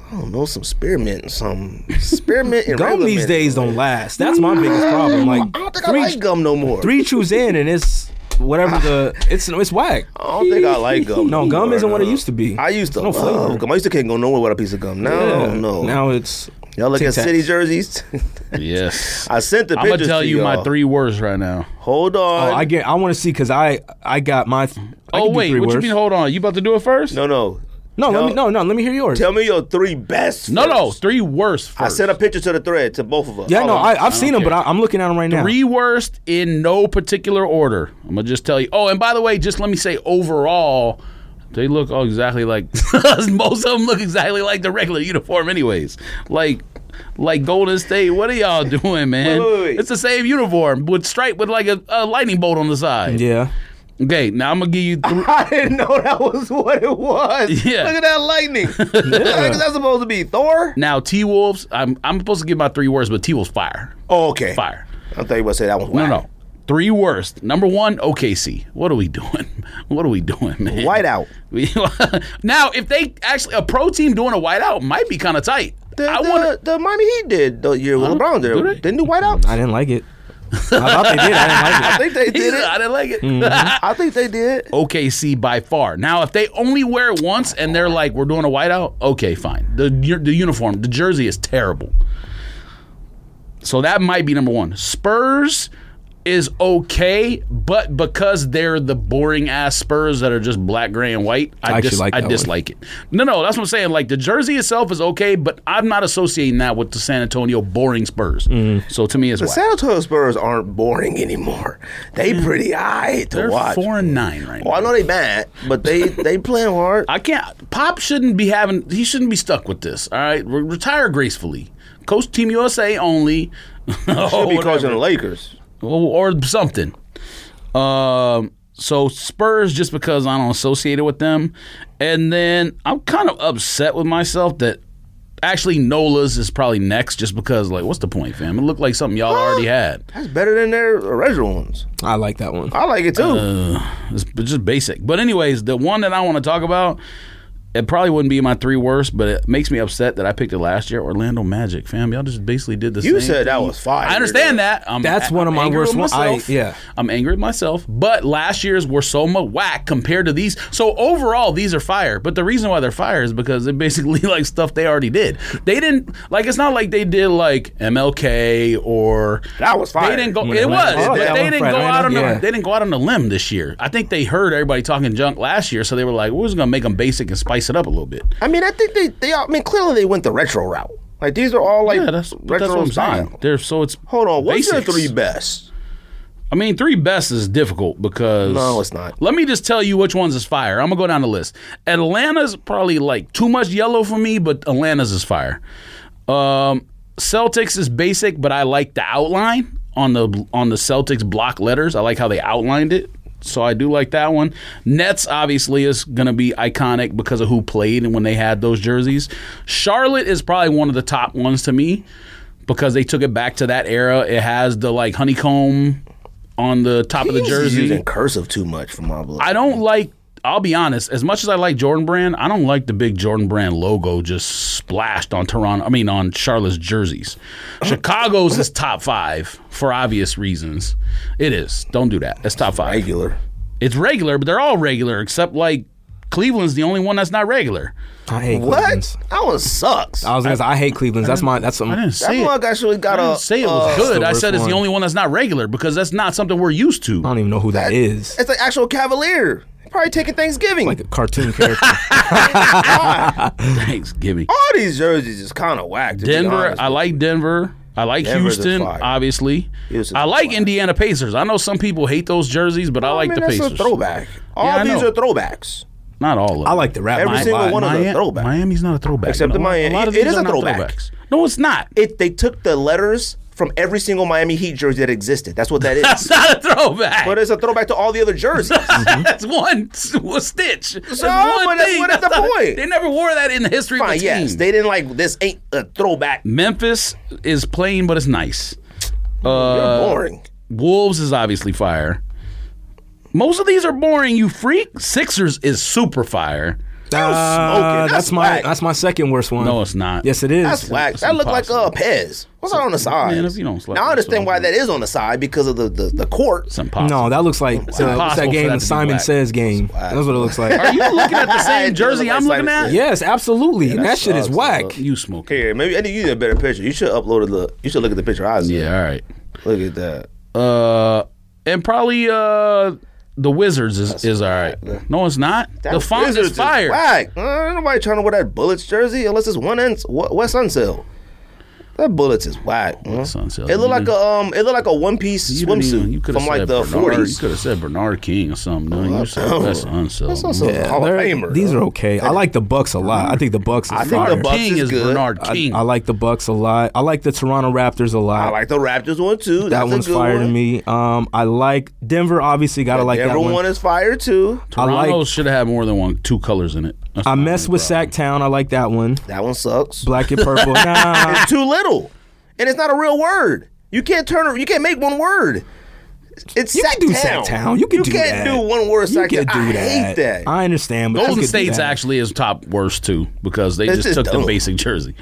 B: I don't know, some spearmint, and some spearmint
A: *laughs*
B: and
A: Gum
B: regular
A: these
B: mint.
A: days don't last. That's my biggest problem. Like
B: I don't think
A: three
B: I like gum no more.
A: three chews in and it's whatever the it's it's whack.
B: I don't think
A: *laughs*
B: I like gum.
A: No, gum
B: anymore,
A: isn't what it
B: no.
A: used to be.
B: I used to
A: No
B: love
A: flavor.
B: gum. I used to can't go nowhere without a piece of gum. Now, I
A: Yeah.
B: don't know.
A: Now it's
B: y'all look at
A: Tic Tacs.
B: city jerseys. *laughs*
C: Yes.
B: I sent the
C: I'm gonna
B: pictures
C: tell
B: to
C: you my
B: y'all.
C: three words right now.
B: Hold
A: Oh,
B: on.
A: I get. I want to see because I I got my. I
C: Oh
A: can do
C: wait,
A: three
C: what
A: words.
C: you mean? Hold on, you about to do it first?
B: no, no,
A: No,
B: Yo.
A: let me no no. Let me hear yours.
B: Tell me your three best.
C: no, no,
B: first.
C: three worst. First.
B: I sent a picture to the thread to both of us.
A: yeah,
B: All
A: no,
B: of
A: I,
B: us.
A: I've seen them, but I, I'm looking at them right now.
C: Three worst in no particular order. I'm gonna just tell you. Oh, and by the way, just let me say overall, they look all exactly like *laughs* most of them look exactly like the regular uniform, anyways. Like, like Golden State. What are y'all *laughs* doing, man?
B: Wait, wait, wait.
C: It's the same uniform with stripe with like a, a lightning bolt on the side.
A: Yeah,
C: Okay, now I'm gonna give you. Three.
B: *laughs* I didn't know that was what it was.
C: Yeah.
B: Look at that
C: *laughs*
B: lightning. That's supposed to be Thor.
C: now T Wolves. I'm I'm supposed to give my three words, but T Wolves fire,
B: Oh, okay.
C: fire.
B: I thought you were gonna say that one.
C: No, no. Three worst. Number one, OKC. What are we doing? *laughs* What are we doing, man?
B: Whiteout.
C: We- *laughs* now, if they actually a pro team doing a whiteout might be kind of tight.
B: The,
C: I
B: the,
C: want
B: the Miami Heat did the year with
C: Huh?
B: LeBron there.
C: Do they?
B: Didn't do whiteout.
A: I didn't like it. I thought they did. I didn't like
C: *laughs*
B: I
A: it.
B: think they
C: He
B: did
C: said, I
B: it.
C: didn't like it. *laughs*
B: I think they did.
C: OKC by far. Now, if they only wear it once and they're like, "We're doing a whiteout," okay, fine. The your- the uniform, the jersey is terrible. So that might be number one. Spurs is okay, but because they're the boring ass Spurs that are just black, gray, and white, I,
A: I actually
C: dis-
A: like
C: I
A: that one.
C: dislike it. No, no, that's what I'm saying. Like the jersey itself is okay, but I'm not associating that with the San Antonio boring Spurs.
A: Mm-hmm.
C: So to me, it's
B: The
C: whack.
B: San Antonio Spurs aren't boring anymore. They pretty high to
C: Mm. they're
B: watch.
C: four and nine right now.
B: Well, I know they bad, but they they playing hard.
C: I can't. Pop shouldn't be having. He shouldn't be stuck with this. All right, Re- retire gracefully. Coach Team USA only, *laughs*
B: Should
C: or,
B: be coaching the Lakers.
C: or something. Um. So Spurs, just because I don't associate it with them, and then I'm kind of upset with myself that actually Nola's is probably next, just because like, what's the point, fam? It looked like something y'all already had.
B: That's better than their original ones.
A: I like that one.
B: I like it too.
C: Uh, It's b- just basic. But anyways, the one that I want to talk about, it probably wouldn't be my three worst, but it makes me upset that I picked it last year. Orlando Magic, fam, y'all just basically did the same.
B: you said that
C: thing.
B: was fire.
C: I understand that. I'm,
A: That's one of
C: I'm
A: my
C: angry
A: worst
C: with
A: one- I-
C: myself.
A: yeah.
C: I'm angry at myself. But last year's were so much whack compared to these. So overall, these are fire. But the reason why they're fire is because it basically *laughs* like stuff they already did. They didn't like. It's not like they did like MLK or
B: That was fire.
C: They didn't go.
A: Yeah.
C: It was.
A: Oh,
C: but
A: that
C: they
A: one,
C: didn't
A: Fred,
C: go
A: right?
C: out on
A: Yeah.
C: the, they didn't go out on a limb this year. I think they heard everybody talking junk last year, so they were like, "We're just gonna make them basic and spice it up a little bit."
B: I mean, I think they they. All, I mean, clearly they went the retro route. Like these are all like
C: Yeah, that's but that's
B: retro
C: what I'm
B: style.
C: saying. They're so it's
B: Hold on, what's
C: basics.
B: your three best?
C: I mean, three best is difficult because
B: No, it's not.
C: Let me just tell you which ones is fire. I'm gonna go down the list. Atlanta's probably like too much yellow for me, but Atlanta's is fire. Um, Celtics is basic, but I like the outline on the on the Celtics block letters. I like how they outlined it, so I do like that one. Nets obviously is gonna be iconic because of who played and when they had those jerseys. Charlotte is probably one of the top ones to me because they took it back to that era. It has the like honeycomb on the top of the
B: He's
C: jersey.
B: using cursive too much for my blood.
C: I don't like. I'll be honest. As much as I like Jordan Brand, I don't like the big Jordan Brand logo just splashed on Toronto. I mean, on Charlotte's jerseys. Chicago's is top five for obvious reasons. It is. Don't do that. It's top five.
B: regular.
C: It's regular, but they're all regular except like Cleveland's the only one that's not regular.
A: I hate
B: What?
A: Cleveland's.
B: That one sucks.
A: I was gonna say I hate Cleveland's. That's my. That's
C: I
A: some.
C: didn't
B: that
C: say it.
B: mug actually got
C: I
B: a.
C: didn't say it was
B: uh,
C: good. I
A: worst
C: said it's
A: one.
C: the only one that's not regular because that's not something we're used to.
A: I don't even know who that is.
B: It's like actual Cavalier. Probably taking Thanksgiving.
A: Like a
C: *laughs*
A: cartoon character.
C: Thanksgiving.
B: all these jerseys is kind of whack. To be
C: Denver,
B: honest
C: I
B: with
C: like Denver. I like
B: Denver's is
C: Houston,
B: fire.
C: obviously.
B: Houston's
C: I like
B: fire.
C: Indiana Pacers. I know some people hate those jerseys, but I
B: you.
C: like
B: I mean,
C: the
B: that's
C: Pacers.
B: a throwback. All
C: Yeah, I
B: these
C: know.
B: are throwbacks.
C: Not all of them.
A: I like the rap.
B: Every
A: line
B: single
A: a lot.
B: one of them.
C: Miami-
B: throwback.
C: Miep's not a throwback.
B: Except
C: a
B: in
C: lot-
B: Miami.
C: a lot of
B: It
C: these
B: is
C: are
B: a
C: not
B: throwback.
C: throwbacks. No, it's not.
B: It they took the letters from every single Miami Heat jersey that existed. That's what that
C: *laughs* *laughs* That's
B: is.
C: not a throwback.
B: but it's a throwback to all the other
C: *laughs*
B: jerseys.
C: that's one, *laughs* one stitch. That's
B: So,
C: one
B: but that's-
C: thing.
B: what is the
C: not-
B: point?
C: *laughs* They never wore that in the history of
B: Fine,
C: the team.
B: yes, they didn't like this. Ain't a throwback.
C: Memphis is plain, but it's nice. Uh,
B: You're boring.
C: Wolves is obviously fire. Most of these are boring, you freak. Sixers is super fire.
A: Uh,
B: smoking.
A: that's,
B: That's
A: my.
B: whack.
A: That's my second worst one.
C: No, it's not.
A: Yes, it is.
B: That's whack.
C: it's
B: That looked like uh,
C: impossible.
B: Pez. What's that on the side?
C: Man, if you don't slap
B: now I
C: it,
B: understand
C: so-
B: why that is on the side because of the the, the court.
C: It's impossible.
A: No, that looks like uh, what's
C: impossible
A: that
C: for
A: game?
C: that to
A: the
C: be
A: Simon
C: black.
A: Says game. That's what it looks like.
C: Are you looking
A: *laughs*
C: at the same
B: It
C: jersey
B: doesn't
C: I'm
B: look
C: looking
B: like
C: at?
A: yes, absolutely. and that shit is
B: sucks,
A: whack.
C: You smoke.
B: Here, maybe I need you need a better picture. You should upload it. Look, you should look at the picture. I see.
C: Yeah, all right.
B: Look at that.
C: Uh, and probably uh, the Wizards is, is all right. No, it's not. the font
B: Wizards
C: is fire.
B: Whack. Uh, ain't nobody trying to wear that Bullets jersey unless it's one end West Unsell. That Bullets is whack. huh?
C: Unsell,
B: It look
C: you
B: like a um. It look like a one piece
C: You didn't even- you
B: swimsuit
C: could
B: from
C: have
B: like
C: said
B: the
C: Bernard,
B: forties. Oh.
C: You could have said Bernard King or something. No, you said that's Unsell.
B: That's also
A: Yeah,
B: Hall of
A: they're-
B: Famer.
A: These
B: though.
A: are okay. I like the Bucks a lot. I think the Bucks is
B: I think
A: fire.
B: the Bucks
C: King
B: is
C: is
B: good.
C: Bernard
A: I,
C: King.
A: I like the Bucks a lot. I like the Toronto Raptors a lot.
B: I like the Raptors one too. That's
A: that
B: a
A: one's
B: good
A: fire
B: one.
A: to me. Um, I like Denver. Obviously, gotta like that
B: Everyone
A: one.
B: is fire too.
C: Toronto
A: like-
C: should have had more than one, two colors in it. That's
A: I
C: not
A: mess
C: my
A: with
C: problem.
A: Sacktown. I like that one.
B: That one sucks.
A: Black and purple. *laughs* nah,
B: It's too little, and it's not a real word. You can't turn. it- You can't make one word. It's
A: You can do
B: Sacktown.
A: Sacktown. You can
B: you
A: do
B: can't
A: that.
B: do one word.
A: you
B: Sacktown.
A: can do
B: I
A: that.
B: hate that.
A: I understand. But you
C: Golden
A: could do
C: State's
A: that.
C: actually is top worst too because they
B: That's
C: just
B: just
C: took the
B: *clears throat* dumb.
C: basic jersey.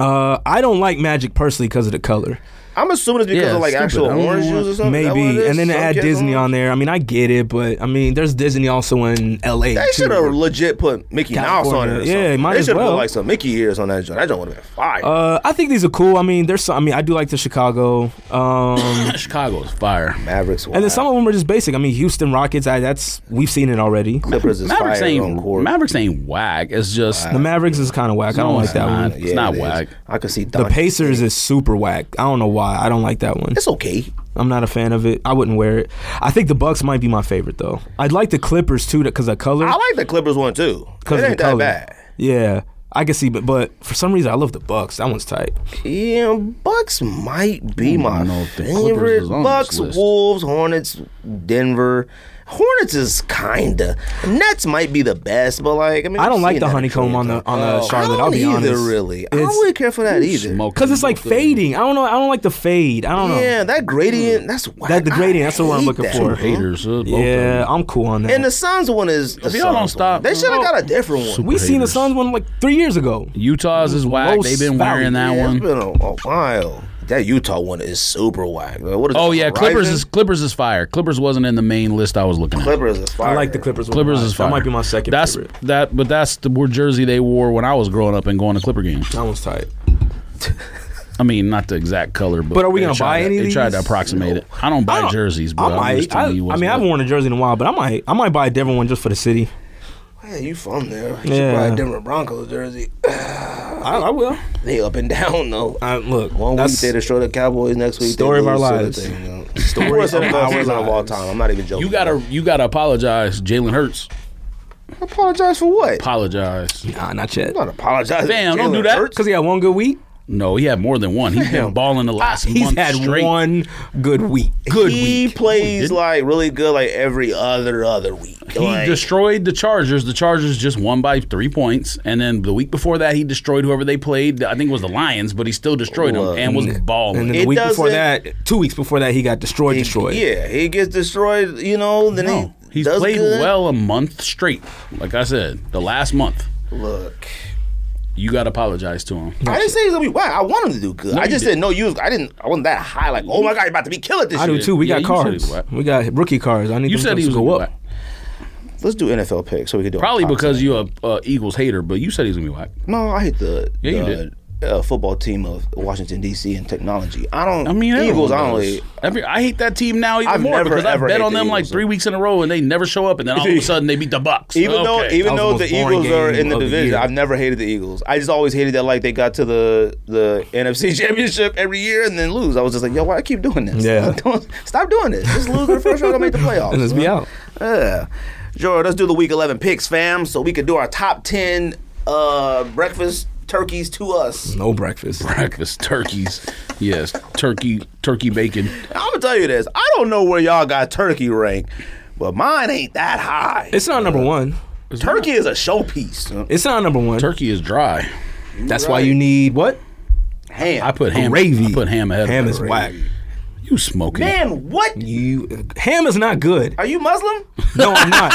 A: Uh, I don't like Magic personally because of the color.
B: I'm assuming it's because
D: Yeah,
B: of like
D: stupid.
B: actual
D: I don't
B: orange
D: know
B: juice or
D: what-
B: something. Is that what it
A: Maybe,
B: is?
A: and then to
B: Some
A: add
B: kids
A: Disney
B: don't-
A: on there. I mean, I get it, but I mean, there's Disney also in L.A.
B: They
A: too.
B: should have legit put Mickey Mouse on
A: California.
B: it. Or
A: Yeah,
B: something.
A: might
B: they
A: as
B: shoulda
A: well.
B: put like some Mickey ears on that joint. That joint would have been fire.
A: Uh, I think these are cool. I mean, there's some. I mean, I do like the Chicago, um,
C: Chicago's fire.
B: Mavericks.
A: and then some of them are just basic. I mean, Houston Rockets. I, that's we've seen it already.
B: Clippers is
C: Mavericks
B: fire on
C: ain't
B: court.
C: Mavericks ain't whack. It's just
A: The Mavericks is kind of whack. I don't
C: No,
A: like
C: it's
A: that
C: not.
A: one.
C: It's not
B: it is.
C: whack.
B: I could see
A: The
B: Don-
A: Pacers is super whack. I don't know why. I don't like that one.
B: It's okay.
A: I'm not a fan of it. I wouldn't wear it. I think the Bucks might be my favorite though. I'd like the Clippers too because of color.
B: I like the Clippers one too. It
A: Because of
B: ain't
A: the
B: that
A: color.
B: bad.
A: Yeah, I can see, but but for some reason I love the Bucks. That one's tight.
B: Yeah, Bucks might be
C: don't
B: my
C: know if the Clippers
B: favorite.
C: is on this
B: Bucks,
C: list.
B: Wolves, Hornets, Denver. Hornets is kinda. Nets might be the best, but like I mean,
A: I
B: we've
A: don't like
B: seen
A: the
B: that a
A: honeycomb
B: trillion
A: on the
B: times.
A: on the
B: I
A: Charlotte.
B: don't
A: I'll be
B: either,
A: honest.
B: really. I don't
A: It's-
B: really care for that either.
C: smoking.
A: Cause it's like fading. I don't know. I don't like the fade. I don't know.
B: Yeah, that gradient. That's whack.
A: That the
B: I
A: gradient, that's the one I'm
B: hate
A: looking
B: that.
A: for.
C: haters. uh, both of
A: Yeah,
C: them.
A: I'm cool on that.
B: And the Suns one is. The
C: If y'all don't
B: Suns
C: stop-
B: one. they should have got a different one.
A: we seen the
C: haters.
A: Suns one like three years ago.
C: Utah's is whack.
A: Most
C: They've been wearing
A: valid.
C: that
B: Yeah,
C: one.
B: It's been a, a while. That Utah one is super whack. Like, what is
C: Oh
B: it,
C: yeah,
B: Verizon?
C: Clippers is Clippers is fire. Clippers wasn't in the main list I was looking at.
B: Clippers is fire.
A: I like the Clippers. one a
C: Clippers
A: lot.
C: is fire.
A: That might be my second
C: That's
A: favorite.
C: that, but that's the word jersey they wore when I was growing up and going to Clipper games.
A: That one's tight.
C: I mean, not the exact color, but,
A: But are we
C: they
A: gonna
C: tried
A: buy
C: to-
A: any of
C: They tried to
A: these?
C: approximate it. I don't buy
A: I don't-
C: jerseys, but
A: I might. I, I mean, I haven't worn a jersey in a while, but I might. I might buy a different one just for the city.
B: Yeah, you from there? You should
A: Yeah.
B: buy a Denver Broncos jersey. *laughs*
A: I, I will.
B: They up and down though.
A: I, look,
B: One week
A: that's-
B: they destroy the Cowboys. Next week,
A: Story
B: they
A: of our
B: lose to
A: lives.
B: the Thing, you
A: *laughs*
B: know? Story of NFL season of all time. I'm not even joking.
C: You gotta you gotta apologize, Jalen Hurts.
B: apologize for what? I'm
C: Apologize.
A: nah, not yet.
B: not apologizing.
C: Damn,
B: to
C: don't do
B: Jalen
C: that.
B: Hurts.
A: Because he had one good week.
C: No, he had more than one. He's been balling the last
A: Ah, He's
C: month
A: had
C: straight.
A: one good week. Good
B: He
A: week.
B: plays like really good, like every other other week.
C: He
B: Like,
C: destroyed the Chargers. The Chargers just won by three points, and then the week before that, he destroyed whoever they played. I think it was the Lions, but he still destroyed them
B: Look,
C: and was
A: And then
C: balling.
A: the
B: It
A: week before
B: doesn't-
A: that, two weeks before that, he got destroyed. destroyed.
B: Yeah, he gets destroyed. You know, then
C: No,
B: he
C: he's
B: does
C: played
B: good.
C: well a month straight. Like I said, the last month,
B: Look,
C: you got to apologize to him.
B: I didn't say he's gonna be whack. I want him to do good. I
C: you
B: just didn't
C: didn't.
B: know you. Was, I didn't. I wasn't that high. Like, oh my god, you're about to be killing this.
A: I do
B: shit.
A: too. We got
C: Yeah, you said he
A: cards.
C: was whack.
A: We got rookie cards. I need
C: You
A: them
C: said
A: to
C: he was
A: go
C: gonna
A: up.
C: be whack.
B: Let's do NFL picks so we can do. a
C: Probably
B: top
C: because you a uh, Eagles hater, but you said he's gonna be whack.
B: ten. no, I hate the
C: Yeah, you
B: the,
C: did.
B: Uh, football team of Washington D.C. and technology. I don't.
C: I mean,
B: Eagles. I
C: everyone does.
B: only.
C: Every, I hate that team now even
B: I've
C: more
B: never,
C: because I
B: ever
C: bet
B: hate
C: on
B: the
C: them like
B: Eagles.
C: three weeks in a row and they never show up, and then
B: *laughs*
C: all of a sudden they beat the Bucks.
B: Even though,
C: Okay.
B: even
A: That was
B: though
A: the
B: the
A: most boring
B: Eagles are
A: game
B: in the
A: of the
B: division,
A: year.
B: I've never hated the Eagles. I just always hated that like they got to the the NFC *laughs* Championship every year and then lose. I was just like, yo, why I keep doing this?
A: Yeah.
B: *laughs* Don't- stop doing this. Just lose in the first round, go make the playoffs.
A: And *laughs* let's be out.
B: Yeah, George, let's do the Week 11 picks, fam, so we could do our top 10 uh, breakfast turkeys to us.
A: No breakfast.
C: *laughs* breakfast turkeys. Yes, turkey, turkey bacon.
B: I'm gonna tell you this. I don't know where y'all got turkey ranked, but mine ain't that high.
A: It's not number one.
B: turkey is a showpiece.
A: It's not number one.
C: Turkey is dry.
A: That's why you need what?
B: Ham.
C: I put ham.
A: Gravy.
C: I put ham ahead.
A: Ham
C: of
A: is
C: gravy.
A: whack.
C: You smoking?
B: Man, what?
A: You ham is not good.
B: Are you Muslim?
A: No, I'm
C: *laughs*
A: not.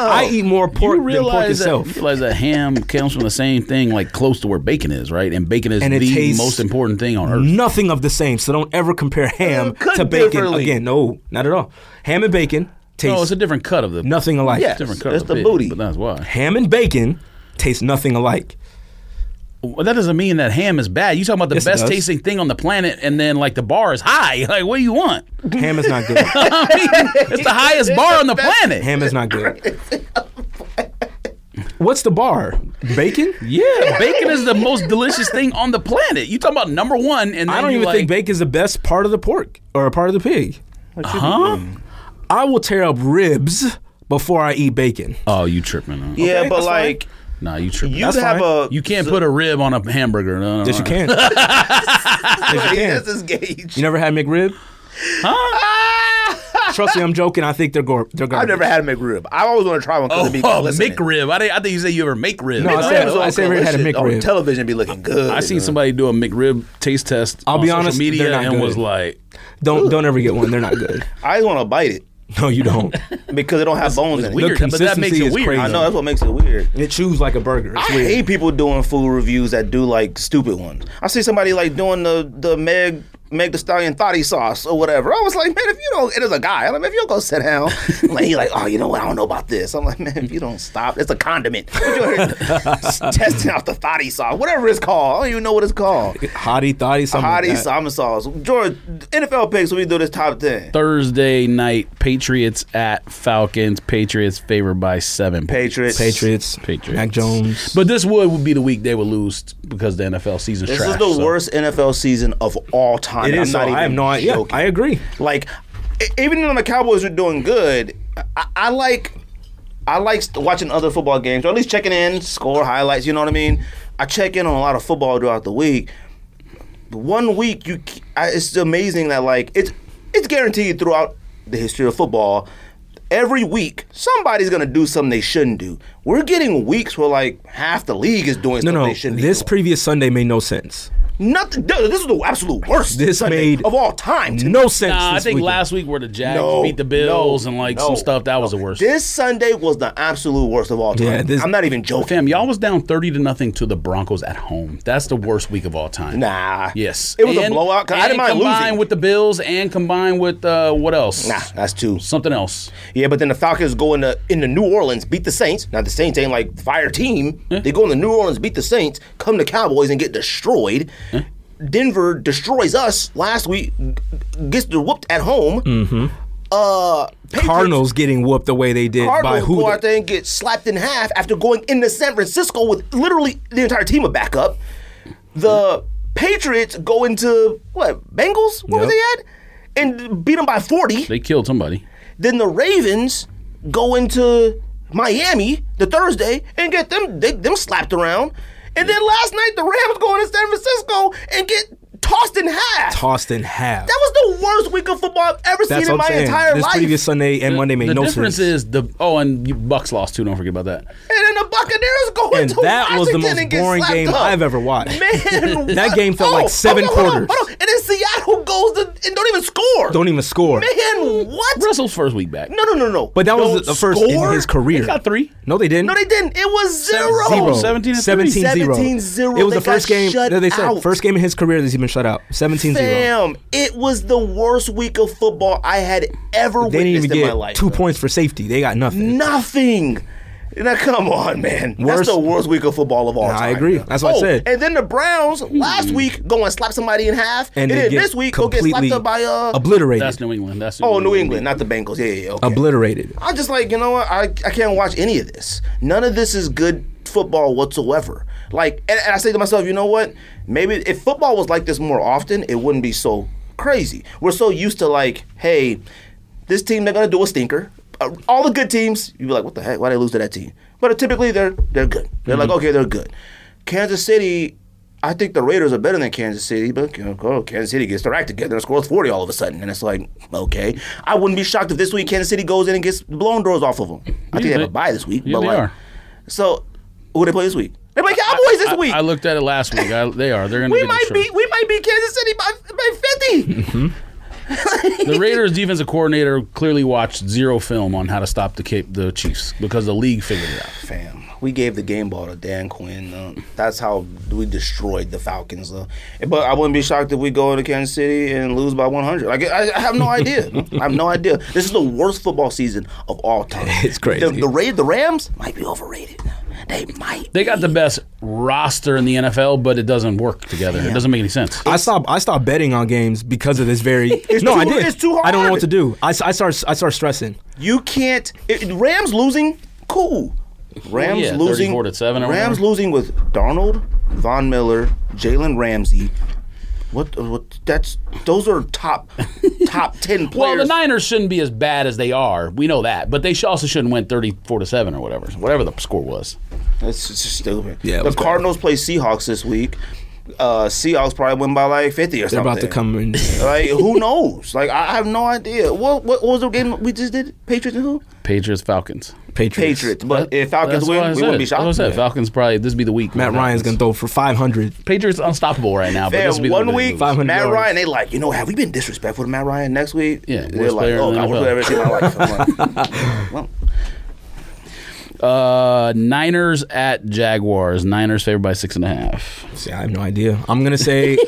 A: I eat more pork
C: You
A: than pork
C: realize, that,
A: itself.
C: you realize that ham comes from the same thing, like close to where bacon is, right? And bacon is
A: And it
C: the
A: tastes-
C: most important thing on earth.
A: Nothing of the same. So don't ever compare ham
B: Cooked
A: to bacon
B: differently.
A: again. No, not at all. Ham and bacon taste
C: No, it's a different cut of the
A: nothing alike.
B: Yes.
C: different cut
B: It's
C: of the,
B: the
C: pig,
B: booty.
C: But that's why.
A: Ham and bacon taste nothing alike.
C: Well, that doesn't mean that ham is bad. You talking about the
A: Yes, it
C: best
A: does.
C: tasting thing on the planet, and then like the bar is high. *laughs* Like, what do you want?
A: Ham is not
C: *laughs*
A: good.
C: I mean, it's the highest bar on the planet.
A: ham is not
C: *laughs*
A: good. What's the bar? Bacon? *laughs*
C: Yeah, bacon is the most delicious thing on the planet. You talking about number one, and then
A: I don't
C: you
A: even
C: like,
A: think bacon is the best part of the pork or a part of the pig. Uh-huh.
C: Huh?
A: I will tear up ribs before I eat bacon.
C: Oh, you tripping? Huh?
B: Yeah,
A: Okay,
B: but
A: that's fine.
B: like
C: Nah, you tripping?
B: you
A: That's
B: have
A: fine.
B: a
C: you can't put a rib on a hamburger. No, no,
A: Yes,
C: no.
A: you can. yes,
B: *laughs*
A: you can.
B: That's his gauge.
A: You never had McRib?
B: Ah!
A: Trust me, I'm joking. I think they're gar- they're garbage.
B: I've never had a McRib. I always want to try one because
C: *laughs* Oh,
B: it'd
A: *laughs*
B: be glistening.
C: McRib. I, didn't- I think you said you ever make rib.
A: No, I
B: Those
A: said-
B: on
A: I said we had a
B: collision On
A: McRib.
B: Oh, television be looking good.
C: I seen somebody do a McRib taste test.
A: I'll
C: on
A: be
C: social
A: honest,
C: media
A: they're not
C: and
A: good.
C: was like,
A: Don't don't ever get one. They're not good.
B: I just want to bite it
A: No, you
B: *laughs*
A: don't.
B: because it don't have bones in it.
C: weird, but that makes
A: consistency
C: it
A: is
C: weird.
A: crazy.
B: I know that's what makes it weird.
A: It chews like a burger. It's
B: I
A: weird.
B: hate people doing food reviews that do like stupid ones. I see somebody like doing the the Meg make the stallion thotty sauce or whatever. I was like, man, if you don't, it is a guy. I'm like, man, if you don't go
A: *laughs*
B: sit down, I'm like he like, oh, you know what? I don't know about this. I'm like, man, if you don't stop, it's a condiment. *laughs* What you
A: *laughs*
B: out here testing out the thotty sauce, whatever it's called. I don't even know what it's called.
A: Hottie, thotty, something. like
B: Hottie
A: that.
B: salmon sauce. George, NFL picks when we do this top ten.
C: Thursday night, Patriots at Falcons. Patriots favored by seven.
B: Patriots.
A: Patriots,
C: Patriots.
A: Mac Jones.
C: But this would, would be the week they would lose because the NFL season's
B: This
C: trash.
B: is the
C: so.
B: worst NFL season of all time.
A: It
B: I'm
A: is. so
B: not
A: I have
B: even
A: no idea.
B: joking.
A: I agree.
B: Like, e- even when the Cowboys are doing good, I, I like, I like st- watching other football games or at least checking in, score highlights. You know what I mean? I check in on a lot of football throughout the week. But One week, you, c- I, it's amazing that like it's it's guaranteed throughout the history of football. Every week, somebody's gonna do something they shouldn't do. We're getting weeks where like half the league is doing
A: No,
B: something
A: no.
B: they shouldn't. be
A: This
B: doing.
A: previous Sunday made no sense.
B: Nothing. th- This is the absolute worst.
A: This
B: Sunday
A: made
B: of all time. to me.
A: No sense.
C: Nah, I
A: this
C: think
A: weekend.
C: last week where the Jags
B: No,
C: beat the Bills
B: no,
C: and like
B: no,
C: some stuff that was the worst.
B: This Sunday was the absolute worst of all time.
A: Yeah, this-
B: I'm not even joking.
C: Fam, y'all was down thirty to nothing to the Broncos at home. That's the worst week of all time.
B: Nah.
C: Yes,
B: It was a blowout. 'cause I didn't
C: and
B: mind
C: combined
B: losing.
C: with the Bills and combined with uh, what else?
B: nah, that's two.
C: something else.
B: Yeah, but then the Falcons go into into New Orleans, beat the Saints. Now the Saints ain't like fire team. They go into New Orleans, beat the Saints, come to Cowboys and get destroyed. Denver destroys us last week, g- gets whooped at home. Mm-hmm. Uh, Patriots-
A: Cardinals getting whooped the way they did by
B: Cardinals
A: who?
B: go out there and get slapped in half after going into San Francisco with literally the entire team of backup. The Patriots go into what Bengals? What were
A: Yep.
B: they at? And beat them by forty.
C: They killed somebody.
B: Then the Ravens go into Miami the Thursday and get them they, them slapped around. And then last night the Rams go into San Francisco and get tossed in half.
A: tossed in half.
B: that was the worst week of football I've ever
A: That's
B: seen
A: what
B: in
A: I'm
B: my
A: saying.
B: entire
A: this
B: life.
A: previous Sunday and Monday made
C: the
A: no
C: difference
A: sense.
C: is the oh, and you, Bucks lost too. Don't forget about that.
B: And then the Buccaneers go
A: And
B: into
A: that was the
B: Washington
A: most
B: and get
A: boring
B: slapped
A: game
B: up.
A: I've ever watched.
B: Man,
A: *laughs* That
B: what- Oh,
A: game felt like seven
B: hold on, hold on,
A: quarters.
B: hold on. And then Seattle goes to, and don't even score.
A: Don't e- even score.
B: Man, what?
C: Russell's first week back.
B: No, no, no, no.
A: But that was
B: Don't
A: the first in
B: score?
A: his career.
C: They got three.
A: No, they didn't.
B: No, they didn't. It was zero.
A: Zero.
C: 17 to
A: 17
B: three.
A: zero.
B: 17-0.
A: It was
B: They
A: the first
B: got
A: game.
B: shut
A: no, they said
B: out.
A: first game in his career that he's been shut out. 17 0.
B: Damn, it was the worst week of football I had ever
A: They didn't
B: witnessed
A: even
B: in my
A: get
B: life.
A: two points for safety. They got nothing.
B: Nothing. Now come on, man. That's
A: Worst-
B: the worst week of football of all
A: Nah,
B: time.
A: I agree.
B: man.
A: That's what I
B: Oh,
A: said.
B: And then the Browns last week go and slap somebody in half,
A: And
B: and,
A: they
B: then
A: get
B: this week go get slapped
A: completely
B: up by uh.
A: obliterated.
C: That's New England. That's
B: oh, New England, not the Bengals. Yeah, yeah, yeah. Okay.
A: obliterated.
B: I'm just like, you know what? I, I can't watch any of this. None of this is good football whatsoever. Like, and, and I say to myself, you know what? Maybe if football was like this more often, it wouldn't be so crazy. We're so used to like, hey, this team they're gonna do a stinker. Uh, all the good teams, you'd be like, what the heck? Why they lose to that team? But typically they're they're good. They're like, okay, they're good. Kansas City. I think the Raiders are better than Kansas City, but you know, oh, Kansas City gets their act together and scores 40 all of a sudden. And it's like, okay. I wouldn't be shocked if this week Kansas City goes in and gets blown doors off of them. I think they have a
C: they-
B: bye this week.
C: yeah,
B: but
C: they
B: like,
C: are.
B: So, who they play this week? They play Cowboys this
C: I,
B: week.
C: I looked at it last week. I, they are. They're going to
B: we might be we might beat Kansas City by, by 50.
C: The Raiders defensive coordinator clearly watched zero film on how to stop the Cape, the Chiefs because the league figured it out.
B: Fam, we gave the game ball to Dan Quinn. Uh, that's how we destroyed the Falcons. Uh, but I wouldn't be shocked if we go to Kansas City and lose by 100. Like I, I have no idea. I have no idea. This is the worst football season of all time.
A: *laughs* It's crazy.
B: The, the, Ra- the Rams might be overrated. They might.
C: They got the best roster in the NFL, but it doesn't work together. It doesn't make any sense.
A: I stopped. I stopped betting on games because of this very.
B: *laughs* It's
A: no,
B: too-
A: I did.
B: it's too
A: I don't know
B: hard.
A: what to do. I, s- I start. I start stressing.
B: You can't. It, it- Rams losing, cool. Rams
C: yeah,
B: losing.
C: 34 to 7 or
B: Rams
C: whatever.
B: losing with Donald, Von Miller, Jalen Ramsey. What? What? That's those are
C: *laughs*
B: top, top ten
C: Well,
B: players.
C: the Niners shouldn't be as bad as they are. We know that, but they sh- also shouldn't win thirty-four to seven or whatever, whatever the score was.
B: That's just stupid.
A: Yeah, it
B: the
A: was bad.
B: Cardinals play Seahawks this week. Uh, Seahawks probably win by like fifty or
A: They're
B: something.
A: about to come
B: *laughs*
A: in.
B: Like who knows? Like I I have no idea. What what, what was the game we just did? Patriots and who?
C: Patriots, Falcons.
A: Patriots.
B: Patriots. But if Falcons
C: That's what I
B: win, we wouldn't
C: said.
B: be shocked.
C: That's what I said. Falcons probably this be the week.
A: Matt Ryan's gonna throw for five hundred.
C: Patriots unstoppable right now. But
B: Man,
C: this will be the
B: one
C: they
B: week,
C: lose.
A: 500
B: Matt
A: yards.
B: Ryan, they like, you know, have we been disrespectful to Matt Ryan next week?
C: Yeah,
B: they're
C: worst
B: like,
C: player
B: oh,
C: in the
B: God,
C: NFL.
B: what ever seen in my life. I'm
C: *laughs*
B: like, well,
C: Uh, Niners at Jaguars. Niners favored by six and a half.
B: *laughs*
A: See, I have no idea. I'm gonna say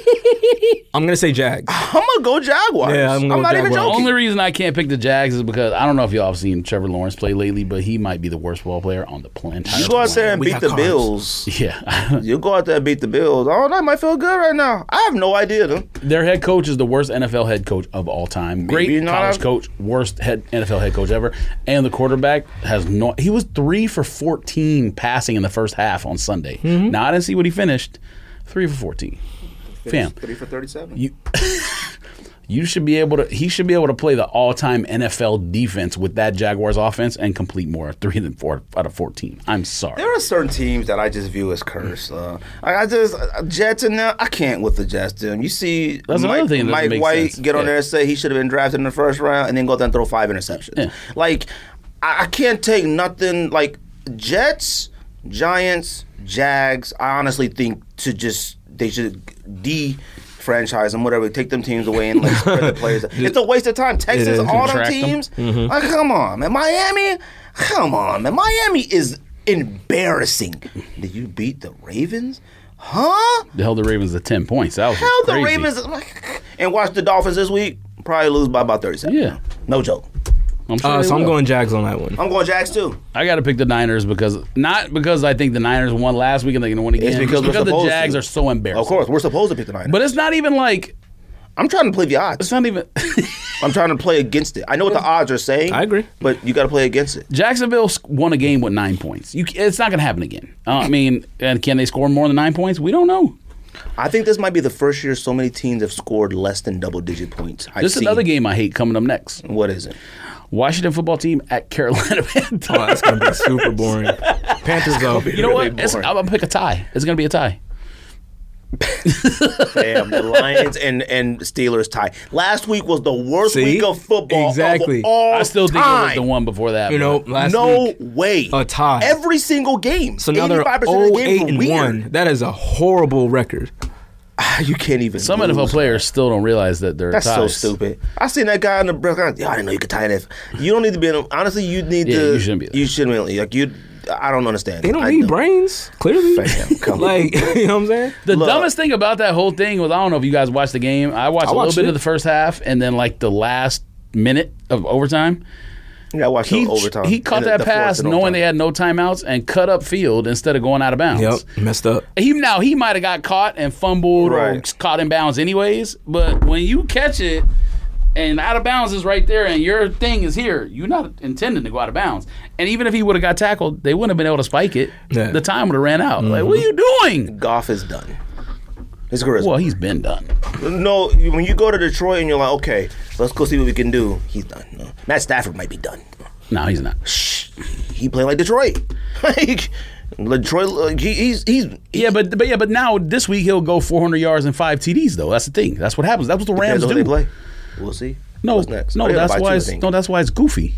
A: I'm gonna say Jags.
B: I'm gonna go Jaguars.
A: Yeah, I'm
B: I'm,
A: gonna go
B: not even
A: Jaguars.
B: joking.
C: Only reason I can't pick the Jags is because I don't know if y'all have seen Trevor Lawrence play lately, but he might be the worst ball player on the planet.
B: you go out there and
A: We
B: beat
A: got
B: the
A: carbs.
B: Bills.
C: *laughs* Yeah,
B: You go out there and beat the Bills. Oh, that might feel good right now. I have no idea though.
C: their head coach is the worst NFL head coach of all time. Great
B: Maybe not.
C: college coach, worst head NFL head coach ever. And the quarterback has no. He was three for fourteen passing in the first half on Sunday.
B: Mm-hmm.
C: Now I didn't see what he finished. Three for fourteen. Fam,
B: three for thirty-seven.
C: you you should be able to he should be able to play the all-time NFL defense with that Jaguars offense and complete more *laughs* 3 than 4 out of 14. I'm sorry.
B: There are certain teams that I just view as cursed. Uh, I, I just uh, Jets and them. I can't with the Jets. Them. You see,
C: That's
B: Mike,
C: another thing that doesn't
B: Mike
C: make
B: White
C: sense.
B: get on
C: Yeah.
B: there and say he should have been drafted in the first round, and then go out there and throw five interceptions.
C: Yeah.
B: Like I, I can't take nothing. Like Jets, Giants, Jags. I honestly think to just they should de. Franchise them, whatever. Take them teams away
C: *laughs*
B: and like spread the players. It's a waste of time. Texas,
A: is.
B: all them
C: Contract 'em. Mm-hmm.
B: teams. Like, come on, man. Miami, come on, man. Miami is embarrassing. Did you beat the Ravens? Huh?
C: They held the Ravens to 10 points. That was
B: Hell, the
C: crazy.
B: Ravens. *laughs* And watch the Dolphins this week. Probably lose by about 37.
C: Yeah.
B: No joke.
C: I'm sure
A: Uh,
C: they
A: so I'm
C: will.
A: going Jags on that one.
B: I'm *laughs* going Jags too.
C: I got to pick the Niners because not because I think the Niners won last week and they're going to win again.
B: It's because
C: just
B: we're
C: the
B: supposed
C: Jags
B: to.
C: are so embarrassing.
B: Of course, we're supposed to pick the Niners.
C: But it's not even like
B: I'm trying to play the odds.
C: it's not even *laughs*
B: I'm trying to play against it. I know what the odds are saying.
A: I agree.
B: But you got to play against it.
C: Jacksonville sc- won a game with 9 points. You c- it's not going to happen again. Uh, I mean, and can they score more than 9 points? We don't know.
B: I think this might be the first year so many teams have scored less than double digit points. I've
C: This is
B: seen.
C: another game I hate coming up next.
B: What is it?
C: Washington football team at Carolina *laughs* Panthers.
A: Oh, that's gonna be super boring. Panthers though.
C: You know what?
B: Really
C: It's, I'm
B: boring.
C: gonna pick a tie. It's gonna be a tie.
B: Damn, the Lions and, and Steelers tie. Last week was the worst
A: See?
B: week of football
A: Exactly.
B: of all
C: I still think it
B: time.
C: was the one before that.
A: Oh, You know,
C: but-
A: last
B: no
A: week.
B: way.
A: a tie.
B: Every single game.
A: So now they're
B: 85% of
A: 0,
B: the games
A: 8 oh and
B: were weird.
A: 1. That is a horrible record.
B: *laughs* You can't even.
C: some
B: lose.
C: NFL players still don't realize that they're
B: That's
C: ties.
B: so stupid. I seen that guy in the Browns. I didn't know you could tie an F. You don't need to be in. A, honestly, you need
C: Yeah,
B: to.
C: you shouldn't be there.
B: You shouldn't really like you. I don't understand.
A: They
B: it.
A: don't
B: I
A: need brains, clearly.
B: Fam,
A: *laughs*
B: come on.
A: like, you know what I'm saying?
C: The
B: Look.
C: dumbest thing about that whole thing was I don't know if you guys watched the game. I watched a
A: watched
C: little bit
A: it.
C: of the first half and then like the last minute of overtime.
B: Yeah, I watched
C: He
B: the overtime.
C: he caught
B: And the-
C: that
B: the fourth
C: pass
B: in
C: knowing
B: overtime.
C: they had no timeouts and cut up field instead of going out of bounds.
A: Yep, messed up.
C: He now he might have got caught and fumbled
B: Right.
C: or caught in bounds anyways. But when you catch it and out of bounds is right there and your thing is here, you're not intending to go out of bounds. And even if he would have got tackled, they wouldn't have been able to spike it.
A: Yeah.
C: The time would have ran out. Like, what are you
B: Mm-hmm.
C: doing?
B: Goff is done. His career is
C: Well, he's been done.
B: No, when you go to Detroit and you're like, okay, let's go see what we can do. He's done. No. Matt Stafford might be done.
C: No, he's not.
B: He played like Detroit. *laughs* like Detroit, like, he, he's he's
C: Yeah, but but yeah, but now this week he'll go 400 yards and five TDs though. That's the thing. That's what happens. That's what the Rams
B: depends on
C: do.
B: who they play. We'll see.
C: No,
B: What's next?
C: no,
B: Oh, yeah,
C: that's
B: by two,
C: why.
B: I
C: It's,
B: think.
C: no, that's why it's goofy.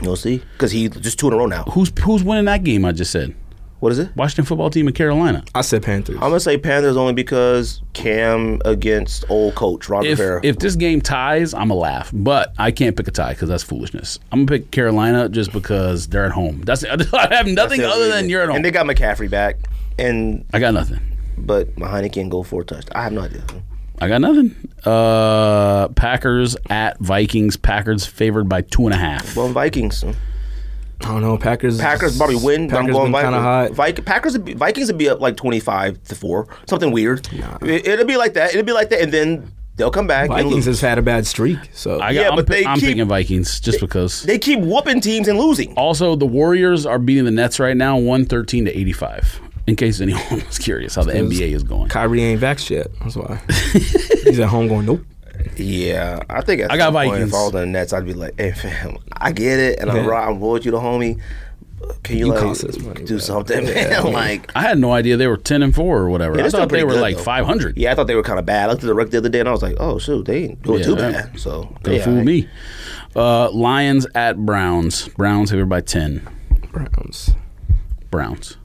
B: We'll see, because he just two in a row now.
C: Who's who's winning that game? I just said
B: What is it?
C: Washington football team in Carolina.
A: I said Panthers.
B: I'm gonna say Panthers only because Cam against old coach Ron
C: if,
B: Rivera.
C: if this game ties, I'm a laugh, but I can't pick a tie because that's foolishness. I'm gonna pick Carolina just because they're at home. That's *laughs* I have nothing
B: That's it,
C: other
B: really.
C: than you're at home.
B: and they got McCaffrey back, and
C: I got nothing.
B: but Mahoney can't go for a touchdown. I have no idea.
C: I got nothing. Uh, Packers at Vikings. Packers favored by two and a half.
B: Well, Vikings.
A: I don't know. Packers.
B: Packers probably win. but
A: Packers
B: I'm
A: been
B: going
A: kind of
B: Vikings.
A: hot.
B: Vik- Packers would be, Vikings would be up like 25 to 4. Something weird. It, it'll be like that. It'll be like that. And then they'll come back and
A: Vikings
B: lose.
A: has had a bad streak, so
C: I got,
B: Yeah,
C: I'm,
B: but they
C: I'm
B: keep-
C: picking Vikings just because.
B: They keep whooping teams and losing.
C: Also, the Warriors are beating the Nets right now, one thirteen to eighty five. In case anyone *laughs* was curious how the NBA is going,
A: Kyrie ain't vaxxed yet. That's
C: *laughs*
A: why he's at home going nope.
B: Yeah. I think at
C: I got
B: some point,
C: Vikings.
B: If I was the Nets, I'd be like, hey, fam, I get it. And
A: Yeah.
B: I'm, right, I'm with you, the homie. Can you,
A: You
B: like,
A: cost us money,
B: do
A: bro.
B: something, *laughs* man? like,
C: I had no idea they were ten and four or whatever.
B: Yeah,
C: I
B: they're still
C: thought they
B: pretty
C: were
B: good,
C: like
B: though.
C: five hundred.
B: yeah, I thought they were kind of bad. I looked at the record the other day and I was like, oh, shoot, they ain't doing
C: Yeah,
B: too
C: that-
B: bad. So,
C: Good
B: yeah,
C: fool me. Uh, Lions at Browns. Browns favored by ten.
A: Browns.
C: Browns.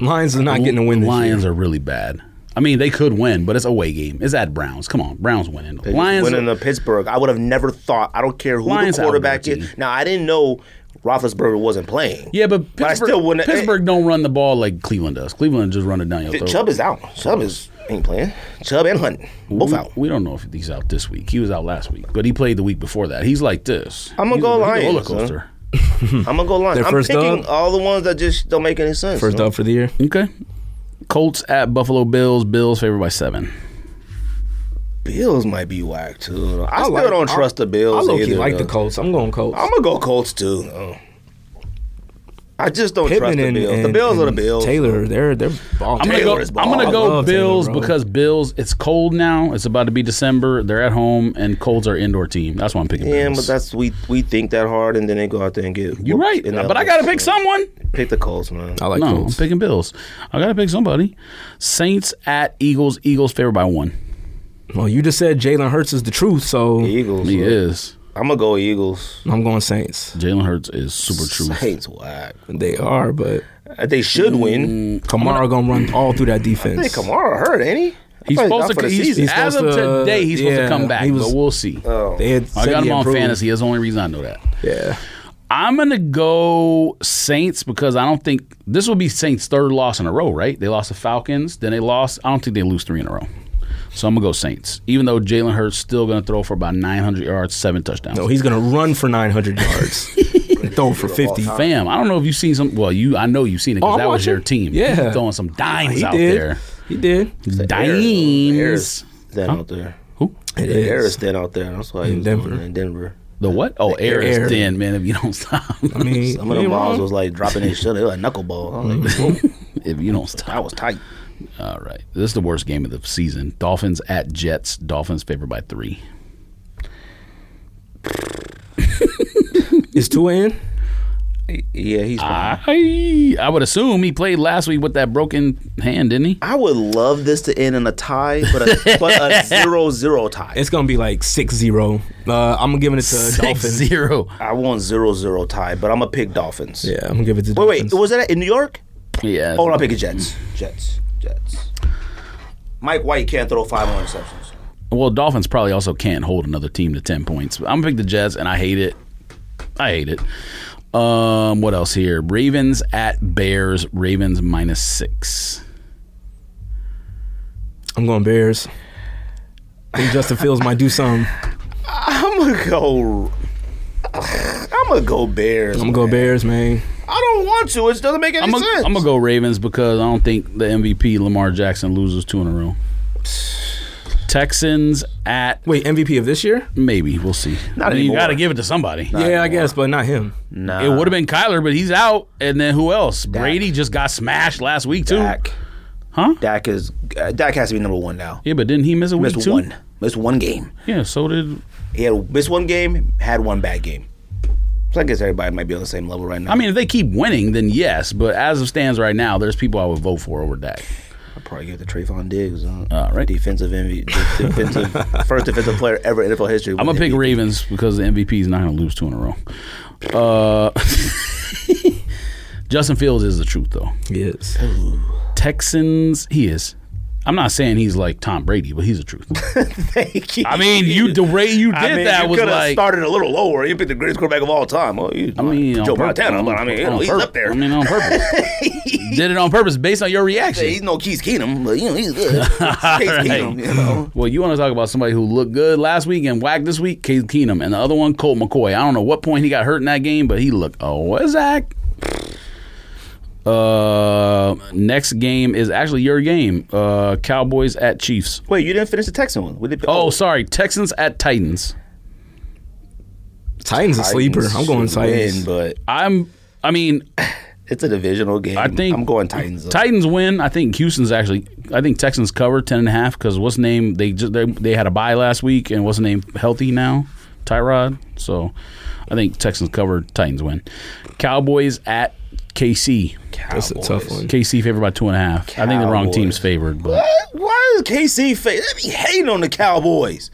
A: Lions are not getting a win this year.
C: Lions are really bad. I mean, they could win, but it's away game. It's at Browns. Come on, Browns winning. Lions.
B: winning to Pittsburgh. I would have never thought. I don't care who
C: Lions
B: the quarterback
C: outdoor team.
B: is. Now I didn't know Roethlisberger wasn't playing.
C: yeah, but Pittsburgh,
B: I still wouldn't-
C: Pittsburgh don't run the ball like Cleveland does. Cleveland just run it down your
B: Th-
C: throat.
B: Chubb is out. Chubb is ain't playing. Chubb and Hunt, both
C: we,
B: out.
C: we don't know if he's out this week. He was out last week, but he played the week before that. He's like this.
B: I'ma
C: He's
B: go
C: a- he's
B: Lions,
C: a roller
B: son.
C: coaster.
B: I'm gonna go line.
A: Their
B: I'm
A: first
B: picking
A: dub?
B: all the ones that just don't make any sense.
A: First
B: huh?
A: up for the year.
C: Okay. Colts at Buffalo Bills. Bills favored by seven.
B: Bills might be whack too. I, still
A: like-
B: don't
A: I-
B: trust the
A: I
B: Bills.
A: low
B: either,
A: like
B: though.
A: the Colts. I'm going Colts.
B: I'm gonna go Colts too. though. I just don't
A: Pittman
B: trust the
A: and,
B: Bills.
A: and
B: the Bills are the
A: and
B: Bills.
A: Taylor, they're they're balling.
C: I'm gonna
B: Taylor
C: go.
B: is
C: I'm
B: balling.
C: gonna
B: I
C: go
A: love Taylor,
C: Bills
A: bro.
C: because Bills. It's cold now. It's about to be December. They're at home, and Colts are indoor team. That's why I'm picking
B: Yeah,
C: Bills.
B: but that's we we think that hard, and then they go out there and get.
C: You're
B: whooped
C: right.
B: in the
C: But I
B: other-
C: gotta pick someone.
B: pick the Colts, man.
A: I like
C: no,
A: Colts.
C: I'm picking Bills. I gotta pick somebody. Saints at Eagles. Eagles favored by one.
A: well, you just said Jalen Hurts is the truth, so
B: Eagles.
C: He
B: uh,
C: is.
B: I'm gonna go Eagles.
A: I'm going Saints.
C: Jalen Hurts is super
B: *laughs*
C: true.
B: Saints whack.
A: They are, but
B: Uh, They should win.
A: Kamara gonna run all through that defense.
B: Hey, Kamara hurt, ain't he?
C: He's
B: I thought
C: supposed
B: out for
C: to.
B: the
C: He's,
B: season.
C: as
A: He's
C: of
A: supposed to-
C: today, he's supposed
A: yeah,
C: to come back,
A: he was-
C: but we'll see.
B: Oh.
A: They had
C: I
A: said
C: got
A: he
C: him on
A: improved.
C: fantasy. That's the only reason I know that.
A: Yeah,
C: I'm gonna go Saints because I don't think this will be Saints' third loss in a row. Right? They lost the Falcons, then they lost. I don't think they lose three in a row. So I'm gonna go Saints, even though Jalen Hurts still gonna throw for about 900 yards, seven touchdowns.
A: no, he's gonna run for 900
C: *laughs*
A: yards, and throw for 50.
C: Fam, I don't know if you've seen some. Well, you, I know you've seen it
A: Oh,
C: because
A: I'm
C: that was
A: watching.
C: your team.
A: Yeah.
C: He's throwing some dimes
A: He
C: out
A: did. He did.
C: there.
B: Air- Air
C: Dimes.
B: is thin out there.
C: Who?
A: It
B: The air
A: is.
B: is thin out there. That's why he
A: In
B: was doing
A: Denver.
B: it in Denver.
C: The what? Oh, air,
A: air.
C: is thin, man. If you don't stop, *laughs*
A: I mean,
B: Some of them
A: you
B: balls
A: wrong.
B: was like dropping their shit. They were like knuckleball. I was like,
C: if you don't stop.
B: that was tight.
C: All right. This is the worst game of the season. Dolphins at Jets. Dolphins favored by three.
A: Is Tua in?
B: Yeah, he's fine.
C: I, I would assume he played last week with that broken hand, didn't he?
B: I would love this to end in a tie, but a, but *laughs* a zero zero tie.
A: It's gonna be like 6-0. Uh, I'm giving it to Dolphins.
C: Zero.
B: I want zero zero tie, but I'm gonna pick Dolphins.
A: Yeah, I'm gonna give it to
B: Wait,
A: Dolphins.
B: wait, was that in New York?
C: Yeah.
B: Oh, no, I'm picking Jets. Jets. Jets. Mike White can't throw five more interceptions.
C: Well, Dolphins probably also can't hold another team to ten points. I'm gonna pick the Jets, and I hate it. I hate it. Um, what else here? Ravens at Bears. Ravens minus six.
A: I'm going Bears. I think Justin Fields might do
C: *laughs*
A: something.
B: I'm gonna go. I'm gonna go Bears.
A: I'm gonna go Bears, man.
B: I don't want to. It doesn't make any
C: I'm
B: sense.
C: gonna go Ravens because I don't think the MVP Lamar Jackson loses two in a row. Texans at
A: Wait, MVP of this year?
C: maybe we'll see.
B: Not
C: I mean, you
B: anymore.
C: got to give it to somebody.
A: yeah, I guess, but not him.
B: Nah.
C: It would have been Kyler, but he's out. And then who else? Brady just got smashed last week too.
B: Dak.
C: Huh?
B: Dak is. Uh, Dak has to be number one now.
C: Yeah, but didn't he miss a week
B: Missed
C: too?
B: one. Missed one game.
C: Yeah, so did
B: He had missed one game. Had one bad game. So I guess everybody might be on the same level right now.
C: I mean, if they keep winning, then yes. But as it stands right now, there's people I would vote for over Dak.
B: I'd probably give it to Trayvon Diggs. Huh?
C: All right.
B: Defensive MVP.
C: *laughs*
B: defensive, first defensive player ever in NFL history.
C: I'm
B: *laughs*
C: gonna pick Ravens because the MVP is not gonna lose two in a row. Uh, *laughs* Justin Fields is the truth though.
A: Yes.
C: Texans, he is. I'm not saying he's like Tom Brady, but he's the truth.
B: Thank you.
C: I mean, you the way you did
B: *laughs* I mean,
C: that
B: you
C: was
B: coulda
C: like.
B: started a little lower. You picked the greatest quarterback of all time. Well, you,
C: I mean, on
B: Joe
C: purpose.
B: Montana, but I mean, you know,
C: On
B: he's
C: purpose.
B: up there.
C: I mean,
B: *laughs*
C: on purpose. did it on purpose based on your reaction.
B: he's no Keith Keenum, but you know he's
C: *laughs*
B: good. Case Keenum, you know.
C: Well, you want to talk about somebody who looked good last week and whacked this week? Case Keenum. And the other one, Colt McCoy. I don't know what point he got hurt in that game, but he looked, oh, what is that? Uh, next game is actually your game. Uh, Cowboys at Chiefs.
B: Wait, you didn't finish the Texan one. We did,
C: Oh, sorry, Texans at Titans.
A: Titans a sleeper. I'm going
B: should win,
A: Titans.
B: but
C: I'm. I mean,
B: it's a divisional game.
C: I think-
B: I'm going Titans. though.
C: Titans win. I think Houston's actually. I think Texans cover ten and a half because what's name they just they, they had a bye last week and what's name healthy now Tyrod. So I think Texans cover. Titans win. Cowboys at KC.
A: That's a tough one.
C: KC favored by two and a half. I think the wrong
B: Cowboys.
C: team's favored, but
B: What? Why is KC fa- They be hating on the Cowboys.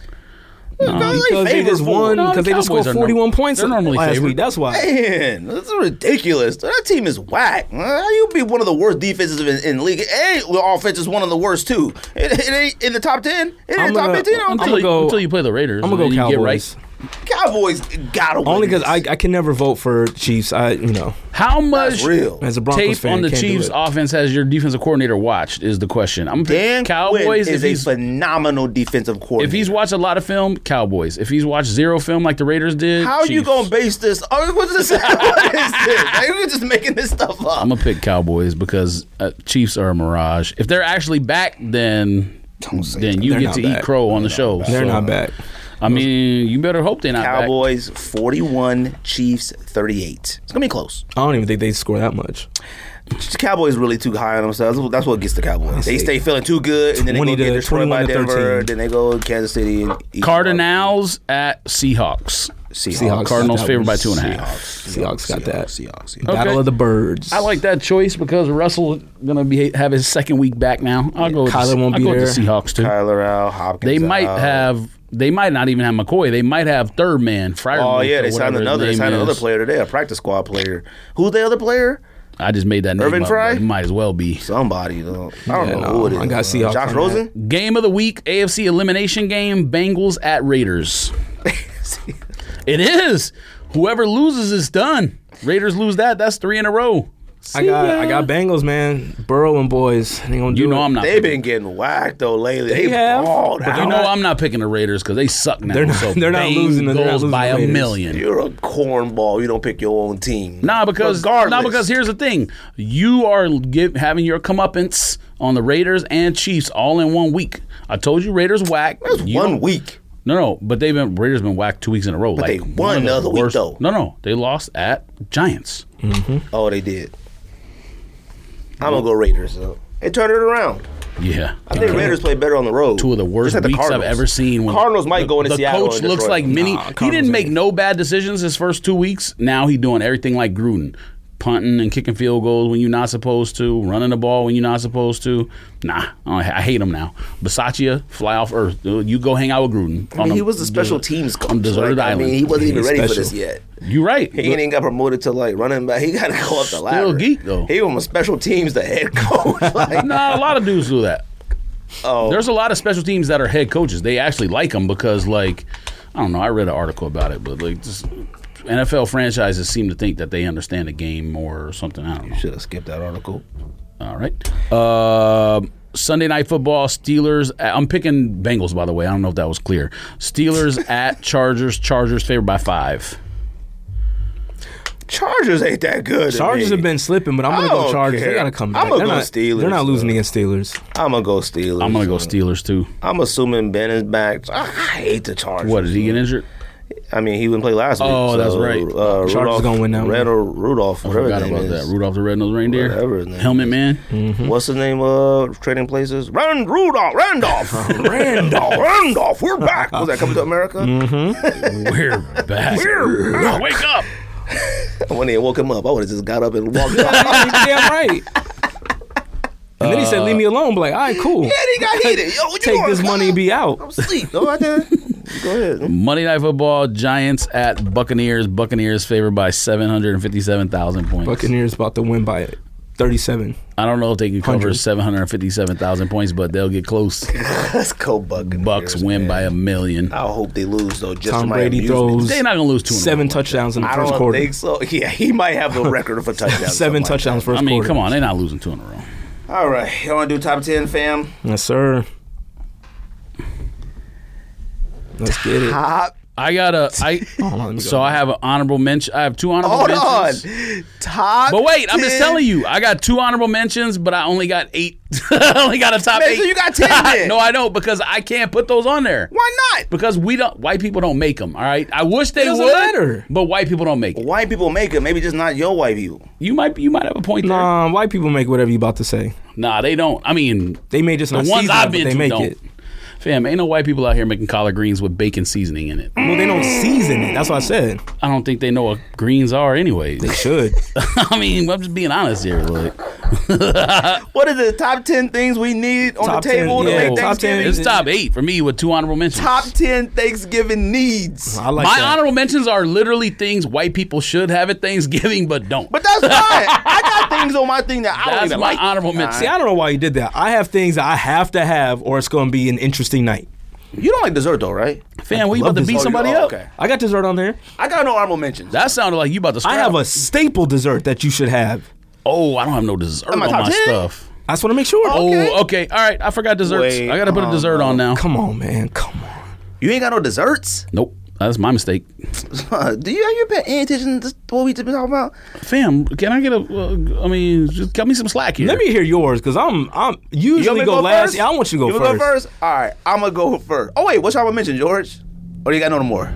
B: No,
A: Because they just won.
C: No, the
A: Because they just
C: Cowboys
A: scored
C: are
A: 41
C: norm-
A: points
C: they're normally
A: last
C: favored.
A: week. That's why.
B: Man, this is ridiculous. That team is whack. How you be one of the worst defenses in, in the league? And the offense is one of the worst too. It, it ain't in the top ten. It ain't
A: I'm
B: top
A: gonna-
B: fifteen. I don't
A: I'm
B: think.
C: until, you,
A: go-
C: until you play the Raiders,
A: I'm
C: and
A: gonna go
C: then you get
A: Cowboys.
C: right.
B: Cowboys gotta win.
A: Only because
B: this.
A: I, I can never vote for Chiefs. I you know
C: How much
B: That's real.
A: as a Broncos
C: tape
A: fan
C: on the
A: can't do
C: Chiefs
A: it.
C: offense has your defensive coordinator watched? Is the question. I'm gonna pick
B: Dan Cowboys
C: Cowboys
B: Quinn is
C: if
B: a
C: he's
B: phenomenal defensive coordinator.
C: if he's watched a lot of film, Cowboys. If he's watched zero film like the Raiders did,
B: how you
C: Chiefs.
B: gonna base this? Oh, what's this? *laughs* what is this? Like, you're just making this stuff up.
C: I'm gonna pick Cowboys because uh, Chiefs are a mirage. If they're actually back, then then you
A: They're
C: get
A: not
C: to eat
A: back.
C: crow on the show.
A: they're
C: So,
A: not back.
C: I mean, you better hope they're not back.
B: Cowboys 41, Chiefs 38. It's gonna be close.
A: I don't even think they score that much.
B: The Cowboys really too high on themselves. That's what gets the Cowboys. They
A: see.
B: stay feeling too good, and then they go
A: 20 to-
B: get destroyed by
A: 21 to
B: Denver.
A: 13.
B: Then they go to Kansas City and eat
C: Cardinals at Seahawks. Uh,
B: Seahawks.
C: Cardinals
A: got that
C: favored by
A: one.
C: two and a half.
A: Seahawks got that.
B: Seahawks. Seahawks.
A: Battle of the Birds.
C: I like that choice because Russell gonna be have his second week back now. I'll go. With
A: Kyler
C: the,
A: won't
C: I'll
A: be
C: go with the
A: there.
C: Seahawks too.
B: Tyler out. Hopkins.
C: They might
B: out.
C: have. They might not even have McCoy. They might have third man. Fryer.
B: Oh yeah, they signed another. They signed another player today, a practice squad player. Who's the other player?
C: I just made that name
B: Irvin
C: up,
B: Frye?
C: but It might as well be.
B: Somebody. Though. I don't
A: Yeah,
B: know
A: no,
B: who it is.
A: I got Seahawks on
B: Josh
A: that. *laughs*
B: Rosen. *laughs*
C: Game of the week: AFC elimination game. Bengals at Raiders. It is. Whoever loses is done. Raiders lose that. That's three in a row.
A: I got I got Bengals, man. Burrow and boys. They gonna do
C: You know
A: it.
C: I'm not.
B: They've
C: picking-
B: been getting whacked though lately.
A: They
B: They
A: have,
B: balled
A: but
C: You
B: out.
C: know I'm not picking the Raiders because they suck now.
A: They're not-
C: so
A: they're not losing to- they're not
C: Bengals
A: losing
C: by
A: to
C: a
A: Raiders.
C: million.
B: You're a cornball. You don't pick your own team.
C: Nah, because
B: Regardless.
C: nah, because here's the thing: you are give, having your comeuppance on the Raiders and Chiefs all in one week. I told you Raiders whack.
B: That's
C: You
B: one
C: don't-
B: week.
C: No, no, but they've been Raiders been whacked two weeks in a row. But
B: they won the other week, though.
C: No, no, they lost at Giants.
B: Oh, they did. I'm gonna go Raiders. Though. They turned it around.
C: Yeah,
B: I think Raiders play better on the road.
C: two of the worst
B: Just like the
C: weeks I've
B: Cardinals.
C: ever seen. When
B: Cardinals might
C: the,
B: go into
C: the
B: Seattle
C: coach
B: and
C: looks
B: destroy
C: like
B: them.
C: mini.
A: Nah,
C: he
A: Cardinals
C: didn't make
A: ain't.
C: no bad decisions his first two weeks. Now he doing everything like Gruden, punting and kicking field goals when you're not supposed to, running the ball when you're not supposed to. Nah, I I hate him now. Basaccia, fly off earth. Uh, You go hang out with Gruden.
B: I mean, he was a special teams coach.
C: on deserted
B: Like, I
C: island.
B: mean, he wasn't even
A: He's
B: ready for
A: special.
B: this yet. *laughs*
C: You're right.
B: He ain't even got promoted to like running back. He got to go up the ladder.
C: geek, though.
B: He was a special teams the head *laughs*
C: *laughs*
B: coach. like,
C: nah, a lot of dudes do that.
B: oh,
C: There's a lot of special teams that are head coaches. They actually like them because, like, I don't know. I read an article about it, but like, just NFL franchises seem to think that they understand the game more or something. I don't know.
B: should have skipped that article.
C: All right. Uh, Sunday night football. Steelers. At, I'm picking Bengals. By the way, I don't know if that was clear. Steelers
B: *laughs*
C: at Chargers. Chargers favored by five.
B: Chargers ain't that good. to
A: Chargers
B: me.
A: have been slipping, but I'm
B: I
A: gonna
B: don't
A: go Chargers.
B: care.
A: They gotta come back.
B: I'ma
A: they're
B: go
A: not,
B: Steelers,
A: They're not losing
B: though.
A: against
B: *laughs*
A: Steelers.
B: I'm gonna go Steelers.
C: I'm gonna go Steelers too.
B: I'm assuming Ben is back. I, I hate the Chargers.
C: What did he get injured?
B: I mean, he wouldn't play last week.
C: Oh,
B: so,
C: that's right.
B: Uh,
A: Chargers
B: Rudolph,
A: gonna win that one.
B: Red or Rudolph, whatever
C: Forgot
B: his name
C: about
B: is.
C: that. Rudolph the Red-Nosed Reindeer.
B: Whatever his name
C: Helmet man.
B: *laughs*
A: Mm-hmm.
B: What's the name of Trading Places? Run,
A: *laughs*
B: Rudolph, Randolph, Randolph, Randolph. We're back. Was that coming to America?
A: Mm-hmm.
C: We're back.
B: We're back.
C: Wake up.
B: When they woke him up, I would have just got up
A: *laughs*
B: and walked off. *laughs* and
A: You're damn right. And then he said, "Leave
B: Uh,
A: me alone." But like, all right, cool.
B: he got heated. Yo, what you
A: Take
B: doing,
A: this
B: cuz?
A: money and be
B: I'm
A: out.
B: asleep. No, I didn't.
A: *laughs*
B: Go ahead.
C: Monday Night Football, Giants at Buccaneers. Buccaneers favored by 757,000 points.
A: Buccaneers about to win by 37.
C: I don't know if they can cover
A: 100.
C: 757,000 points, but they'll
B: *laughs*
C: get close.
B: Let's go Buccaneers.
C: Bucks win
B: man.
C: by a million.
B: I hope they lose though. Just
A: Tom
B: for my
A: Brady
B: amusement.
A: throws
C: They're not going to lose two in a
A: seven
C: row.
A: touchdowns in the
B: I
A: first
B: don't
A: quarter.
B: think so. Yeah, he might have the record
A: *laughs*
B: for touchdowns.
A: Seven
B: something like
A: touchdowns first
C: I mean,
A: quarter.
C: come on. They're not losing two in a row.
B: that. All right, you want to do top ten, fam?
A: yes, sir. Let's get it.
B: Top
C: I got a.
B: *laughs*
C: I,
A: on, let me
C: so
A: go.
C: I have an honorable mention. I have two honorable
B: Hold on.
C: mentions.
B: Top.
C: But wait, I'm just
B: 10.
C: telling you, I got two honorable mentions, but I only got eight. *laughs* I only got a top
B: Man,
C: eight.
B: so you got 10 then.
C: no, *laughs* I don't because I can't put those on there.
B: Why not?
C: Because we don't, white people don't make them. All right, I wish they
A: doesn't
C: would,
A: matter.
C: but white people don't make it.
B: White people make it. Maybe just not your white people.
C: You might, you might have a point there.
A: Nah, white people make whatever you about to say.
C: Nah, they don't. I mean,
A: They may just
C: the
A: not
C: ones
A: season it,
C: I've
A: but
C: been
A: they
C: to
A: make
C: don't.
A: it.
C: Fam, ain't no white people out here making collard greens with bacon seasoning in it.
A: Well, they don't season it. That's what I said.
C: I don't think they know what greens are, anyways.
A: They should.
C: *laughs* I mean, I'm just being honest here. Like,
B: What is it? Top ten things we need on
A: Top
B: the table
A: 10,
B: to
A: yeah.
B: make
A: Top 10
B: Thanksgiving.
C: it's top eight for me with two honorable mentions.
B: Top ten Thanksgiving needs.
A: I like
C: My
A: that.
C: honorable mentions are literally things white people should have at Thanksgiving but don't.
B: But *laughs* that's fine. I got things on my thing that I don't
C: That's
B: even
C: my
B: like.
C: honorable mention.
A: See, I don't know why you did that. I have things that I have to have, or it's going to be an interesting night.
B: You don't like dessert though, right?
C: Fam, we
A: love
C: about to
A: this.
C: beat
A: Oh,
C: somebody
B: you- oh,
C: up.
B: okay.
A: I got dessert on there.
B: I got no honorable mentions.
C: That sounded like you about to.
A: I
C: scrap.
A: have a staple dessert that you should have.
C: Oh, I don't have no dessert on
B: my
C: my
B: top 10?
C: stuff.
A: I just want to make sure.
C: Oh, okay. All right. I forgot desserts.
B: Wait,
C: I gotta put a
B: um,
C: dessert on now.
A: Oh, Come on, man. Come on.
B: You ain't got no desserts. *laughs*
C: Nope. That's my mistake.
B: Do you have you been any attention to what we just been talking about?
C: Fam, can I get a? Uh, I mean, just cut me some slack here.
A: Let me hear yours, cause I'm I'm
B: You want
A: usually
B: me to
A: go, last.
B: first?
A: Yeah, I want you to go
B: you
A: first.
B: wanna go first. All right, I'm gonna go first. Oh wait, what's y'all gonna mention, George? Or you got no more?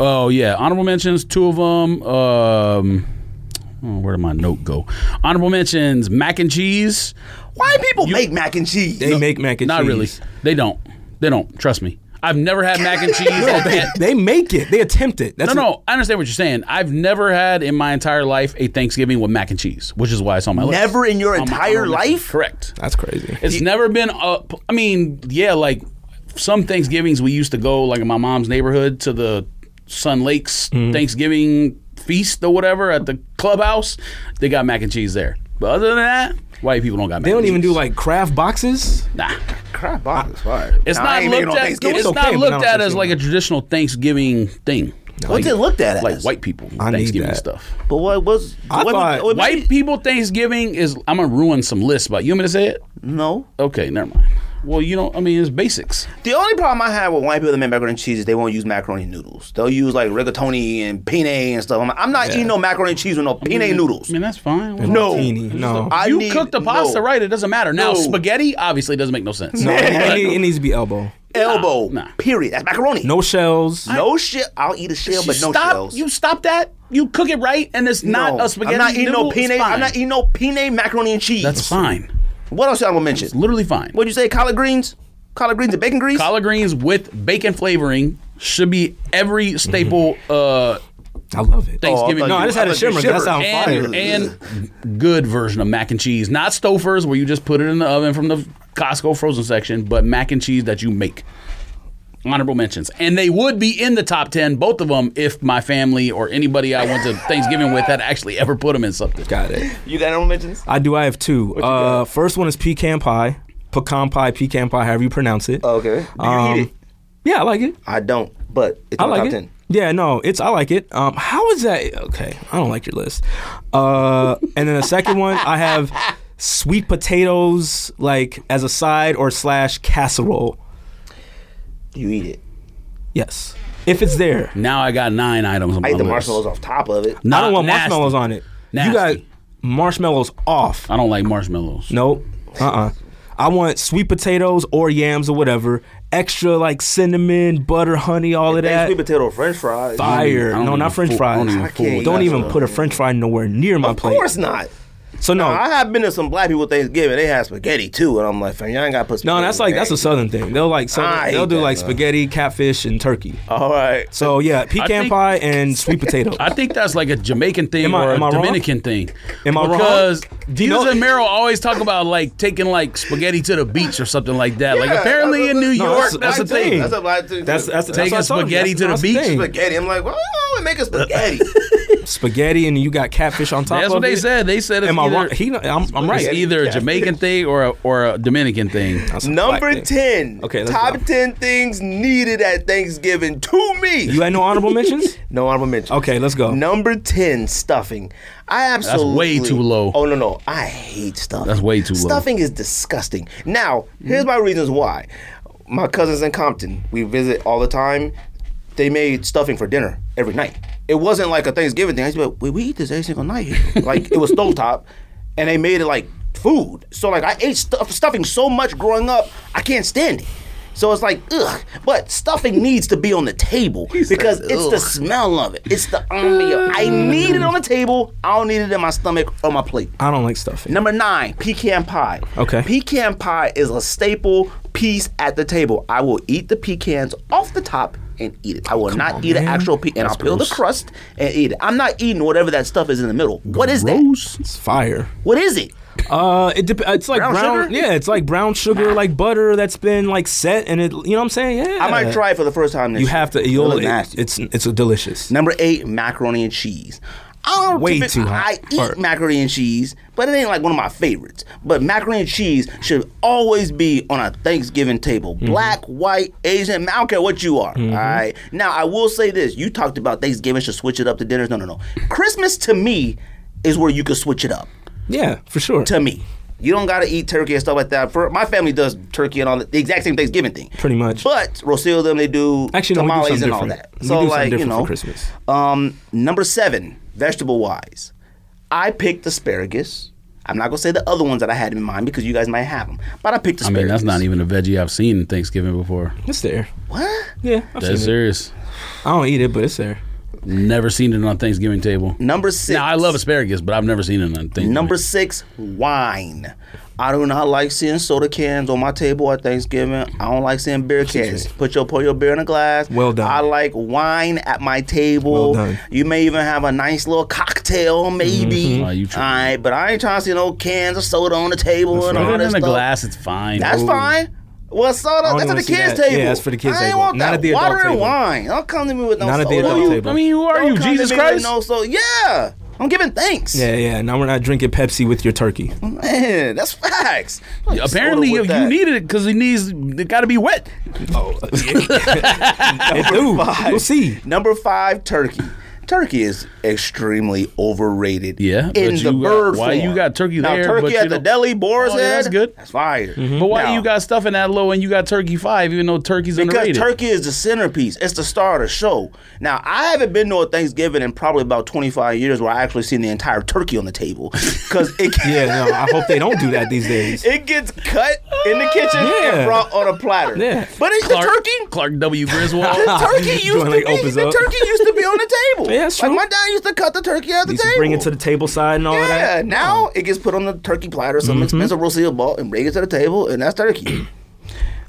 C: Oh yeah, honorable mentions. Two of them. Um, oh, where did my note go? Honorable mentions: mac and cheese.
B: Why people make mac and cheese?
A: They make mac and
C: Not
A: cheese.
C: really. They don't. They don't. Trust me. I've never had
A: *laughs*
C: mac and cheese. at-
A: They,
C: at-
A: they make it. They attempt it. That's
C: no, no. I understand what you're saying. I've never had in my entire life a Thanksgiving with mac and cheese, which is why it's on my list.
B: Never in your
C: On my
B: entire
C: honorable mentions.
B: life?
C: Correct.
A: That's crazy.
C: It's never been a. I mean, yeah, like some Thanksgivings we used to go like in my mom's neighborhood to the Sun Lakes
A: Mm-hmm.
C: Thanksgiving feast or whatever at the clubhouse. They got mac and cheese there. But other than that, white people don't got. Mac
A: They don't
C: and
A: even do
C: cheese.
A: like craft boxes.
C: Nah,
B: Crap, box is fire.
C: it's
B: Nah, I
C: not
B: ain't making
C: looked at.
B: Thanksgiving.
C: It's
A: It's okay,
C: not
A: but
C: looked
A: not
C: at
A: on
C: as like a traditional Thanksgiving thing.
B: What's
C: like,
B: it looked at
C: like
B: as?
C: white people
A: I need
C: Thanksgiving
A: that.
C: stuff.
B: But what was
A: I
B: what-
A: thought-
B: what-
C: White people Thanksgiving is. I'm gonna ruin some lists, but you want me to say it?
B: No.
C: Okay, never mind. Well, you don't. I mean, it's basics.
B: The only problem I have with white people that make macaroni and cheese is they won't use macaroni noodles. They'll use like rigatoni and penne and stuff. I'm, like, I'm not eating no macaroni and cheese with no penne noodles.
C: I mean, that's fine. Well,
B: No.
A: Teeny, no.
B: I
C: Mm-hmm. you
B: need-
C: cook the pasta
B: no.
C: right, it doesn't matter. Now,
B: No.
C: spaghetti obviously doesn't make no sense.
A: No, *laughs* it, need- it needs to be elbow.
B: Elbow.
C: nah.
B: Period. That's macaroni.
A: No shells.
B: No shit. I'll eat a shell, but no
C: stop,
B: shells.
C: You stop that. You cook it right, and it's not
B: No.
C: a spaghetti.
B: I'm not eating
C: noodle.
B: no penne.
C: It's fine.
B: I'm not eating no penne macaroni and cheese.
C: That's fine.
B: what else y'all gonna mention?
C: Literally fine.
B: What'd you say? Collard greens? Collard greens and bacon grease?
C: Collard greens with bacon flavoring should be every staple uh,
A: I love it.
B: Oh,
C: Thanksgiving.
B: I thought
A: no, I
B: you-
A: just had
B: I
A: a
B: thought you
A: shimmer. That
B: shivered.
A: sounds fire.
C: and, and good version of mac and cheese, not Stouffer's where you just put it in the oven from the Costco frozen section, but mac and cheese that you make. Honorable mentions, and they would be in the top ten, both of them, if my family or anybody I went to Thanksgiving with had actually ever put them in something.
A: Got it.
B: you got no mentions?
A: I do. I have two. Uh, first one is pecan pie, pecan pie, pecan pie, however you pronounce it.
C: Oh,
B: Okay. Do you
A: Um,
B: eat it?
A: Yeah, I like it.
B: I don't, but it's
A: I
B: on
A: like
B: top
A: it.
B: 10.
A: Yeah, no, it's I like it. Um, how is that? Okay, I don't like your list. Uh, and then the second one, I have sweet potatoes like as a side or slash casserole.
B: You eat it.
A: Yes, if it's there.
C: Now I got nine items. On
B: I
C: my
B: ate the
C: list.
B: marshmallows off top of it.
A: I don't want
C: Nasty.
A: marshmallows on it. You got
C: Nasty.
A: marshmallows off.
C: I don't like marshmallows.
A: Nope. Uh uh I want sweet potatoes or yams or whatever. Extra like cinnamon, butter, honey, all of
B: Hey,
A: that.
B: sweet potato french fries.
A: Fire.
C: I don't
A: No,
C: even
A: not french
C: fool- I
A: fries.
C: don't even
A: Don't
B: I
A: even,
B: can't
C: fool with
B: eat that
C: that.
B: even-
A: put a french fry nowhere near my
B: Of
A: plate. Oh.
B: course not.
A: So no.
B: I have been to some black people Thanksgiving. They had spaghetti too, and I'm like, fam, y'all ain't got to put. Spaghetti
A: no, that's like that's a southern thing. They'll like
B: I
A: southern, they'll
B: hate
A: do
B: that,
A: like
B: man.
A: spaghetti, catfish, and turkey.
B: All right.
A: So yeah, pecan
C: think-
A: pie
C: *laughs*
A: and sweet potato.
C: I think that's like a Jamaican thing
A: Am I-
C: or a
A: am I wrong?
C: Dominican thing.
A: Am I wrong?
C: because
A: Do you
C: Jesus
A: know-
C: and Meryl always talk about like taking like spaghetti to the beach or something like that. like
B: Yeah,
C: apparently in
B: that's- no,
C: New York,
A: that's- that's
C: that's, a
A: a
C: thing.
A: thing.
B: That's a black thing.
A: that's
B: too.
A: that's, that's
C: Taking
A: what I told you.
C: spaghetti
A: That's-
C: to the
A: that's thing.
B: spaghetti. I'm like, well, oh, make
A: *laughs*
B: a spaghetti.
A: Spaghetti and you got catfish on top.
C: That's
A: of
C: what they
A: it.
C: said. They said it's
A: Am I
C: either,
A: wrong? He, I'm, I'm
C: it's
A: right.
C: either a Jamaican thing or a, or a Dominican thing.
A: That's a
B: Number
A: black thing.
B: ten.
A: Okay, let's
B: Top
A: go.
B: ten things needed at Thanksgiving to me.
A: You had no honorable
B: *laughs*
A: mentions.
B: no honorable mention.
A: Okay, let's go.
B: Number ten, stuffing. I absolutely
C: way too low.
B: Oh no no, I hate stuffing.
C: That's way too low.
B: Stuffing is disgusting. Now, here's my reasons why. My cousins in Compton, we visit all the time. They made stuffing for dinner every night. It wasn't like a Thanksgiving thing. I used to be like, we, we eat this every single night here. like it was stovetop, and they made it like food. So like I ate stuff, stuffing so much growing up, I can't stand it. So it's like ugh, but stuffing needs to be on the table because it's the smell of it. It's the ambiance. I need it on the table. I don't need it in my stomach or my plate.
A: I don't like stuffing.
B: Number nine, pecan pie.
A: Okay.
B: Pecan pie is a staple piece at the table. I will eat the pecans off the top and eat it. I will not
A: on,
B: eat an
A: man.
B: actual pecan. I'll peel the crust and eat it. I'm not eating whatever that stuff is in the middle. What is that?
C: Gross.
A: It's fire.
B: What is it?
A: Uh, it dep- it's like
B: Brown
A: brown.
B: sugar?
A: Yeah, it's like brown sugar, like butter that's been like set, and it. You know what I'm saying? Yeah.
B: I might try it for the first time. This
A: You
B: year.
A: have to.
B: It
A: You'll,
B: look
A: it-
B: nasty.
A: it's it's delicious.
B: Number eight, macaroni and cheese. I don't
A: Way
B: typi-
A: too high.
B: I eat
A: Or-
B: macaroni and cheese, but it ain't like one of my favorites. But macaroni and cheese should always be on a Thanksgiving table.
A: Mm-hmm.
B: Black, white, Asian, I don't care what you are. all right. Now I will say this: you talked about Thanksgiving should switch it up to dinners. No, no, no. Christmas to me is where you could switch it up.
A: Yeah, for sure.
B: To me. You don't gotta eat turkey and stuff like that. For my family does turkey and all that, the exact same Thanksgiving thing.
A: Pretty much.
B: But Rosil them they do
A: Actually, no, we do
B: tamales
A: something
B: and all
A: different.
B: that.
A: We do
B: so
A: something
B: like you
A: different for
B: know,
A: Christmas.
B: Um, number seven, vegetable wise, I picked asparagus. I'm not gonna say the other ones that I had in mind because you guys might have them, but I picked
C: I
B: asparagus.
C: mean, that's not even a veggie I've seen in Thanksgiving before.
A: It's there.
B: what.
A: Yeah, I've
C: That's
A: seen it.
C: serious.
A: I don't eat it, but it's there.
C: Never seen it on Thanksgiving table.
B: Number six.
C: Now I love asparagus, but I've never seen it on Thanksgiving.
B: Number six, wine. I do not like seeing soda cans on my table at Thanksgiving. I don't like seeing beer cans. Put your pour your beer in a glass.
A: Well done.
B: I like wine at my table.
A: Well done.
B: You may even have a nice little cocktail, maybe.
A: Mm-hmm.
C: Mhm. Wow, you tripping.
B: All right, but I ain't trying to see no cans of soda on the table and
C: Put
B: all
C: it
B: that
C: in a
B: stuff.
C: glass. It's fine.
B: That's
C: Ooh.
B: fine. Well, soda.
A: don't
B: That's
A: even
B: at the
A: see
B: kids'
A: that. Yeah,
B: table.
A: that's for the kids'
B: I ain't
A: table.
B: want
A: Not
B: that.
A: at the adult
B: Water and
A: table.
B: wine. Don't come to me with no
A: Not at the
B: soda.
A: adult
C: Who you-
A: table.
C: I mean, who are
B: Don't
C: you,
B: come to
C: Jesus
B: me with
C: Christ?
B: No soda. Yeah, I'm giving thanks.
A: Yeah, yeah. Now we're not drinking Pepsi with your
B: *laughs*
A: turkey.
B: Man, that's facts.
C: Apparently,
B: Soda
C: you,
B: with
C: you
B: that.
C: need it because it needs. It got to be wet.
A: It do.
B: five.
A: We'll see.
B: Number five, turkey. Turkey is extremely overrated.
C: Yeah, but
B: in the
C: you got-
B: bird
C: why
B: form.
C: you got turkey
B: now,
C: there,
B: Turkey
C: but
B: at
C: you
B: the
C: don't-
B: deli, Boar's
C: Oh, yeah,
B: Head.
C: that's good. Mm-hmm.
B: That's fire.
C: But why
B: Now,
C: you got stuff in that low and you got turkey five, even though turkey's
B: Because
C: underrated?
B: turkey is the centerpiece. It's the star of the show. Now, I haven't been to a Thanksgiving in probably about 25 years where I actually seen the entire turkey on the table. Because
C: *laughs*
B: it,
A: Yeah, no. I hope they don't do that these days.
B: it gets cut in the kitchen
A: Yeah.
B: and brought on a platter.
A: Yeah.
B: But it's
C: Clark,
B: the turkey.
C: Clark
B: *laughs*
C: W. Griswold.
B: The turkey used
A: Doing,
B: to
A: like,
B: be
A: opens
B: the
A: up.
B: turkey used to be on the table.
A: Yeah, that's
B: Like
A: true.
B: my dad used to cut the turkey out the
A: These
B: table.
A: bring it to the table side and all of
B: yeah.
A: that. Oh. Mm-hmm.
B: Now it gets put on the turkey platter, some expensive Rocio ball, and bring it to the table, and
A: *clears throat*
B: that's turkey.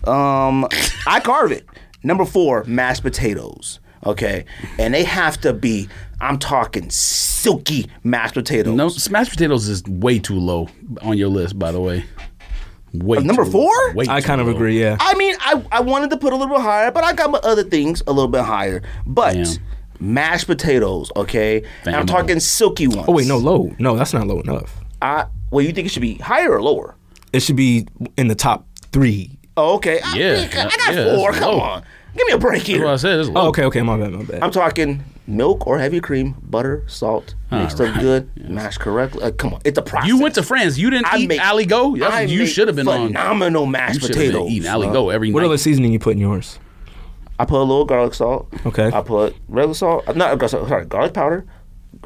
B: um, I carve it. Number four, mashed potatoes. Okay, and they have to be. I'm talking silky mashed potatoes.
C: no, smashed potatoes is way too low on your list, by the way. Way
B: number
C: too low.
B: four?
C: Way
A: I
C: too
A: kind of
C: low.
A: agree. Yeah.
B: I mean, I, I wanted to put a little bit higher, but I got my other things a little bit higher. But
C: Damn.
B: mashed potatoes, okay? And I'm
C: Damn.
B: talking silky ones.
A: Oh wait, no, low. No, that's not low enough.
B: I well, you think it should be higher or lower?
A: It should be in the top three.
B: Oh, okay. I,
C: Yeah,
B: I got- I got
C: yeah,
B: four.
C: that's
B: Come
C: low.
B: on, give me a break
C: That's
B: here.
C: what I said. It's low.
A: Oh, okay, okay. My bad, my bad.
B: I'm talking milk or heavy cream, butter, salt, mixed up good, mashed correctly. Uh, come on, it's a process.
C: You went to France. You didn't eat Ali Go. That's-
B: I
C: you
B: make
C: should have been on.
B: phenomenal
C: You
B: mashed
C: should have been
B: potatoes.
C: eating Ali
B: uh,
C: Go every
A: what
C: night.
A: other seasoning you put in yours?
B: I put a little garlic salt.
A: Okay.
B: I put regular salt. uh, Not regular salt. Sorry, garlic powder,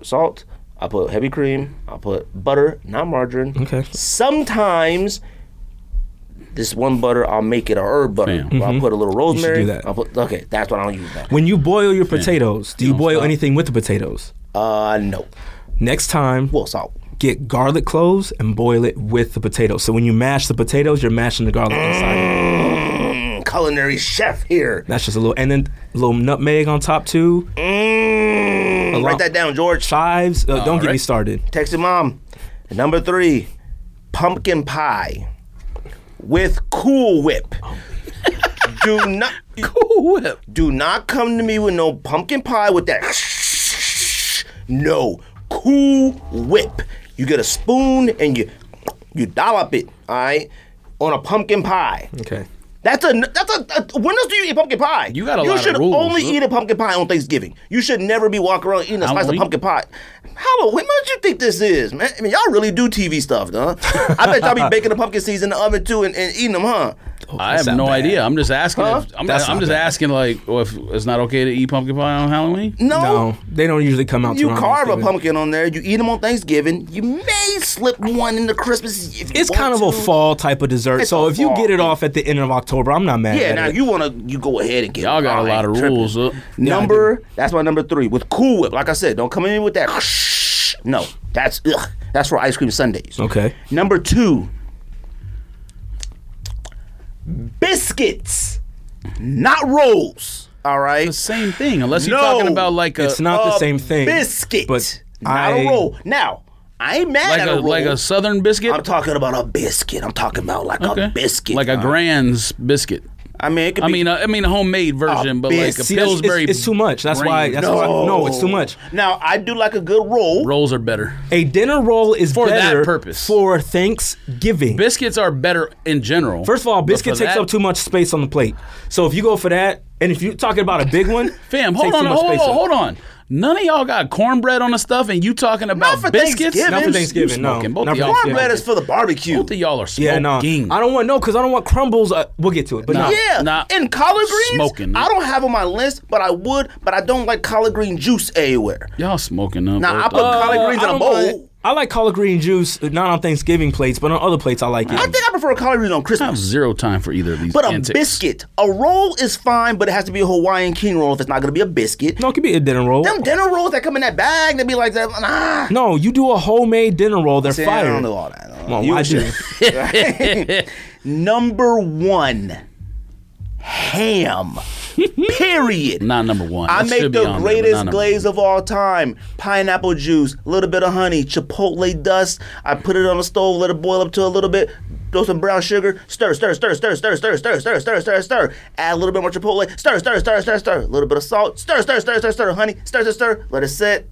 B: salt. I put heavy cream. I put butter, not margarine.
A: Okay.
B: Sometimes this one butter, I'll make it a herb butter.
C: Fam.
B: I'll put a little rosemary.
A: Mm-hmm. do that.
B: I'll put, okay, that's what I don't use now.
A: When you boil your potatoes, do you
C: don't
A: boil
C: stop.
A: anything with the potatoes?
B: Uh, no.
A: Next time,
B: Well, salt.
A: get garlic cloves and boil it with the potatoes. So when you mash the potatoes, you're mashing the garlic inside.
B: Mm, culinary chef here.
A: That's just a little, and then a little nutmeg on top too.
B: Mm,
A: lot.
B: write that down, George.
A: Chives. Uh, don't get me
C: right.
A: started.
B: Text your mom. Number three, pumpkin pie with Cool Whip. Do not
C: *laughs* Cool Whip.
B: do not come to me with no pumpkin pie with that. No, Cool Whip. You get a spoon and you you dollop it, all right, on a pumpkin pie.
A: Okay.
B: That's a that's a, a- when else do you eat pumpkin pie?
C: You got a
B: You
C: lot of
B: should
C: rules,
B: only
C: huh?
B: eat a pumpkin pie on Thanksgiving. You should never be walking around eating a slice of
C: Halloween?
B: pumpkin pie. Halloween, what do you think this is, man? I mean, y'all really do TV stuff, huh? I bet y'all
C: *laughs*
B: be baking the pumpkin seeds in the oven too and, and eating them, huh?
C: I have
A: not
C: no
A: bad.
C: idea. I'm just asking.
B: Huh?
C: If, I'm,
A: That's
C: I'm
A: not
C: just
A: bad.
C: asking, like, well, if it's not okay to eat pumpkin pie on Halloween.
B: No.
A: No, they don't usually come out.
B: You
A: till around
B: carve a
A: Thanksgiving.
B: pumpkin on there. You eat them on Thanksgiving. You may slip one into Christmas. If you
A: It's
B: want
A: kind of
B: to.
A: a fall type of dessert.
B: It's
A: so
B: a
A: if you
B: fall.
A: get it off at the end of October, I'm not mad.
B: Yeah,
A: at
B: now
A: it.
B: you wanna you go ahead and get.
C: Y'all got a
B: I
C: lot
B: ain't
C: of
B: tripping.
C: rules. Up.
B: Number that's my number three with Cool Whip. Like I said, don't come in with that. *laughs* No, that's ugh, that's for ice cream sundaes.
A: Okay.
B: Number two, biscuits, not rolls. All right.
C: The same thing, unless you're
B: No,
C: talking about like a
A: it's not the same thing.
B: Biscuit,
A: but
B: not a
A: I-
B: roll. Now I ain't mad
C: like
B: at
C: a
B: a, roll.
C: like a southern biscuit.
B: I'm talking about a biscuit. I'm talking about like a
C: Okay.
B: biscuit,
C: like a
B: all right?
C: Grand's biscuit.
B: I mean, it could
C: I
B: be.
C: mean, uh, I mean a homemade version, but like
B: bitch.
C: a
A: See, that's- it's-
C: Pillsbury.
A: It's, too much. That's why.
C: brain.
A: That's why. No, it's too much.
B: Now I do like a good roll.
C: rolls are better.
A: A dinner roll is
C: For that
A: better
C: purpose.
A: for Thanksgiving.
C: Biscuits are better in general.
A: First of all,
C: but
A: biscuit
C: for
A: takes
C: that-
A: up too much space on the plate. So if you go for that, and if you're talking about a big one,
C: *laughs* Fam,
A: it
C: hold
A: takes
C: on,
A: too much
C: hold on,
A: space up.
C: hold on. None of y'all got cornbread on the stuff, and you talking about
B: for
C: biscuits?
B: Thanksgiving. Not for
C: You
A: Thanksgiving, no.
C: smoking. Both
A: Not
C: of
A: for
C: y'all
A: Thanksgiving.
B: Cornbread is for the barbecue.
C: Both of y'all are
A: Yeah,
C: smoking.
A: no, I don't want no because I don't want crumbles. Uh, we'll get to it, but no.
C: Nah.
B: Yeah,
C: Nah.
B: and collard greens.
C: Smoking.
B: I don't have on my list, but I would. But I don't like collard green juice anywhere.
C: y'all smoking up.
B: Now I
C: both
B: put
C: of y'all.
B: collard
A: Uh,
B: greens in
A: I
B: a
A: don't
B: bowl.
A: mind- I like collard green juice, uh, not on Thanksgiving plates, but on other plates I like it.
B: I think I prefer collard greens on
C: I have
B: Christmas.
C: zero time for either of these.
B: But a
C: antics.
B: biscuit, a roll is fine, but it has to be a Hawaiian king roll if it's not gonna be a biscuit.
A: no, it could be a dinner roll.
B: Them dinner rolls that come in that bag, they be like that. Nah.
A: No, you do a homemade dinner roll, they're
B: See, I
A: fire.
B: don't know all that.
A: Well,
B: You
A: I
B: a
A: do.
B: chef. *laughs* Number one, ham. Period.
C: Not number one.
B: I
C: That
B: make
C: should be
B: the
C: on there, but not
B: greatest
C: number
B: glaze
C: one.
B: of all time. Pineapple juice, a little bit of honey, chipotle dust. I put it on the stove, let it boil up to a little bit. Throw some brown sugar, stir, stir, stir, stir, stir, stir, stir, stir, stir, stir, stir. Add a little bit more chipotle, stir, stir, stir, stir, stir. A little bit of salt, stir, stir, stir, stir, stir. Honey, stir, stir, stir. Let it sit.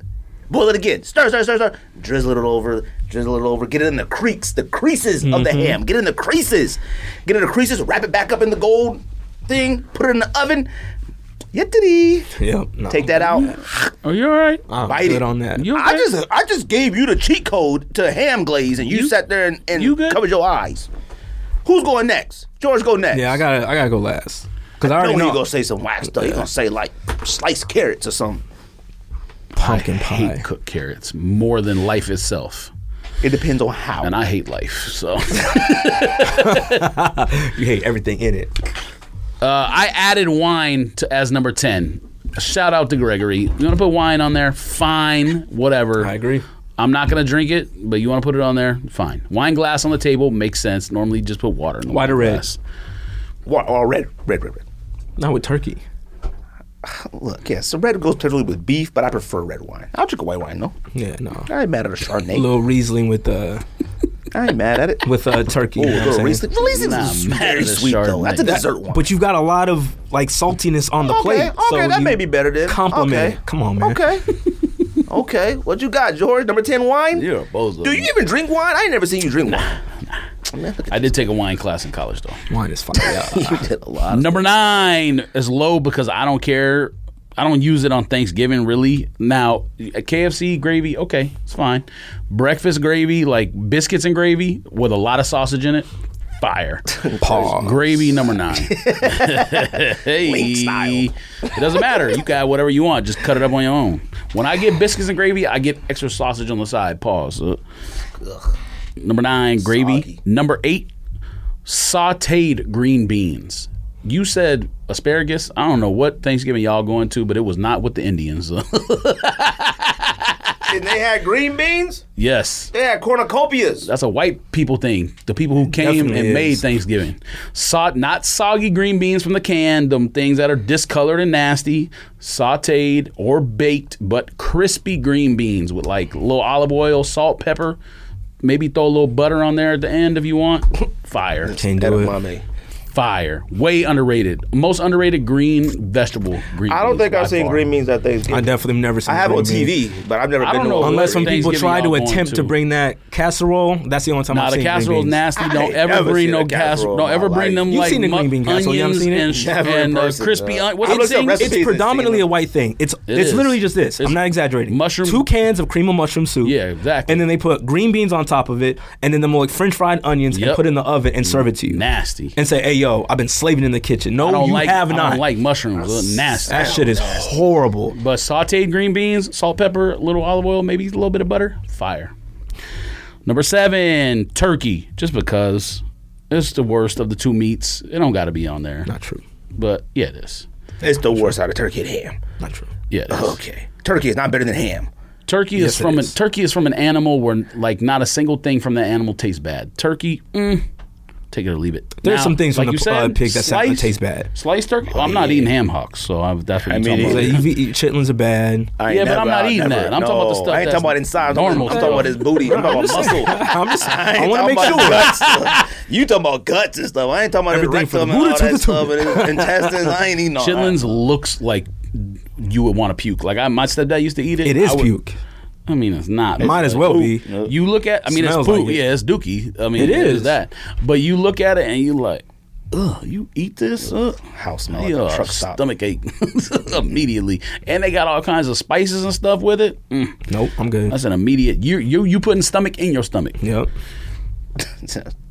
B: Boil it again. Stir, stir, stir, stir. Drizzle it over. Drizzle it over. Get it in the creaks, the creases of
C: Mm-hmm.
B: the ham. Get it in the creases. Get it in the creases. Wrap it back up in the gold thing. Put it in the oven. Yittity.
A: *laughs* Yep, no.
B: Take that out.
C: Are you all right?
A: I'm
B: Bite
A: good
B: it.
A: on that.
C: You
B: I
C: okay?
B: just I just gave you the cheat code to ham glaze, and you,
C: You-
B: sat there and, and
C: you good?
B: covered your eyes. Who's going next? George, go next.
A: yeah, I gotta, I gotta go last because I
B: No,
A: already
B: you
A: know
B: gonna say some whack stuff. You gonna say like sliced carrots or something.
A: pumpkin
C: I hate
A: pie.
C: cooked carrots more than life itself,
B: It depends on how.
C: and I hate life. So *laughs* uh,
A: You hate everything in it.
C: Uh, I added wine to as number ten. Shout out to Gregory. You want to put wine on there? Fine, whatever.
A: I agree.
C: I'm not gonna drink it, but you want to put it on there? Fine. Wine glass on the table makes sense. Normally, just put water in the
A: White
C: wine
A: or red?
C: glass.
B: Wa- or red, red, red, red.
A: Not with turkey.
B: Look, yeah, so red goes perfectly with beef, but I prefer red wine. I'll drink a white wine though.
A: Yeah, no.
B: I ain't mad at a Chardonnay.
A: A little Riesling with uh
B: I ain't mad at it.
A: with uh turkey.
B: Ooh,
A: you know
B: a
A: *laughs* what
B: little
A: I'm saying?
B: Riesling. Riesling's
C: Nah,
B: is
C: mad
B: very
C: at a
B: sweet though.
C: Chardonnay.
B: That's a dessert wine.
A: But you've got a lot of like saltiness on the plate.
B: Okay,
A: so
B: okay, that
A: you
B: may be better then.
A: Compliment.
B: Okay.
A: it. Come on, man. *laughs*
B: Okay. okay. What you got, George? Number 10 wine?
C: You're a bozo.
B: Do you even drink wine? I ain't never seen you drink wine. Man, look at
C: I did take a wine class in college though.
A: Wine is
B: *laughs*
A: fire.
B: that. you did a lot.
C: Number nine is low because I don't care. I don't use it on Thanksgiving really. Now, a KFC gravy, okay, it's fine. Breakfast gravy, like biscuits and gravy with a lot of sausage in it, fire.
A: Pause.
C: gravy number nine. *laughs* hey,
B: style.
C: it doesn't matter. You got whatever you want. Just cut it up on your own. When I get biscuits and gravy, I get extra sausage on the side. Pause. Uh, Number nine, gravy.
B: Soggy.
C: Number eight, sauteed green beans. You said asparagus. I don't know what Thanksgiving y'all going to, but it was not with the
B: *laughs*
C: Indians. *laughs*
B: And they had green beans.
C: yes.
B: They had cornucopias.
C: That's a white people thing. The people who came
A: Definitely
C: and
A: is.
C: made Thanksgiving. Saut, not soggy green beans from the can, them things that are discolored and nasty, sauteed or baked, but crispy green beans with like a little olive oil, salt, pepper. Maybe throw a little butter on there at the end if you want. Fire.
A: Can't do it.
B: Edamame.
C: Fire. Way underrated. Most underrated green vegetable. Green
B: I don't
C: beans
B: think I've
C: by
B: seen
C: far.
B: green beans at
A: I
B: Thanksgiving.
A: definitely never seen.
B: I, have it on
A: green beans.
B: TV, but I've never
C: I
B: been
C: don't
B: to
C: know
B: one.
A: Unless when people
C: Thanksgiving
A: try to
C: y'all going
A: attempt to
C: to.
A: bring that casserole, that's the only time
C: Nah,
A: I've
C: the
A: seen
C: casserole's
A: green beans.
C: nasty. Don't
B: ain't
C: ever
B: never
C: bring
B: seen
C: no
B: a casserole
C: casserole. Don't
B: in
C: ever
B: my
C: bring
B: life.
C: them
A: You've
C: like
A: seen the green bean
C: mu-
A: casserole, you haven't
C: onions
A: seen it?
C: and, sh-
B: Never in
C: and uh,
B: person,
C: crispy.
B: dog.
C: on- what-
B: I looked
C: it's
B: up
C: in-
B: recipes.
C: it's-
A: It's
B: It's
A: predominantly a
B: the same.
A: white thing. It's
C: It
A: it's
C: is.
A: literally just this.
C: It's
A: I'm not exaggerating.
C: mushroom-
A: Two cans of cream of mushroom soup.
C: Yeah, exactly.
A: And then they put green beans on top of it, and then them like French fried onions, and
C: Yep.
A: put it in the oven and serve it to you.
C: nasty.
A: And say, hey yo, I've been slaving in the kitchen. No,
C: I don't
A: you
C: like
A: have
C: I
A: not.
C: don't like mushrooms. Ugh, nasty.
A: that shit is horrible.
C: But sauteed green beans, salt, pepper, a little olive oil, maybe a little bit of butter. Fire. Number seven, turkey. Just because it's the worst of the two meats. It don't got to be on there.
A: Not true.
C: But yeah, it is.
B: It's the worst out of turkey and ham.
A: Not true.
C: Yeah, it is.
B: Okay. Turkey is not better than ham.
C: Turkey is
A: it
C: from
A: is.
C: A, turkey is from an animal where like not a single thing from that animal tastes bad. Turkey mm, Take it or leave it.
A: There's
C: Now,
A: some things
C: like
A: from
C: you
A: the uh,
C: said,
A: pig that sound- that
C: sliced-
A: taste bad.
C: Sliced turkey. Well, I'm not eating ham hocks, so I, that's
D: Oh,
C: what
D: I
C: I'm
D: mean,
C: talking
A: So
C: about.
A: you eat, chitlins are
C: *laughs*
A: bad.
D: I
C: Yeah,
D: ain't
C: but I'm
D: never-
C: not
D: I
C: eating
D: never-
C: that. I'm talking about the
D: no.
C: stuff
B: I ain't
C: that's
B: talking about inside.
C: normal
B: I'm talking about his
C: stuff.
B: booty. I'm talking
C: *laughs*
B: about muscle.
A: I'm just.
B: I,
A: I
B: ain't
A: want to
B: talking
A: make
B: about
A: sure.
B: guts. I ain't talking about guts and stuff. I ain't talking about his
A: Everything from
B: rectum
A: the
B: and all
A: booty to
B: that
A: the
B: stuff and his intestines. I ain't eating all
C: Chitlins looks like you would want to puke. Like I, my stepdad used to eat it.
A: It is
C: I would-
A: puke.
C: I mean, it's not.
A: Might
C: It's
A: as well
C: poop.
A: be.
C: You look at. I mean,
A: Smells
C: it's poop.
A: like it.
C: Yeah, it's dookie. I mean,
A: It
C: it is
A: is.
C: that. But you look at it and you like, ugh, you eat this. Ugh.
B: that. House smell like
C: Yeah,
B: a truck stop.
C: stomach ache *laughs* immediately, and they got all kinds of spices and stuff with it. Mm,
A: Nope, I'm good.
C: that's an immediate. You you you putting stomach in your stomach.
A: Yep.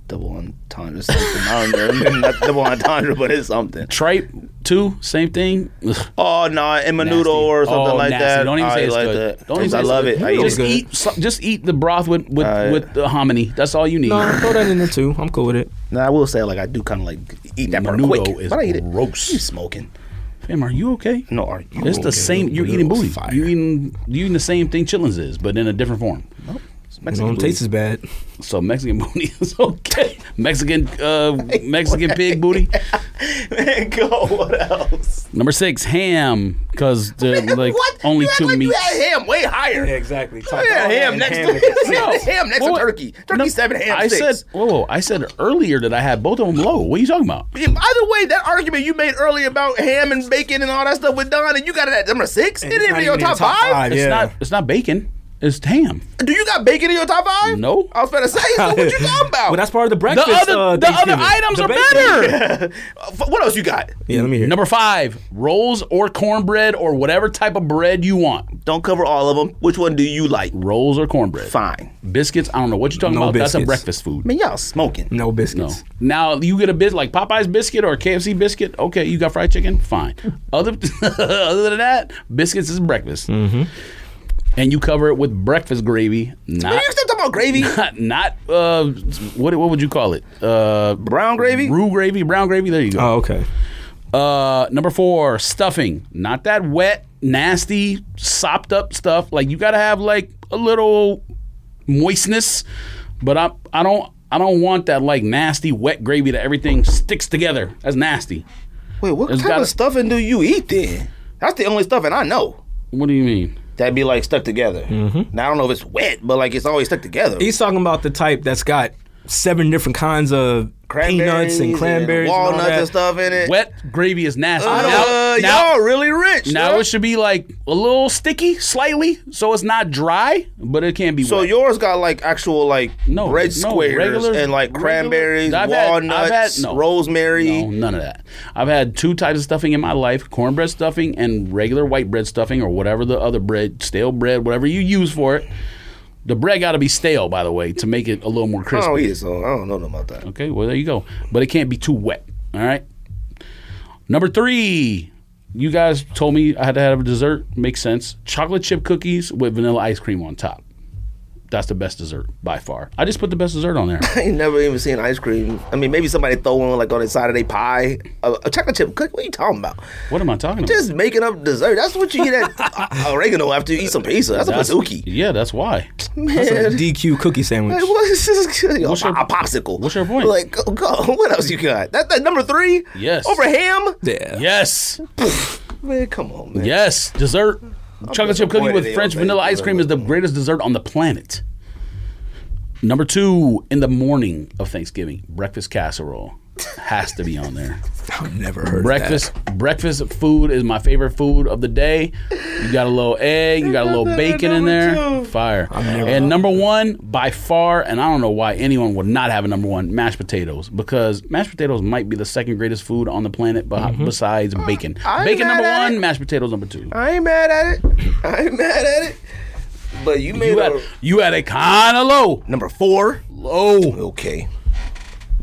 B: double entendre. Something. I don't know. Not double entendre, but it's something.
C: Tripe too, same thing. Ugh,
B: Oh no, nah, and menudo
C: nasty.
B: or something
C: Oh,
B: like
C: nasty.
B: that.
C: Don't even
B: I
C: say it's
B: like
C: good.
B: that.
C: Don't even say
B: I
C: it's
B: love
C: good.
B: it. I
A: Menudo's
B: eat
C: Just
B: it.
A: good.
C: eat some- just eat the broth with with,
B: All right.
C: with the hominy. That's all you need.
A: No, throw that in there too. I'm cool with it.
B: Nah, I will say like I do kind of like eat that part
C: Menudo
B: quick,
C: is
B: but I eat it.
C: gross.
B: You smoking?
C: Fam, are you okay?
B: No, are you?
C: It's the
B: okay?
C: same. You're eating booty. You're eating you eating the same thing chitlins is, but in a different form.
B: Nope. It's
A: It
B: Mexican
A: don't
B: booty.
A: taste as bad.
C: So Mexican *laughs* booty is okay. Mexican uh, Mexican pig booty.
B: *laughs* Man, go. What
C: *laughs*
B: else?
C: Number six, ham, because they're
B: *laughs*
C: like
B: what?
C: only
B: you act
C: two
B: like
C: meats.
B: You had ham way higher.
A: exactly.
C: Oh,
B: I had ham next *laughs* to ham next
C: Well,
B: to turkey. Turkey
C: no,
B: seven ham
C: I
B: six.
C: said, whoa, whoa, I said earlier that I had both of them low. What are you talking about?
B: Yeah, By the way, that argument you made earlier about ham and bacon and all that stuff with Don, and you got it at number six. It
A: it's
B: didn't
A: not
B: even your
A: even in
B: top,
A: top
B: five?
A: five.
C: It's
A: Yeah.
C: not. It's not bacon. It's ham.
B: Do you got bacon in your top five?
C: No.
B: I was gonna say.
A: *laughs*
B: So what you talking about?
A: Well, that's part of the breakfast.
C: the other,
A: uh,
C: the other
A: Thanksgiving.
C: items
A: The
C: are
A: bacon.
C: better.
B: Uh, *laughs* f- what else you got?
A: Yeah, let me hear. it.
C: Number five, rolls or cornbread or whatever type of bread you want.
B: Don't cover all of them. Which one do you like?
C: Rolls or cornbread.
B: Fine.
C: Biscuits. I don't know what you're talking
A: No
C: about. That's a
A: biscuits.
C: breakfast food.
B: Man, y'all smoking.
A: No
C: No.
A: biscuits.
C: Now you get a bit like Popeye's biscuit or KFC biscuit. Okay, you got fried chicken. Fine. Other *laughs* other than that, biscuits is breakfast. Mm-hmm. And you cover it with breakfast gravy,
B: Man,
C: not *laughs*
B: you still talking about
A: *laughs*
B: gravy?
C: not, not uh, what what would you call it? Uh,
B: Brown gravy?
C: roux gravy, brown gravy. There you go.
A: Oh, okay.
C: Uh, number four, stuffing. Not that wet, nasty, sopped up stuff. Like you gotta have like a little moistness, but I I don't I don't want that like nasty wet gravy that everything sticks together. That's nasty.
B: Wait, what
C: It's
B: type
C: gotta-
B: of stuffing do you eat then? That's the only stuffing I know.
C: What do you mean?
B: That'd be like stuck together.
A: Mm-hmm.
B: Now I don't know if it's wet, but like it's always stuck together.
A: He's talking about the type that's got seven different kinds of peanuts and cranberries, and all
B: walnuts
A: that.
B: and stuff in it.
C: Wet gravy is nasty.
B: Uh,
C: now, now,
B: y'all really rich.
C: now
B: huh?
C: it should be like a little sticky, slightly, so it's not dry, but it can't be
B: so
C: wet.
B: yours got like actual like
C: No,
B: red
C: no,
B: squares
C: regular-
B: and like
C: regular-
B: cranberries,
C: I've had- I've
B: walnuts,
C: had- no.
B: rosemary.
C: No, none of that. I've had two types of stuffing in my life: cornbread stuffing and regular white bread stuffing, or whatever the other bread, stale bread, whatever you use for it. The bread got to be stale, by the way, to make it a little more
B: I
C: crispy.
B: don't eat it, so I don't know nothing about that.
C: Okay, well there you go. But it can't be too wet. All right. Number three, you guys told me I had to have a dessert. Makes sense. Chocolate chip cookies with vanilla ice cream on top. That's the best dessert by far. I just put the best dessert on there.
B: *laughs* I ain't never even seen ice cream. I mean, maybe somebody throw one like on the side of their pie. A, a chocolate chip cookie. What are you talking about?
C: What am I talking about?
B: Just making up dessert. That's what you eat at *laughs* uh, oregano after you eat some pizza. That's,
C: That's-
B: a *laughs* bazooki.
C: Yeah, that's why.
A: That's a DQ cookie sandwich.
B: Like, what is this? *laughs*
C: What's your-
B: a popsicle.
C: what's your point?
B: Like, go, go. *laughs* what else you got? That, that number three?
C: Yes.
B: Over ham?
A: Yeah.
C: Yes.
B: Man, come on, man.
C: Yes, dessert. Chocolate chip cookie
B: disappointed
C: with
B: in
C: French
B: you,
C: vanilla
B: baby.
C: ice cream is the greatest dessert on the planet. Number two, in the morning of Thanksgiving, breakfast casserole has to be on there.
A: I've never heard of
C: Breakfast, breakfast food is my favorite food of the day. You got a little egg, you got a little bacon in there, fire. And number one by far, and I don't know why anyone would not have a number one mashed potatoes because mashed potatoes might be the second greatest food on the planet, beh- besides bacon.
B: Mm-hmm. I'm
C: Bacon
B: mad
C: number
B: at
C: one,
B: it.
C: mashed potatoes number two.
B: I ain't mad at it. I ain't mad at it. But you made
C: You
B: a
C: had, you had a kind of low.
B: number four.
C: Low.
B: Okay.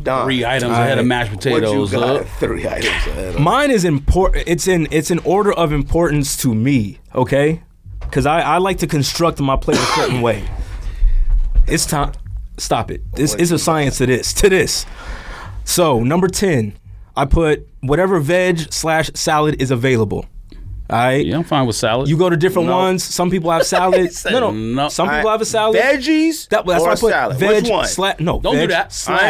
B: Don.
C: Three items ahead of mashed
B: what you
C: potatoes.
B: got?
C: uh,
B: Three items ahead of
A: Mine is important. It's in it's in order of importance to me. Okay, because I, I like to construct my plate a certain way. It's time. Stop it. This is a science to this. To this. So number ten, I put whatever veg slash salad is available. All right.
C: Yeah, I'm fine with salad.
A: You go to different
B: No.
A: ones. Some people
B: *laughs*
A: have salad. no, no,
C: no.
A: Some
B: I-
A: people have a salad.
B: Veggies
A: That, that's
B: or
A: why I
B: a
A: put
B: salad.
A: veg
B: Which one?
A: sla- no,
C: Don't do
A: veg
C: that. I
B: I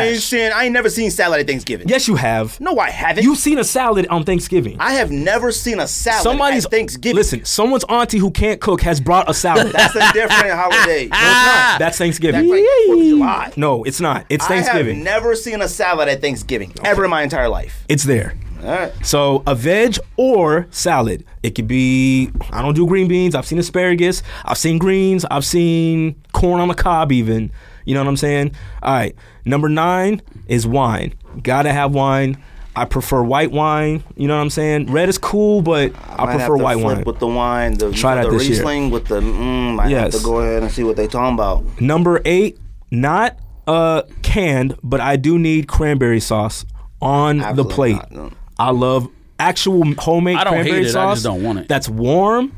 B: ain't
A: Slash.
B: seen. I ain't never seen salad at Thanksgiving.
A: Yes, you have.
B: No, I haven't.
A: You've seen a salad on Thanksgiving.
B: I have never seen a salad
A: Somebody's
B: at Thanksgiving.
A: Listen, someone's auntie who can't cook has brought a salad.
B: *laughs* that's a different holiday. No, it's
A: *laughs*
B: not.
A: That's Thanksgiving.
B: That's like Fourth of July.
A: No, it's not. It's Thanksgiving.
B: I have never seen a salad at Thanksgiving ever in my entire life.
A: it's there.
B: All right.
A: So a veg or salad. It could be. I don't do green beans. I've seen asparagus. I've seen greens. I've seen corn on the cob. Even you know what I'm saying. All right. Number nine is wine. Gotta have wine. I prefer white wine. You know what I'm saying. Red is cool, but I,
B: Might
A: prefer
B: have to
A: white
B: flip
A: wine.
B: With the wine, the,
A: Try that
B: the
A: this year.
B: Riesling with the mm, I have
A: Yes.
B: to go ahead and see what they talking about.
A: Number eight, not uh canned, but I do need cranberry sauce on
B: Absolutely
A: the plate.
B: not, no.
A: I love actual homemade
C: I don't hate
A: cranberry
C: it, I
A: sauce.
C: just don't want it.
A: That's warm,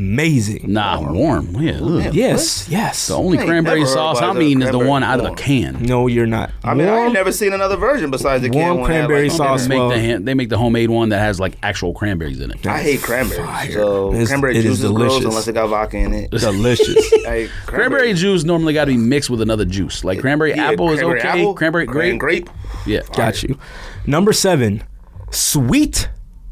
A: amazing.
C: nah, warm. Yeah, ugh.
A: Yes, yes.
C: The only
B: I ain't
C: cranberry
B: Oh, never heard
C: sauce I'm
B: about the
C: eating is the
B: cranberry Mm-hmm.
C: one out of the
B: warm.
C: can.
A: no, you're not.
B: I mean, I ain't never seen another version besides the
A: warm
B: canned one. that had,
A: cranberry
B: like,
A: sauce.
C: They make,
A: Well-
C: the hand, they make the homemade one that has like actual cranberries in it.
B: I hate cranberry.
A: Fire.
B: So
A: It's-
B: cranberry
A: it is
B: juice is gross
A: delicious.
B: unless it got vodka in
C: *laughs*
B: it.
A: delicious.
B: Like,
C: Cranberry juice normally got to be mixed with another juice. Like cranberry
B: yeah,
C: apple is
B: cranberry
C: okay.
B: apple,
C: cranberry grape.
B: cran- grape.
C: Yeah.
A: *laughs* Got you. Number seven, sweet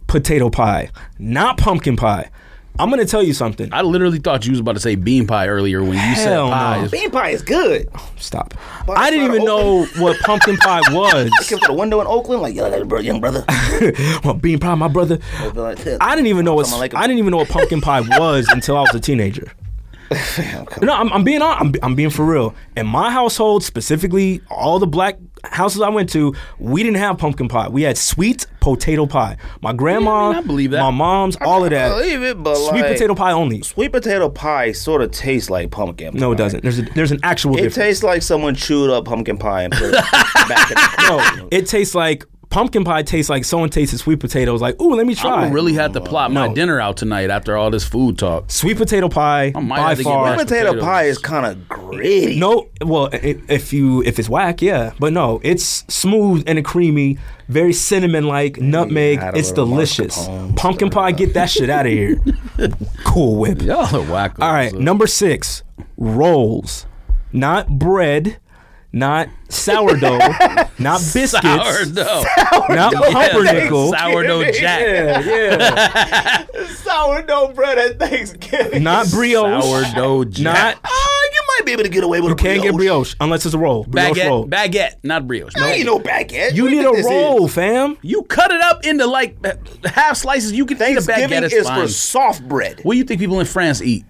A: potato pie, not pumpkin pie. I'm gonna tell you something.
C: I literally thought you was about to say bean pie earlier when you
A: Hell
C: said pie.
A: no.
C: is-
B: Bean pie is good.
A: Stop.
B: Why
A: I
B: it's
A: didn't
B: not
A: even know what pumpkin
B: *laughs*
A: pie was.
B: Came to the window in Oakland, like yo, that bro-
A: *laughs*
B: young brother.
A: well, being proud, of my brother.
B: Be like,
A: I didn't even know what
B: Come on, like a-
A: I didn't even know what pumpkin pie was until I was a teenager. no, I'm, I'm being on. I'm, I'm being for real. In my household, specifically, all the black houses I went to, we didn't have pumpkin pie. We had sweet potato pie. My grandma,
C: I believe that.
A: my mom's, all of that.
B: believe it, but
A: sweet
B: like-
A: potato pie only.
B: Sweet potato pie sort of tastes like pumpkin.
A: No, it
B: pie.
A: doesn't. There's a, there's an actual
B: It
A: difference.
B: tastes like someone chewed up pumpkin pie and put it back
A: *laughs*
B: in the
A: no, it tastes like pumpkin pie. Tastes like someone tasted sweet potatoes. Like, ooh, let me
C: I'm
A: try.
C: gonna really have to plot my dinner out tonight after all this food talk. *laughs*
A: sweet potato pie
C: might
A: by
C: have to get
A: far.
C: mashed
B: Sweet potato
C: potatoes.
B: pie is kind of gritty.
A: No, well, i- if you if it's whack, yeah, but no, it's smooth and creamy, very cinnamon like, nutmeg.
B: add a
A: It's
B: little
A: delicious.
B: mascarpone,
A: Pumpkin pie, get that shit out of here. cool whip.
C: Y'all are whack.
A: All right,
C: *laughs*
A: number six, rolls, not bread, not sourdough, not biscuits,
C: sourdough.
B: *laughs*
A: not pumpernickel.
C: *laughs* sourdough jack.
A: Yeah, yeah.
B: sourdough bread at Thanksgiving.
A: Not brioche.
C: Sourdough jack.
A: Not
B: Oh, you might be able to get away with a
A: can't
B: brioche.
A: get brioche unless it's a roll. Brioche roll.
C: baguette. Baguette, not brioche. No.
B: Ain't no baguette.
A: You
B: What
A: need
B: think
A: a
B: this
A: roll,
B: is?
A: fam.
C: You cut it up into like half slices. You can eat a
B: Thanksgiving
C: baguette.
B: is,
C: It's
B: for
C: fine.
B: soft bread.
C: what do you think people in France eat?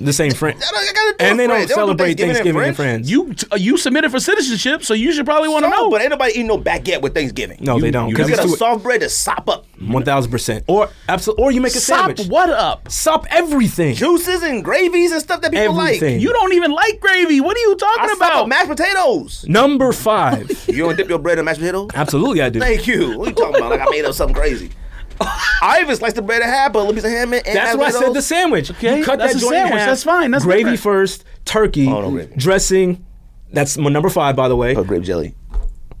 A: The same friend.
B: That don't- that gotta do
A: And
B: with
A: they don't
B: bread.
A: celebrate
B: do
A: Thanksgiving in
B: French.
A: France.
C: You uh, you submitted for citizenship, so you should probably want to
B: No,
C: know.
B: but ain't nobody eating no baguette with Thanksgiving.
A: No, they don't.
C: you
A: Because
B: You
A: it's
B: got a
A: too
B: soft bread to sop up
A: one thousand percent, or absolutely, or you make a
C: Sop
A: sandwich.
C: what up?
A: Sop everything.
B: juices and gravies and stuff that people
A: Everything.
B: like.
C: You don't even like gravy. What are you
B: I
C: talking
B: sop
C: about?
B: up mashed potatoes.
A: Number five.
B: You don't dip your bread in mashed potatoes?
A: *laughs* absolutely, I do.
B: Thank you. What are you talking about? Like I made up something crazy. I even sliced the bread in half, but a little piece of ham in. and
A: That's
B: mashed
A: why I said the
B: potatoes.
A: sandwich.
C: Okay,
A: you cut
C: that's
A: that
C: a
A: joint in
C: sandwich,
A: half,
C: that's fine, that's
A: gravy
C: different.
A: first, turkey,
B: no gravy.
A: dressing. That's my number five, by the way.
B: Oh, grape jelly.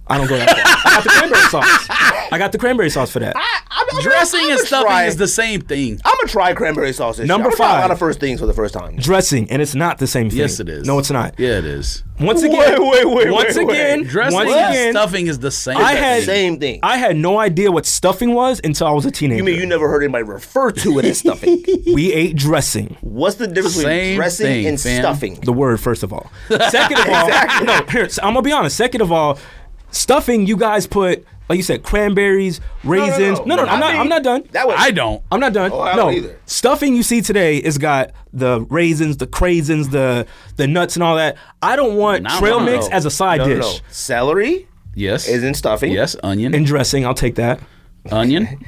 A: I don't go that far. I got the cranberry sauce. I got the cranberry sauce for that.
B: I, I'm, I'm
C: Dressing
B: gonna, I'm
C: and
B: gonna
C: stuffing
B: try,
C: is the same thing.
B: I'm gonna try cranberry sauce. This
A: Number
B: year. I'm gonna try
A: five.
B: A lot of first things for the first time.
A: Dressing, and it's not the same thing.
C: Yes, it is.
A: No, it's not.
C: Yeah, it is.
A: Once again,
B: Wait, wait, wait,
A: once
B: wait, wait.
A: again,
C: Dressing
A: once
C: and
A: again,
C: stuffing is the same.
A: I
C: thing.
A: had
B: Same thing.
A: I had no idea what stuffing was until I was a teenager.
B: You mean you never heard anybody refer to it as stuffing?
A: we ate dressing.
B: What's the difference
C: Same
B: between dressing
C: thing,
B: and
C: fam.
B: stuffing?
A: the word first of all. Second
B: *laughs*
A: of all, no. Here, so I'm gonna be honest. Second of all, stuffing you guys put like you said cranberries, raisins. No, no, I'm not.
B: me.
A: I'm not done.
B: That was
C: I don't.
A: I'm not done.
B: Oh, I
A: no
B: don't either.
A: stuffing you see today is got the raisins, the craisins, the the nuts and all that. I don't want
C: Not
A: trail
C: one of
A: mix
C: those.
A: as a side
B: No, no,
A: dish.
B: no. Celery
C: Yes.
B: isn't stuffing.
C: Yes. Onion.
A: And dressing, I'll take that.
B: *laughs*
C: onion.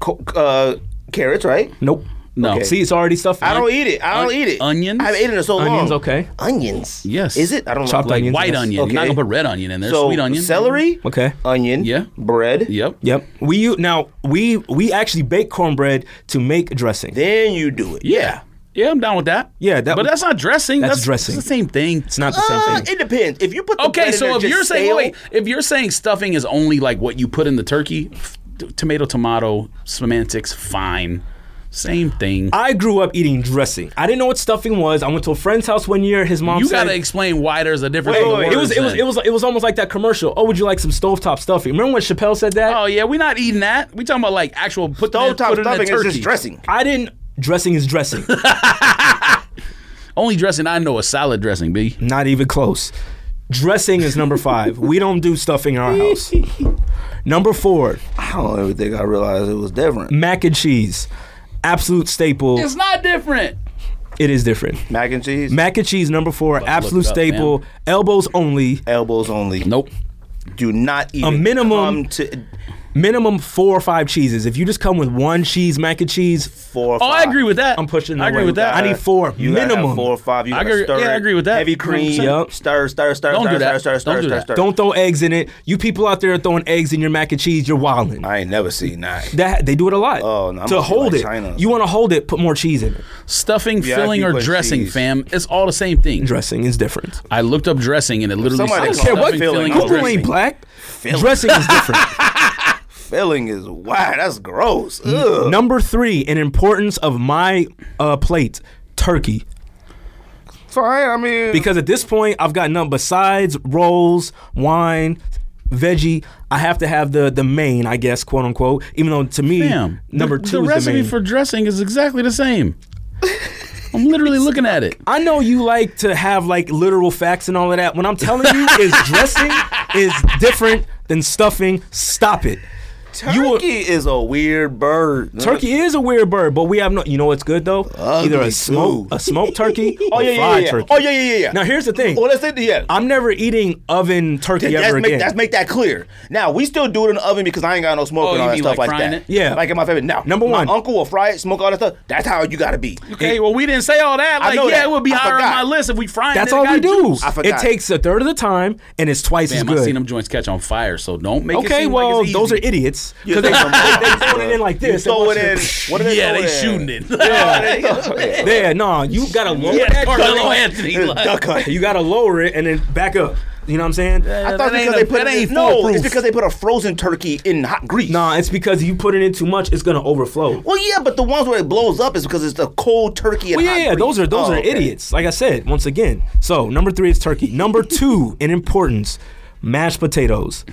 B: Co- uh, carrots, right?
A: Nope.
C: No. Okay.
A: See, it's already stuffed.
B: I don't eat it. I don't
C: on-
B: eat it.
C: onions?
B: I haven't eaten it in so long.
A: Onions, okay.
B: Onions.
C: Yes.
B: Is it? I don't
A: Chopped
B: know.
C: Like
A: Onions,
C: white
A: yes.
C: onion. You're not
B: Okay.
C: gonna put red onion in there.
B: So
C: Sweet onion.
B: celery,
A: Okay.
B: onion,
C: Yeah.
B: bread.
C: Yep.
A: Yep. We u- now we we actually bake cornbread to make dressing.
B: Then you do it.
C: Yeah. Yeah, I'm down with that.
A: Yeah, that
C: but
A: would-
C: that's not dressing.
A: that's
C: That's,
A: dressing.
C: It's the same thing.
A: it's not the
B: Uh,
A: same thing.
B: it depends. If you put the bread
C: Okay,
B: in there
C: so if
B: just
C: you're saying
B: stale,
C: wait, if you're saying stuffing is only like what you put in the turkey, f- t- tomato, tomato semantics, fine. Same thing.
A: I grew up eating dressing. I didn't know what stuffing was. I went to a friend's house one year. His mom
C: you
A: said,
C: gotta explain why there's a difference.
A: Wait,
C: in the
A: wait, it was
C: words
A: it was
C: then.
A: it was it was almost like that commercial. Oh, would you like some stovetop stuffing? Remember when Chappelle said that?
C: Oh yeah, we're not eating that. We talking about like actual put the
B: Stove top
C: put it in a
B: stuffing is
C: turkey.
B: just dressing.
A: I didn't. Dressing is
C: *laughs*
A: dressing.
C: Only dressing I know is salad dressing. B.
A: Not even close. Dressing is number five. we don't do stuffing in our
C: *laughs*
A: house. Number four,
B: I don't ever think I realized it was different.
A: mac and cheese. Absolute staple.
C: It's not different.
A: It is different.
B: Mac and cheese,
A: Mac and cheese, number four, absolute
C: it up,
A: staple.
C: man.
A: Elbows only.
B: elbows only.
C: Nope.
B: Do not even
A: minimum-
B: come to
A: Minimum four or five cheeses. If you just come with one cheese, mac and cheese,
B: four. Or
C: Oh, I agree with that.
A: I'm pushing.
C: I agree
A: away.
C: with that.
A: I need four
B: You gotta have
A: minimum.
B: four or five. You
C: I
B: gotta
C: agree-
B: stir
C: yeah, I
B: it.
C: agree with that.
B: Heavy cream.
A: 100%.
B: Stir, stir, stir,
C: Don't
B: stir,
C: do that.
B: stir, stir,
C: Don't do
B: stir,
C: that.
B: stir, stir.
A: Don't throw eggs in it. You people out there throwing eggs in your mac and cheese, you're wilding.
B: I ain't never seen that.
A: That they do it a lot.
B: Oh, no, I'm
A: to
B: gonna be
A: hold
B: like
A: it,
B: China.
A: you want to hold it. Put more cheese in it.
C: Stuffing,
B: Yeah, I
C: filling,
B: keep
C: or
B: putting
C: dressing,
B: cheese.
C: fam. It's all the same thing.
A: Dressing is different.
C: I looked up dressing and it literally
B: Somebody
A: I
C: said
A: don't care
B: Stuffing,
A: what
C: stuffing,
B: filling,
C: filling,
B: or
C: or
A: Google ain't
C: dressing.
A: black. Dressing is
C: *laughs*
A: different.
B: Filling is wow. That's gross. Ugh.
A: Number three in importance of my uh, plate, turkey.
B: Fine. I mean,
A: Because at this point, I've got nothing besides rolls, wine, veggie. I have to have the the main, I guess, quote unquote. Even though to me,
C: Fam,
A: number
C: the,
A: two
C: The
A: is the
C: recipe
A: main.
C: for dressing is exactly the same. I'm literally looking at it.
A: I know you like to have like literal facts and all of that. When I'm telling you, is dressing is different than stuffing. Stop it.
B: turkey
A: you were-
B: is a weird bird.
A: Turkey is a weird bird, but we have no. You know what's good though? Either
B: too.
A: a smoke, a smoked turkey,
B: Oh
A: or
B: yeah, yeah,
A: fried
B: yeah, yeah.
A: turkey.
B: Oh yeah, yeah, yeah, yeah.
A: Now here's the thing.
B: Well, let's say yeah.
A: I'm never eating oven turkey
B: Let's
A: ever
B: make,
A: again.
B: let's make that clear. Now we still do it in the oven because I ain't got no smoke
C: Oh,
B: and
C: you
B: all that
C: mean
B: stuff
C: like
B: like,
C: frying
B: that.
C: it?
A: Yeah.
B: like in my favorite. Now,
A: Number one.
B: my uncle will fry it, smoke all that stuff. That's how you gotta be.
C: Okay, well, we didn't say all that. Like,
B: know
C: yeah,
B: that.
C: it would be
B: I
C: higher
B: forgot.
C: on my list if we frying.
A: That's
C: it, it
A: all
C: got
A: we do.
C: juice.
B: I
A: It
B: forgot.
A: takes a third of the time and it's twice
C: Damn,
A: as
C: I seen
A: good.
C: them joints catch on fire, so don't make it
A: okay,
C: seem
A: well,
C: like it's
A: those are
C: easy.
A: idiots
B: You
A: because
B: *laughs*
A: they,
B: throw some
A: they,
B: bullets,
A: they throwing it in like
B: You
A: this. and
B: throw it
A: watch
B: in. What are they
C: yeah,
B: throw
C: they
B: it in?
C: shooting *laughs* it.
B: Yeah, they throw it in.
C: *laughs*
A: There, no, you gotta lower
C: yeah,
A: that turkey.
C: Carmelo Anthony. like-
B: Duck hunt.
A: You gotta lower it and then back up. You know what I'm saying?
B: I thought
C: that ain't
B: because
C: a-
B: they put
C: that
B: it in-
C: ain't
B: no, it's
C: foolproof.
B: because they put a frozen turkey in hot grease.
A: Nah, it's because you put it in too much, it's gonna overflow.
B: Well, yeah, but the ones where it blows up is because it's the cold turkey and
A: Well,
B: hot
A: yeah, yeah,
B: grease.
A: those are those
B: Oh,
A: are
B: okay.
A: idiots. Like I said, once again. So number three is turkey.
C: *laughs*
A: Number two in importance, mashed potatoes.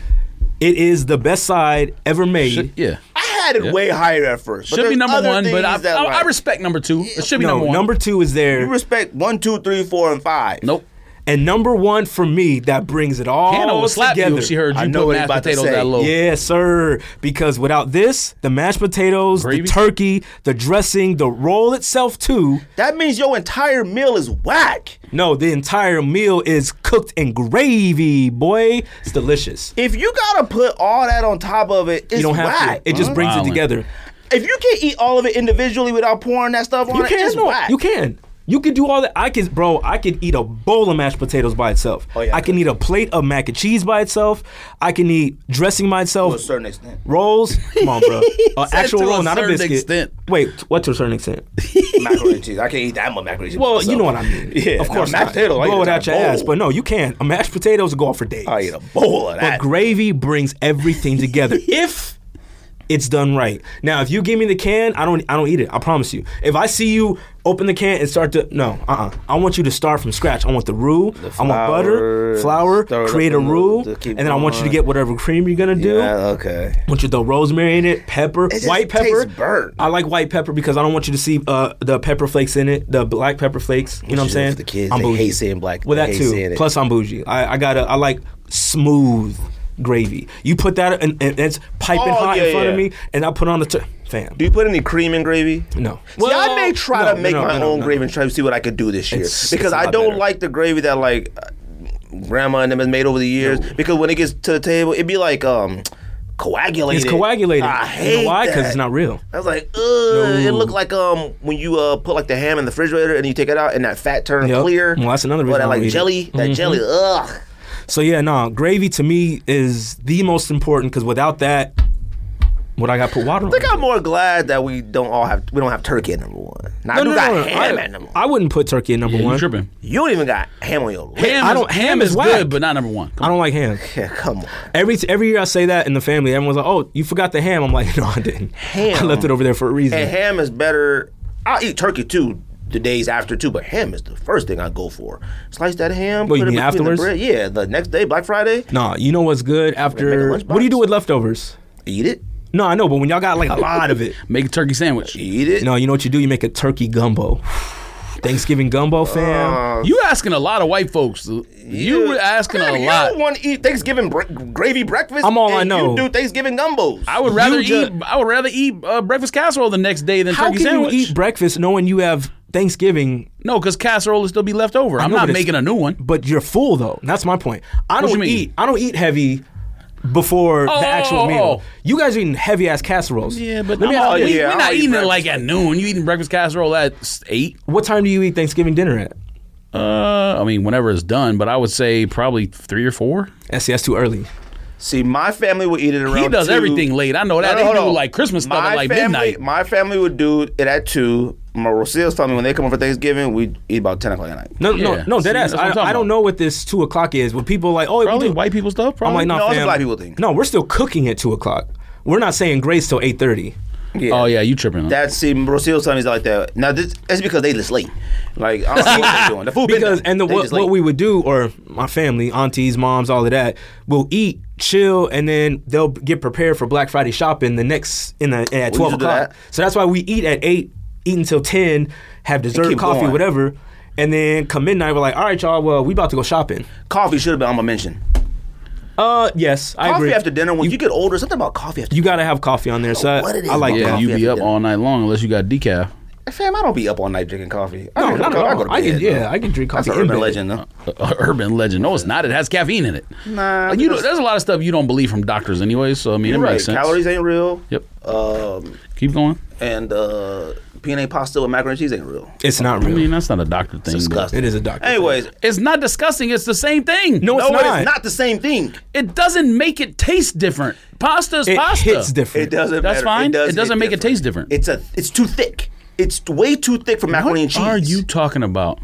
A: It is the best side ever made.
C: Should- yeah.
B: I had it way higher at first. but
C: Should be
B: there's
C: number
B: other
C: one, but I,
B: things that,
C: I, I
B: like-
C: respect number two. It should be
A: no,
C: number
A: number,
C: one.
A: two is there,
B: You respect one, two, three, four, and five.
C: nope.
A: and number one for me that brings it all
C: Hannah will slap
A: Oh, together.
C: you if she heard
B: I
C: you
B: know
C: put
B: what he
C: mashed
B: about to
C: potatoes
B: say.
C: that low.
A: Yeah, sir. Because without this, the mashed potatoes,
C: Gravy?
A: the turkey, the dressing, the roll itself too.
B: That means your entire meal is whack.
A: No, the entire meal is cooked in gravy, boy. It's delicious.
B: If you gotta put all that on top of it, it's
A: You don't have
B: whack. Uh-huh.
A: to. It just brings
C: Wildin'.
A: it together.
B: if you can't eat all of it individually without pouring that stuff on
A: You
B: it,
A: can.
B: it's
A: No,
B: whack.
A: you can. You can do all that. I can, bro. I could eat a bowl of mashed potatoes by itself.
B: Oh, yeah, I
A: I can
B: could.
A: eat a plate of mac and cheese by itself. I can eat dressing by itself.
B: to a certain extent.
A: Rolls, come on,
B: *laughs*
A: bro. An
C: Said
A: actual
C: to a
A: roll, not a
C: certain
A: biscuit.
C: extent.
A: Wait, what to a certain extent?
B: macaroni and cheese. I can't eat that much macaroni and cheese.
A: Well, you
B: myself.
A: know what I mean.
B: Yeah,
A: of
B: now,
A: course.
B: mashed
A: not.
B: potatoes, I eat
A: Blow it
B: a
A: out your
B: bowl.
A: ass, but no, you can. A mashed potatoes will go on for days.
B: I eat a bowl of
A: But
B: that.
A: gravy brings everything
B: *laughs*
A: together if it's done right. Now, if you give me the can, I don't I don't eat it. I promise you. If I see you open the can and start to no, uh-uh. I want you to start from scratch. I want the roux, I want butter, flour,
B: flour, stir it up
A: create a
B: and
A: roux,
B: to keep
A: and then I want you to
B: going.
A: get whatever cream you're going to do.
B: Yeah, okay.
A: I want you to throw rosemary in it, pepper,
B: just
A: white
B: tastes
A: pepper.
B: burnt.
A: I like white pepper because I don't want you to see uh, the pepper flakes in it, the black pepper flakes. You know what I'm
B: Shit,
A: saying?
B: For the kids,
A: I'm
B: they
A: bougie.
B: hate seeing black.
A: Well,
B: they
A: that
B: hate seeing
A: too.
B: it.
A: Plus, I'm bougie. I, I gotta. I like smooth gravy. You put that, and, and it's piping
B: Oh,
A: hot
B: yeah,
A: in front of
B: yeah.
A: me, and I put on the tur fam.
B: Do you put any cream in gravy?
A: No.
B: See, I may try
A: no,
B: to make
A: no, no,
B: my
A: no,
B: own
A: no.
B: gravy and try to see what I could do this year
A: It's- it's
B: because
A: a
B: I
A: lot
B: don't
A: better.
B: like the gravy that like uh, grandma and them has made over the years. Because when it gets to the table, it'd be like um coagulated.
A: It's coagulated.
B: I
A: you
B: hate
A: know why?
B: that.
A: Because it's not real.
B: I was like, ugh. It looked like um when you uh put like the ham in the refrigerator and you take it out and that fat turned
A: Yep.
B: clear.
A: Well, that's another
B: Or
A: reason I
B: that
A: don't
B: like
A: eat it. Mm-hmm.
B: jelly, that jelly. Ugh.
A: So yeah, no, gravy to me is the most important because without that, What I got put water on?
B: I think I'm more glad that we don't all have we don't have turkey at number one. Now I do got ham at number one.
A: I, I wouldn't put turkey at number
C: You
A: one.
C: tripping?
B: You don't even got ham on your list.
C: Ham
A: I
C: is-
A: don't- ham
C: ham
A: is
C: is
A: whack.
C: good, but not number one.
A: I don't like ham.
B: Yeah, come on.
A: Every every year I say that in the family, everyone's like, "Oh, you forgot the ham." I'm like, *laughs* "No, I didn't. I
B: Ham.
A: left it over there for a reason."
B: And ham is better. I'll eat turkey too the days after too, but ham is the first thing I go for. Slice that ham.
A: What, you
B: put it
A: mean
B: between the
A: afterwards?
B: bread. Yeah, the next day, Black Friday,
A: Nah, you know what's good after?
B: make a lunchbox.
A: What do you do with leftovers?
B: eat it,
A: No, I know, but when y'all got like a lot of
B: *laughs*
A: it,
C: Make a turkey sandwich.
B: eat it.
A: no, you know what you do? You make a turkey gumbo, *sighs* Thanksgiving gumbo, fam.
B: Oh.
C: You asking a lot of white folks. You were asking
B: Man,
C: a
B: you
C: lot.
B: don't want to eat Thanksgiving br- gravy breakfast.
A: I'm all I
B: and
A: know.
B: You do Thanksgiving gumbos.
C: I would rather
A: You ju-
C: eat. I would rather eat uh, breakfast casserole the next day than
A: How
C: turkey
A: can
C: sandwich.
A: you eat breakfast knowing you have Thanksgiving,
C: no, because casserole will still be left over. I'm
A: know,
C: not
A: but it's-
C: making a new one.
A: but you're full though? That's my point. I
C: you
A: don't
C: mean?
A: eat. I don't eat heavy. Before
C: Oh,
A: the
C: oh,
A: actual
C: oh,
A: meal,
C: oh.
A: you guys are eating heavy ass casseroles.
C: let
B: I'm all-
C: me. ask- we,
B: yeah,
C: we're
B: I'll
C: not
B: eat
C: eating
B: breakfast.
C: it like at noon. You eating breakfast casserole at s- eight?
A: What time do you eat Thanksgiving dinner at?
C: Uh, I mean, whenever it's done, but I would say probably three or four.
A: Yeah, see, that's too early.
B: See, my family would eat it around.
C: He does
B: two.
C: everything late. I know that.
B: No, no,
C: they
B: hold
C: do
B: on.
C: like Christmas stuff
B: My
C: at like
B: family-
C: midnight.
B: My family would do it at two. My Rosia's family, when they come over for Thanksgiving, we eat about ten o'clock at night.
A: No,
C: Yeah.
A: no, no, dead
C: See,
A: ass.
C: that's what
A: I,
C: I'm talking
A: I don't
C: about.
A: know what this two o'clock is. When people like, oh,
C: Probably
A: we do-
C: white people stuff. Probably.
A: I'm like,
B: No,
A: no,
B: that's
A: fam.
B: what black people think.
A: No, we're still cooking at two o'clock. We're not saying grace till eight thirty.
B: Yeah.
C: Oh yeah, you tripping? That,
B: That see, Rosil's family's like that. Now this that's because they just late. Like I don't know what they're doing. The food been
A: Because
B: done.
A: and the,
B: They
A: what,
B: just late.
A: what we would do, or my family, aunties, moms, all of that, will eat, chill, and then they'll get prepared for Black Friday shopping the next in the at
B: We
A: twelve
B: used to do
A: o'clock.
B: that.
A: So that's why we eat at eight, eat until ten, have dessert,
B: keep
A: coffee,
B: going.
A: whatever, and then come midnight. We're like, all right, y'all. Well, we about to go shopping.
B: coffee should have been on my mention.
A: Uh, yes, I
B: Coffee
A: agree.
B: after dinner when you, get older, something about coffee after.
A: you gotta have coffee on there. So I,
B: what it is,
A: I like
B: bro.
C: yeah,
A: that.
B: Coffee
C: you be
B: after
C: up
B: dinner.
C: all night long unless you got decaf.
B: Fam, I don't be up all night drinking coffee. I
A: No,
B: drink-
A: not at
B: I
A: all.
B: go to
A: I can,
B: bed,
A: yeah,
B: though.
A: I can drink
B: That's
A: coffee.
B: an
A: in
B: urban
A: bed.
B: legend though.
C: Uh, *laughs* urban legend. No, it's not. It has caffeine in it.
B: Nah,
C: Like, you
B: because-
C: don't- there's a lot of stuff you don't believe from doctors anyway. So I mean, it
B: You're
C: makes
B: right.
C: sense.
B: Calories ain't real.
C: Yep.
B: Um,
C: Keep going.
B: and uh, penne pasta with macaroni and cheese ain't real.
A: It's not
C: I
A: real.
C: mean, that's not a doctor thing. but-
B: Disgusting.
A: It is a doctor.
B: Anyways,
C: It's not disgusting. It's the same thing.
A: No, it's
B: no,
A: not.
B: it's not the same thing.
C: it doesn't make it taste different. Pasta is
A: It
C: pasta.
A: hits different.
B: It doesn't.
C: That's
B: matter.
C: fine.
B: It, does
C: It doesn't
B: hit
C: make it taste different.
B: It's a. It's too thick. It's way too thick for macaroni and
C: What
B: cheese.
C: are you talking about?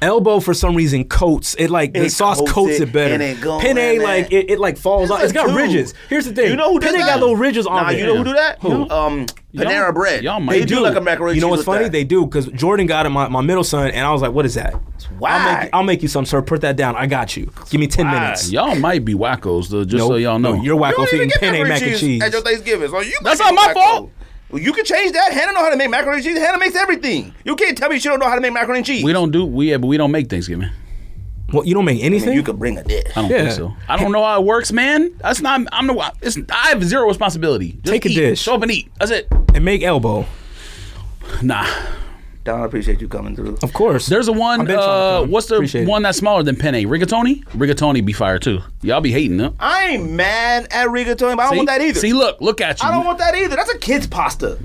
A: Elbow for some reason coats it like the
B: It
A: sauce
B: coats
A: coats,
B: it,
A: it, better.
B: and it go
A: Penne
B: in there.
A: like it, it like falls off.
B: a
A: It's got
B: tube.
A: ridges. Here's the thing.
B: You know who does
A: Penne
B: that?
A: got little ridges on
B: Nah,
A: it.
B: you know who do that?
C: Who?
B: Um, Panera
C: Y'all-
B: Bread.
C: y'all
B: they
C: might
B: do,
C: do.
B: like a macaroni.
A: You know
B: cheese
A: what's
B: with
A: funny?
B: That.
A: They do because Jordan got it, my, my middle son, and I was like, "What is that? I'll
B: whack.
A: make, I'll make you some, sir. Put that down. I got you. Give me ten
B: whack.
A: minutes.
C: Y'all might be wackos, though, just so y'all know.
A: no, you're
B: You
A: wacko
B: don't
A: for eating
B: even get
A: penne
B: macaroni
A: mac and cheese.
B: at your Thanksgiving. So you
C: That's
B: making
C: not my
B: macaroni.
C: fault.
B: Well, You can change that. Hannah know how to make macaroni and cheese. Hannah makes everything. You can't tell me she don't know how to make macaroni and cheese.
C: we don't do we yeah, but we don't make Thanksgiving.
A: Well, you don't make
B: I mean,
A: anything.
B: you could bring a dish.
C: I don't think
A: Yeah.
C: so. I don't know how it works, man. That's not. I'm the. It's. I have zero responsibility. Just
A: Take a
C: eat.
A: dish.
C: Show up and eat. That's it.
A: and make elbow,
C: Nah.
B: Don, I appreciate you coming through.
A: of course.
C: There's a one.
A: I've been trying to
C: Uh,
A: come.
C: what's the
A: Appreciate it.
C: one that's smaller than penne? Rigatoni. Rigatoni be fire too. Y'all be hating them.
B: I ain't mad at rigatoni, but I don't want that either.
C: See, look, look at you.
B: I don't want that either. That's a kid's pasta.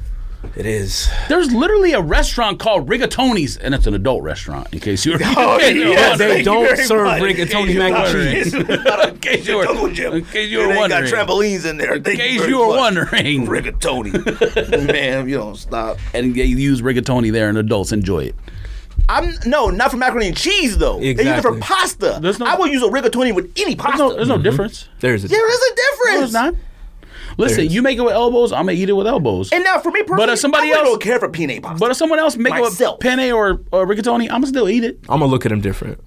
A: It is.
C: There's literally a restaurant called Rigatoni's, and it's an adult restaurant. *laughs* In
A: *laughs*
C: case you're,
A: Oh, yes, they
B: thank you
A: don't
B: Oh, very
A: serve
B: much.
A: rigatoni
B: In
A: mac and
B: case you- not *laughs* In case you were
C: In
B: Jim.
C: case you were
B: They ain't
C: wondering.
B: got trampolines in there.
C: in case you were wondering,
B: rigatoni, man, you don't stop.
C: and they use rigatoni there, and adults enjoy it.
B: I'm no, not for macaroni and cheese though. They use it for
A: Exactly.
B: pasta.
C: There's no-
B: I would use a rigatoni with any pasta.
A: Mm-hmm.
C: difference.
A: There's a.
B: there is a difference.
C: No, it's not. Listen, you make it with elbows. I'm gonna eat it with elbows.
B: And now for me personally,
C: But if somebody
B: I really
C: else-
B: don't care for penne pasta.
C: but if someone else make
B: Myself.
C: it with penne or, or rigatoni, I'm gonna still eat it.
A: I'm gonna look at them different.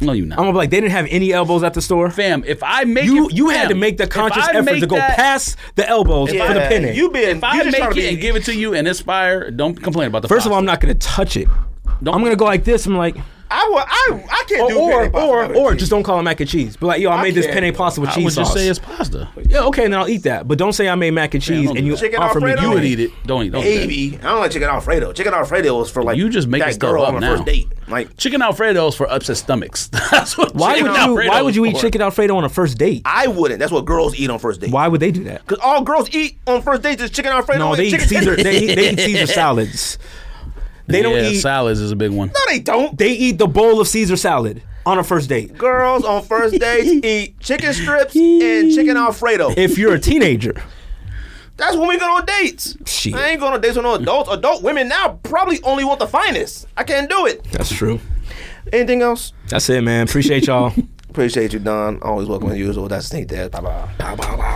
C: No, you not.
A: I'm gonna be like, they didn't have any elbows at the store.
C: Fam, if I make
A: You
C: it,
A: you had
C: fam,
A: to make the
C: if
A: conscious
C: I
A: effort
C: make
A: to go
C: that-
A: past the elbows
C: uh,
B: yeah,
A: for the penny.
B: you been
C: If I
B: you just
C: make
B: trying
C: it
B: to be,
C: and give it to you and it's fire, don't complain about the
A: First of
C: pasta.
A: all, I'm not gonna touch it.
C: Don't-
A: I'm gonna go like this. I'm like,
B: I will, I I can't
A: or
B: do
A: or
B: penne pasta
A: or,
B: with macaroni
A: or
B: and
A: just
B: cheese.
A: don't call it mac and cheese. But like, yo, I,
B: I
A: made this
B: can't.
A: penne pasta with
C: I
A: cheese
C: would
A: sauce.
C: just say it's pasta.
A: yeah, okay, then I'll eat that. But don't say I made mac and cheese
C: don't
A: and
C: do
A: you
C: that.
B: Chicken
A: offer me
B: Alfredo?
C: You would
A: penne.
C: eat it. Don't eat. Don't eat that.
B: Maybe I don't like chicken alfredo. Chicken alfredo was for like
C: You just making
B: that
C: stuff
B: girl
C: up
B: on a
C: now.
B: first date. Like
C: Chicken Alfredo's for upset stomachs. *laughs* That's what.
A: Why
C: chicken
A: would you Why
C: Alfredo's
A: would you eat
C: for.
A: chicken alfredo on a first date?
B: I wouldn't. That's what girls eat on first date.
A: Why would they do that?
B: Cause all girls eat on first dates is chicken alfredo.
A: No,
B: and
A: they eat
B: chicken *laughs*
A: Caesar.
B: tenders.
A: They eat, they eat Caesar salads. They don't
C: yeah,
A: eat.
C: salads is a big one.
B: No, they
A: *laughs*
B: don't.
A: They eat the bowl of Caesar salad on a first date.
B: Girls on
A: *laughs*
B: first dates eat chicken strips and chicken alfredo.
A: If you're a teenager,
B: That's when we go on dates.
A: Shit.
B: I ain't going on dates with no adults. Adult women now probably only want the finest. I can't do it.
A: That's true.
B: Anything else?
A: That's it, man. Appreciate y'all.
B: Appreciate you, Don. Always welcome as usual. That's Snake Dad. Bye bye. Bye bye.